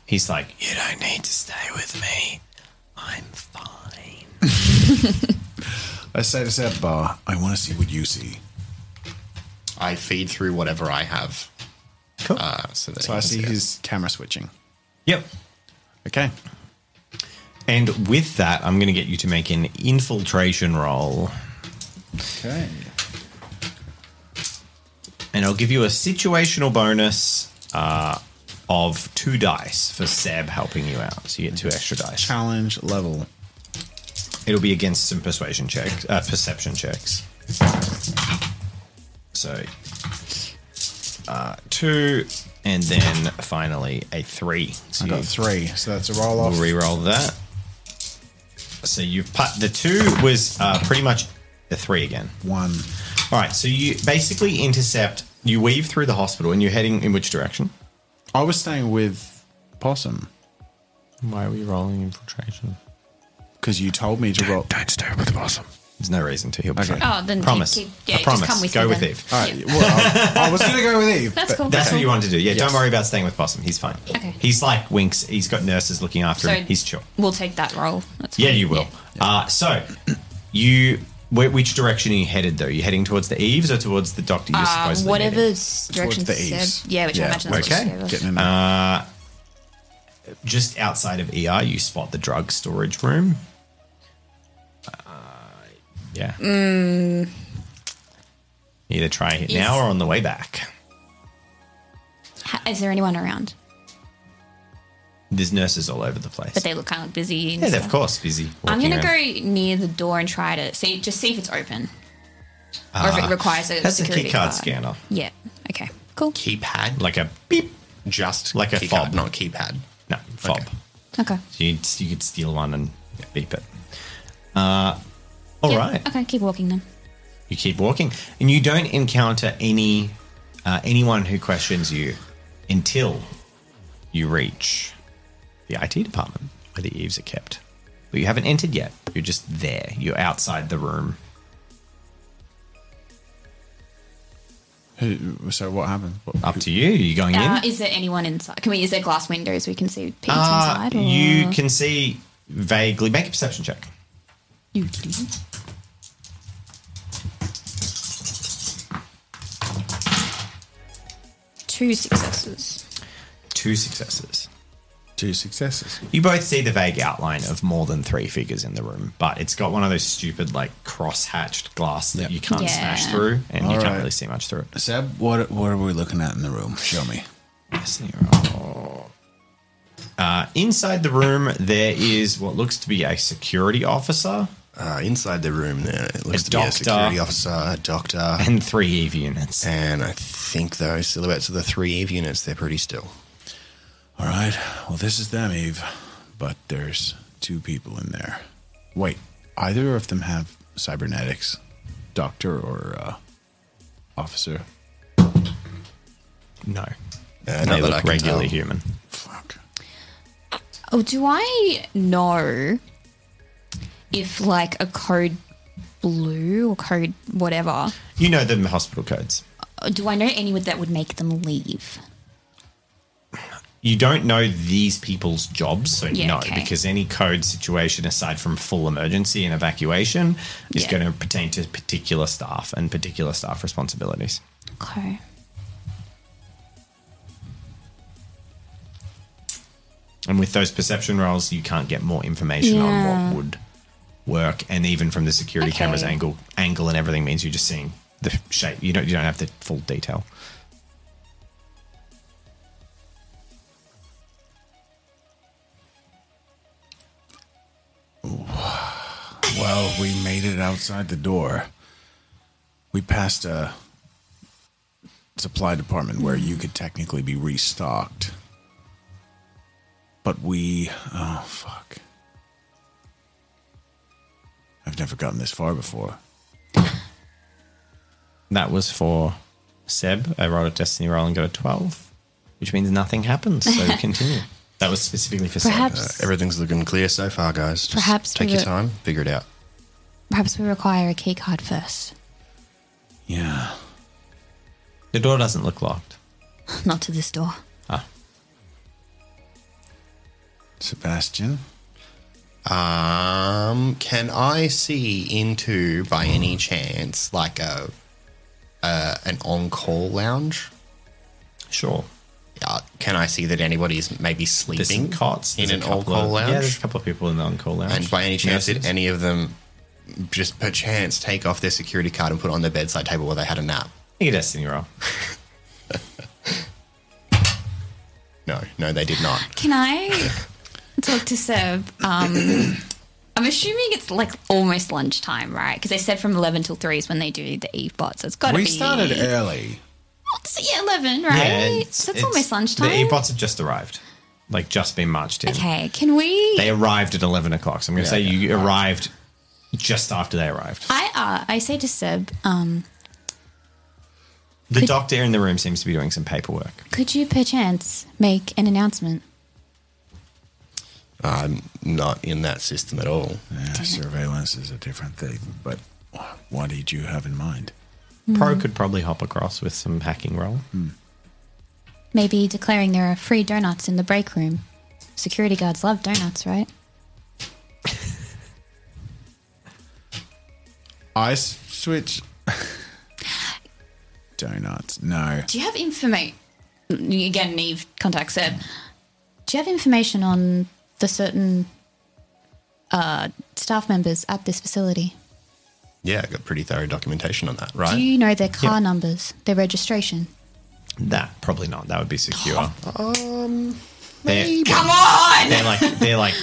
C: He's like,
I: You don't need to stay with me. I'm fine.
B: I say to Seb, uh, I want to see what you see.
D: I feed through whatever I have.
C: Cool.
D: Uh, so that
B: So
D: he
B: I
D: can
B: see his camera switching.
C: Yep.
B: Okay.
C: And with that, I'm going to get you to make an infiltration roll.
B: Okay.
C: And I'll give you a situational bonus uh, of two dice for Seb helping you out. So you get two extra dice.
B: Challenge level.
C: It'll be against some persuasion checks, uh, perception checks. So uh, two, and then finally a three. So
B: I got three, so that's a roll off.
C: We'll re-roll that. So you've put the two was uh, pretty much the three again.
B: One.
C: All right. So you basically intercept. You weave through the hospital, and you're heading in which direction?
B: I was staying with Possum
C: Why are we rolling infiltration?
B: because you told me to
C: [laughs]
B: roll.
C: Don't stay with Possum. There's no reason to. He'll be fine.
A: Oh, then
C: promise.
A: keep- keep- yeah,
C: I
A: just
C: promise.
A: come with
C: go
A: me
C: with
A: then.
C: Eve.
B: All right. Well, I, I was going to go with
C: [laughs]
B: Eve.
C: Uh,
A: That's
B: but-
A: cool.
C: That's what
A: Okay.
C: you wanted to do. Yeah,
B: Yes.
C: don't worry about staying with Possum. He's fine.
A: Okay.
C: He's like Winks. He's got nurses looking after
A: So
C: him. He's chill.
A: We'll take that roll. That's
C: Yeah,
A: fine.
C: you will. Uh, so, you wh- which direction are you headed though? Are you heading towards the eaves or towards the doctor? You're
A: Uh,
C: supposedly
A: whatever
C: meeting?
A: s- direction Seb. Yeah, which I imagine that's
C: okay.
A: what Seb
B: Getting
A: was.
B: in there.
C: Uh, just outside of ER, you spot the drug storage room. Uh, yeah.
A: Mm,
C: Either try it
A: Is-
C: now or on the way back.
A: ha- is there anyone around?
C: There's nurses all over the place.
A: But they look kind of busy. and
C: yeah, they're
A: stuff.
C: of course busy.
A: I'm
C: walking
A: gonna
C: around.
A: go near the door and try to see, just see if it's open, or if
C: Ah,
A: it requires a
C: that's a
A: security
C: keycard
A: card
C: scanner.
A: Yeah. Okay. Cool.
D: Keypad?
C: Like a beep.
D: Just
C: Like a
D: keycard,
C: fob.
D: not keypad.
C: No, fob.
A: Okay.
C: So you, you could steal one and beep it. Uh, all right.
A: Yeah, Okay. Keep walking then.
C: You keep walking, and you don't encounter any uh, anyone who questions you until you reach the IT department where the eaves are kept. But you haven't entered yet. You're just there. You're outside the room.
B: Who- so what happened? What-
C: Up to you. Are you going in?
A: Uh, is there anyone inside? Can we? Is there glass windows we can see people
C: Uh,
A: inside? Or?
C: you can see vaguely. Make a perception check.
A: You do. Two successes.
C: Two successes.
B: Two successes.
C: You both see the vague outline of more than three figures in the room, but it's got one of those stupid, like, cross hatched glass that you can't
A: Yeah.
C: smash through, and
B: All
C: you can't
B: right.
C: really see much through it.
B: Seb, what what are we looking at in the room? Show me.
C: Uh, inside the room, there is what looks to be a security officer
D: Uh, inside the room, there it looks to
C: doctor.
D: be a security officer, a doctor,
C: and three Eve units.
D: and I think those silhouettes of the three Eve units. They're pretty still.
B: All right. Well, this is them, Eve. But there's two people in there. Wait, either of them have cybernetics, doctor or uh, officer?
C: No.
D: Uh,
C: they
D: not that I
C: look
D: can
C: regularly
D: tell.
C: human.
B: Fuck.
A: Oh, do I know if like a code blue or code whatever?
C: You know the hospital codes.
A: uh, Do I know anyone that would make them leave?
C: You don't know these people's jobs, so
A: Yeah,
C: no,
A: okay.
C: because any code situation aside from full emergency and evacuation is
A: Yeah.
C: going to pertain to particular staff and particular staff responsibilities.
A: Okay.
C: And with those perception rolls, you can't get more information on
A: Yeah.
C: what would work. And even from the security
A: Okay.
C: camera's angle, angle and everything means you're just seeing the shape. You don't you don't have the full detail.
B: Well, Oh, we made it outside the door. We passed a supply department where you could technically be restocked. But we. Oh, fuck. I've never gotten this far before.
C: That was for Seb. I rolled a destiny roll and got a twelve, which means nothing happens.
A: [laughs]
C: So we continue. That was specifically for Seb.
A: Perhaps-
D: Uh, everything's looking clear so far, guys. Just
A: Perhaps
D: take
A: we
D: your
A: were-
D: time, figure it out.
A: Perhaps we require a key card first. [laughs]
B: Yeah.
C: The door doesn't look locked.
A: Not to this door.
C: Ah,
B: Sebastian?
C: Hmm.
D: Um, can I see into by any chance like a uh, an on-call lounge?
C: Sure.
D: Uh, can I see that anybody's maybe sleeping
C: There's some cots
D: in
C: there's a
D: an
C: couple
D: on-call
C: of-
D: lounge?
C: Yeah, there's a couple of people in the on-call lounge.
D: And by any chance, did
C: Nurses.
D: any of them just perchance take off their security card and put it on their bedside table while they had a nap?
C: Make a destiny roll.
D: no, no, they did not.
A: Can I talk to Seb? Um, I'm assuming it's like almost lunchtime, right? Because they said from 11 till 3 is when they do the Eve bot. So it's got to be.
B: we started early.
A: So, yeah, 11, right? so it's, almost lunchtime.
C: The e-bots have just arrived, like just been marched in.
A: okay, can we.
C: They arrived at eleven o'clock. So I'm going to
A: Yeah,
C: say
A: yeah,
C: you arrived just after they arrived.
A: I, uh, I say to Seb, um,
C: The doctor in the room seems to be doing some paperwork.
A: could you perchance make an announcement?
D: I'm not in that system at all.
B: Yeah, surveillance is a different thing, but what did you have in mind?
C: Pro
A: Mm.
C: could probably hop across with some hacking roll.
A: Maybe declaring there are free donuts in the break room. Security guards love donuts, right?
B: I s- switch. Donuts. No.
A: Do you have information? Again, Neve contacts Seb. Do you have information on the certain uh, staff members at this facility?
D: Yeah, I got pretty thorough documentation on that, right?
A: Do you know their car
D: Yep.
A: numbers, their registration?
C: That probably not. That would be secure.
A: Um,
C: They're-
A: Come on!
C: They're like they're like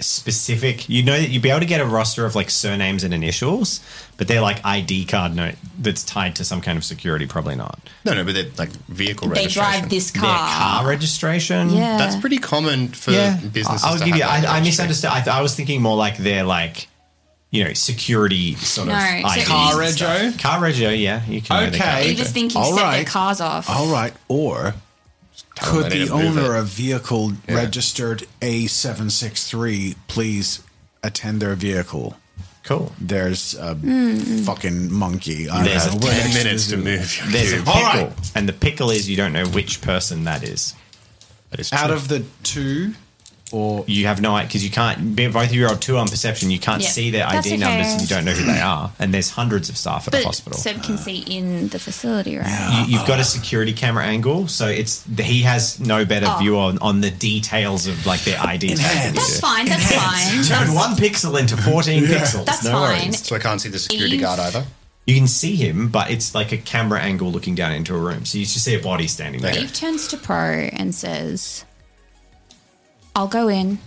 C: specific. You know that you'd be able to get a roster of like surnames and initials, but they're like ID card note that's tied to some kind of security. Probably not.
D: No, no, but they're like vehicle
A: They
D: registration.
A: drive this
C: Their
A: car.
C: car registration.
A: Ah. Yeah.
D: That's pretty common for businesses.
C: I'll
D: to
C: give
D: have
C: you.
D: that
C: I, I
D: registry.
C: misunderstood. I, th- I was thinking more like they're like, you know, security sort
A: No,
C: of
A: so
C: IDs and
A: Car
B: stuff.
C: Car rego. Yeah, you can. know the car
B: Okay.
A: You're
C: rego.
A: just thinking
B: All
A: set their
B: right.
A: cars off.
B: All right. Or
D: tell them
B: could
D: they need
B: the
D: to move
B: owner
D: it.
B: of vehicle registered A763 please attend their vehicle?
C: Cool.
B: There's a
C: Mm.
B: fucking monkey. I
C: There's
B: don't
C: a
B: know. We're
C: ten
B: next the
C: minutes to
B: zoo.
C: move. There's a pickle,
B: All right.
C: and the pickle is you don't know which person that is. That is
B: Out of the two, or
C: you have no idea because you can't. Both of you are two on perception. You can't
A: Yeah.
C: see their
A: That's
C: ID
A: okay.
C: numbers, and you don't know who they are. And there's hundreds of staff at
A: but
C: the hospital.
A: Seb can see in the facility, right?
C: you, you've got a security camera angle, so it's he has no better
A: Oh.
C: view on, on the details of like their ID. tag than you
A: That's
C: do.
A: fine. That's
C: [laughs]
A: fine.
C: Turn
A: That's-
C: one pixel into fourteen
A: Yeah.
C: pixels.
A: That's
C: no
A: fine.
C: Worries.
D: So I can't see the
A: security Eve- guard either?
C: You can see him, but it's like a camera angle looking down into a room, so you just see a body standing there.
A: Eve turns to Pro and says, I'll go in.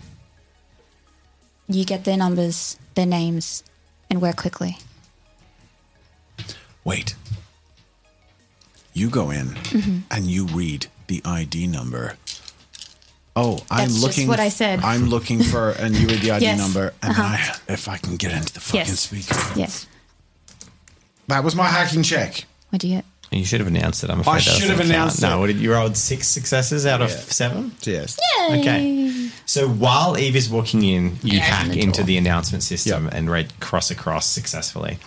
A: You get their numbers, their names, and where quickly.
B: Wait. You go in
A: Mhm.
B: and you read the ID number. Oh, I'm
A: That's just
B: looking.
A: what I said.
B: I'm looking for, and you read the ID
A: [laughs] Yes.
B: number, and
A: Uh-huh.
B: I, if I can get into the fucking
A: Yes.
B: speaker.
A: Yes.
B: That was my hacking check.
A: What do you get?
C: You should have announced it. I'm afraid
B: I
C: that
B: should
C: doesn't
B: have
C: count.
B: announced
C: No,
B: it.
C: what did you rolled six successes out of seven?
B: Yes.
A: Yay.
C: Okay. So while Eve is walking in, you
A: Yeah,
C: hack
A: open the
C: into
A: door.
C: the announcement system and read cross across successfully.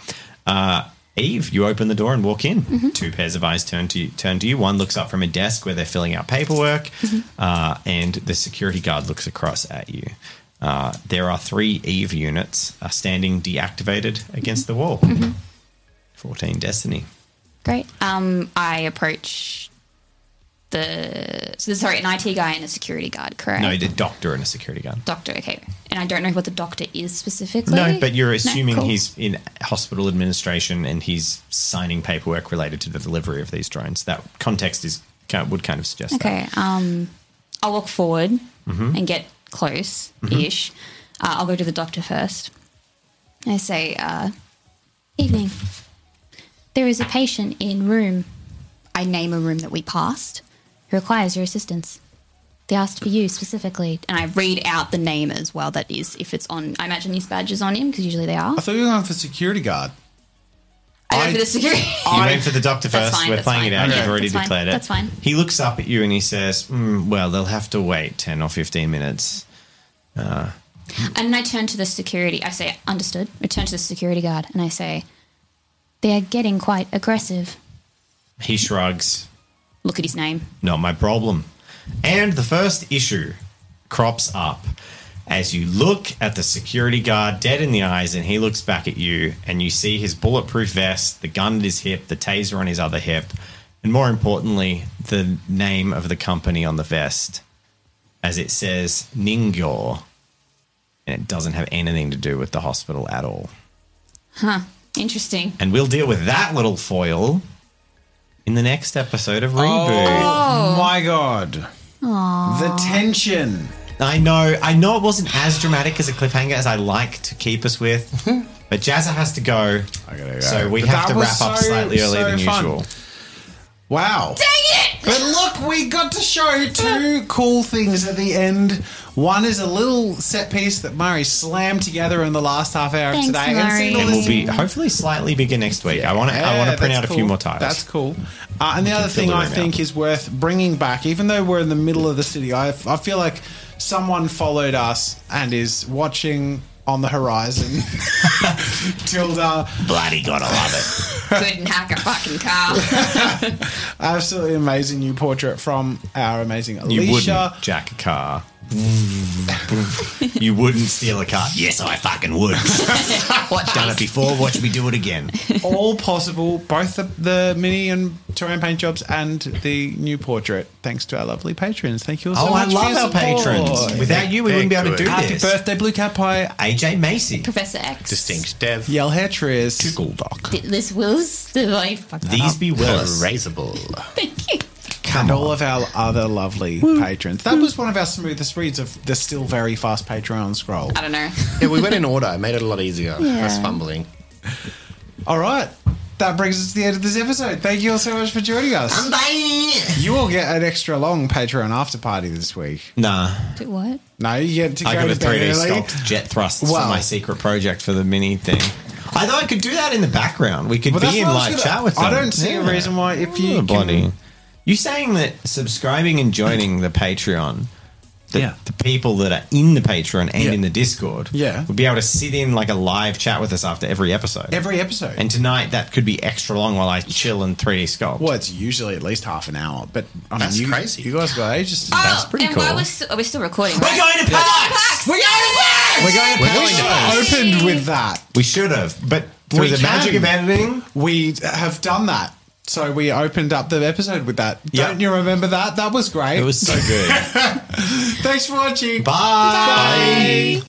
C: Uh, Eve, you open the door and walk in.
A: Mm-hmm.
C: Two pairs of eyes turn to you, turn to you. One looks up from a desk where they're filling out paperwork,
A: Mm-hmm.
C: uh, and the security guard looks across at you. Uh, there are three Eve units uh, standing deactivated against the wall.
A: Mm-hmm.
C: 14 Destiny.
A: Great. Um, I approach the. So, sorry, an IT guy and a security guard, correct?
C: No, the doctor and a security guard.
A: Doctor, okay. And I don't know what the doctor is specifically.
C: No, but you're
A: No?
C: assuming
A: Cool.
C: he's in hospital administration and he's signing paperwork related to the delivery of these drones. That context is kind of- would kind of suggest
A: Okay. Um, I'll walk forward
C: Mhm.
A: and get close ish. Uh, I'll go to the doctor first. I say, uh, Evening. There is a patient in room. I name a room that we passed who requires your assistance. They asked for you specifically, and I read out the name as well. That is, if it's on, I imagine his badge is on him because usually they are.
B: I thought you were going for security guard.
A: I went for the security.
C: that. You went for the doctor
A: That's
C: first.
A: fine,
C: We're
A: that's
C: playing
A: fine.
C: it out.
A: Okay.
C: You've already
A: That's fine,
C: declared it.
A: that's fine.
C: He looks up at you and he says, "Mm, "Well, they'll have to wait ten or fifteen minutes." Uh,
A: And I turn to the security. I say, understood. I turn to the security guard and I say, they are getting quite aggressive.
C: he shrugs.
A: Look at his name.
C: Not my problem. And the first issue crops up. as you look at the security guard dead in the eyes and he looks back at you and you see his bulletproof vest, the gun at his hip, the taser on his other hip, and more importantly, the name of the company on the vest as it says Ningor. And it doesn't have anything to do with the hospital at all.
A: Huh. Interesting.
C: And we'll deal with that little foil in the next episode of Reboot.
A: Oh.
C: my god.
A: Aww.
C: tension. I know, I know it wasn't as dramatic as a cliffhanger as I like to keep us with. But Jazza has to go. I gotta
B: go.
C: So we
B: Mm-hmm. But
C: have
B: that
C: to
B: was
C: wrap up
B: so-
C: slightly earlier
B: so
C: than
B: fun.
C: usual.
B: Wow. Dang
A: it!
B: But look, we got to show two cool things at the end. One is a little set piece that Murray slammed together in the last half hour
C: Thanks,
B: of today. And
C: Murray.
B: signal
C: And we'll
B: is-
C: be hopefully slightly bigger next week. I want to. I want
B: Yeah,
C: to print
B: that's
C: out a
B: cool.
C: few more titles.
B: That's cool. Uh, and the
C: We can
B: other thing
C: fill the
B: I
C: room
B: think
C: out.
B: is worth bringing back, even though we're in the middle of the city, I, I feel like someone followed us and is watching on the horizon. [laughs] Tilda.
C: Bloody gotta love it.
A: Couldn't hack a fucking car.
B: Absolutely amazing new portrait from our amazing Alicia.
C: You wouldn't jack a car. you wouldn't steal a car. Yes, I fucking
B: [laughs]
C: would. Done it before. Watch me do it again.
B: all possible, both the, the mini and terrain paint jobs and the new portrait, thanks to our lovely patrons. Thank you all so
C: Oh, I
B: much. for
C: love
B: your
C: our
B: support.
C: patrons. Without you, we wouldn't be able to do
B: Happy
C: this.
B: Happy birthday, Blue Cat Pie.
C: AJ Macy.
A: Professor X.
B: Distinct Dev. Yell Hair Triz. Tickle Doc.
A: Th- This Wills. The, I fucked that
C: These
A: up.
C: be Willis.
A: [laughs] Thank you.
B: and all of our other lovely patrons. That was one of our smoothest reads of the still very fast Patreon scroll.
A: I don't know.
D: Yeah, we went in order. It made it a lot easier.
B: Yeah.
D: Less fumbling.
B: All right. That brings us to the end of this episode. Thank you all so much for joining us.
C: Bye.
B: You will get an extra long Patreon after party this week.
C: Nah.
A: Do what?
B: No, you get to
C: I
B: go
C: got a
B: to bed
C: 3D
B: early.
C: sculpt jet thrusts
B: Wow.
C: for my secret project for the mini thing. I thought I could do that in the background. We could
B: Well, that's
C: be in
B: what I was
C: live
B: gonna-
C: chat with them. Oh,
B: I don't see a reason why if you can-
C: bloody. You saying that subscribing and joining the Patreon, the, the people that are in the Patreon and in the Discord,
B: Yeah.
C: would be able to sit in like a live chat with us after every episode.
B: Every episode.
C: and tonight that could be extra long while I chill and 3D sculpt.
B: Well, it's usually at least half an hour, but I mean,
C: That's
B: you,
C: crazy.
B: You guys got ages. To
A: Oh, and while we're still, are we still recording?
C: We're
A: right?
C: going to PAX!
A: We're going to PAX!
C: We're going to
B: we
C: PAX.
B: should have opened with that.
C: We should have, but through
B: We
C: the magic
B: can.
C: of editing,
B: We have done that. So we opened up the episode with that.
C: Yeah.
B: Don't you remember that? That was great. [laughs]
C: it was so good.
B: Thanks for watching.
C: Bye.
B: Bye.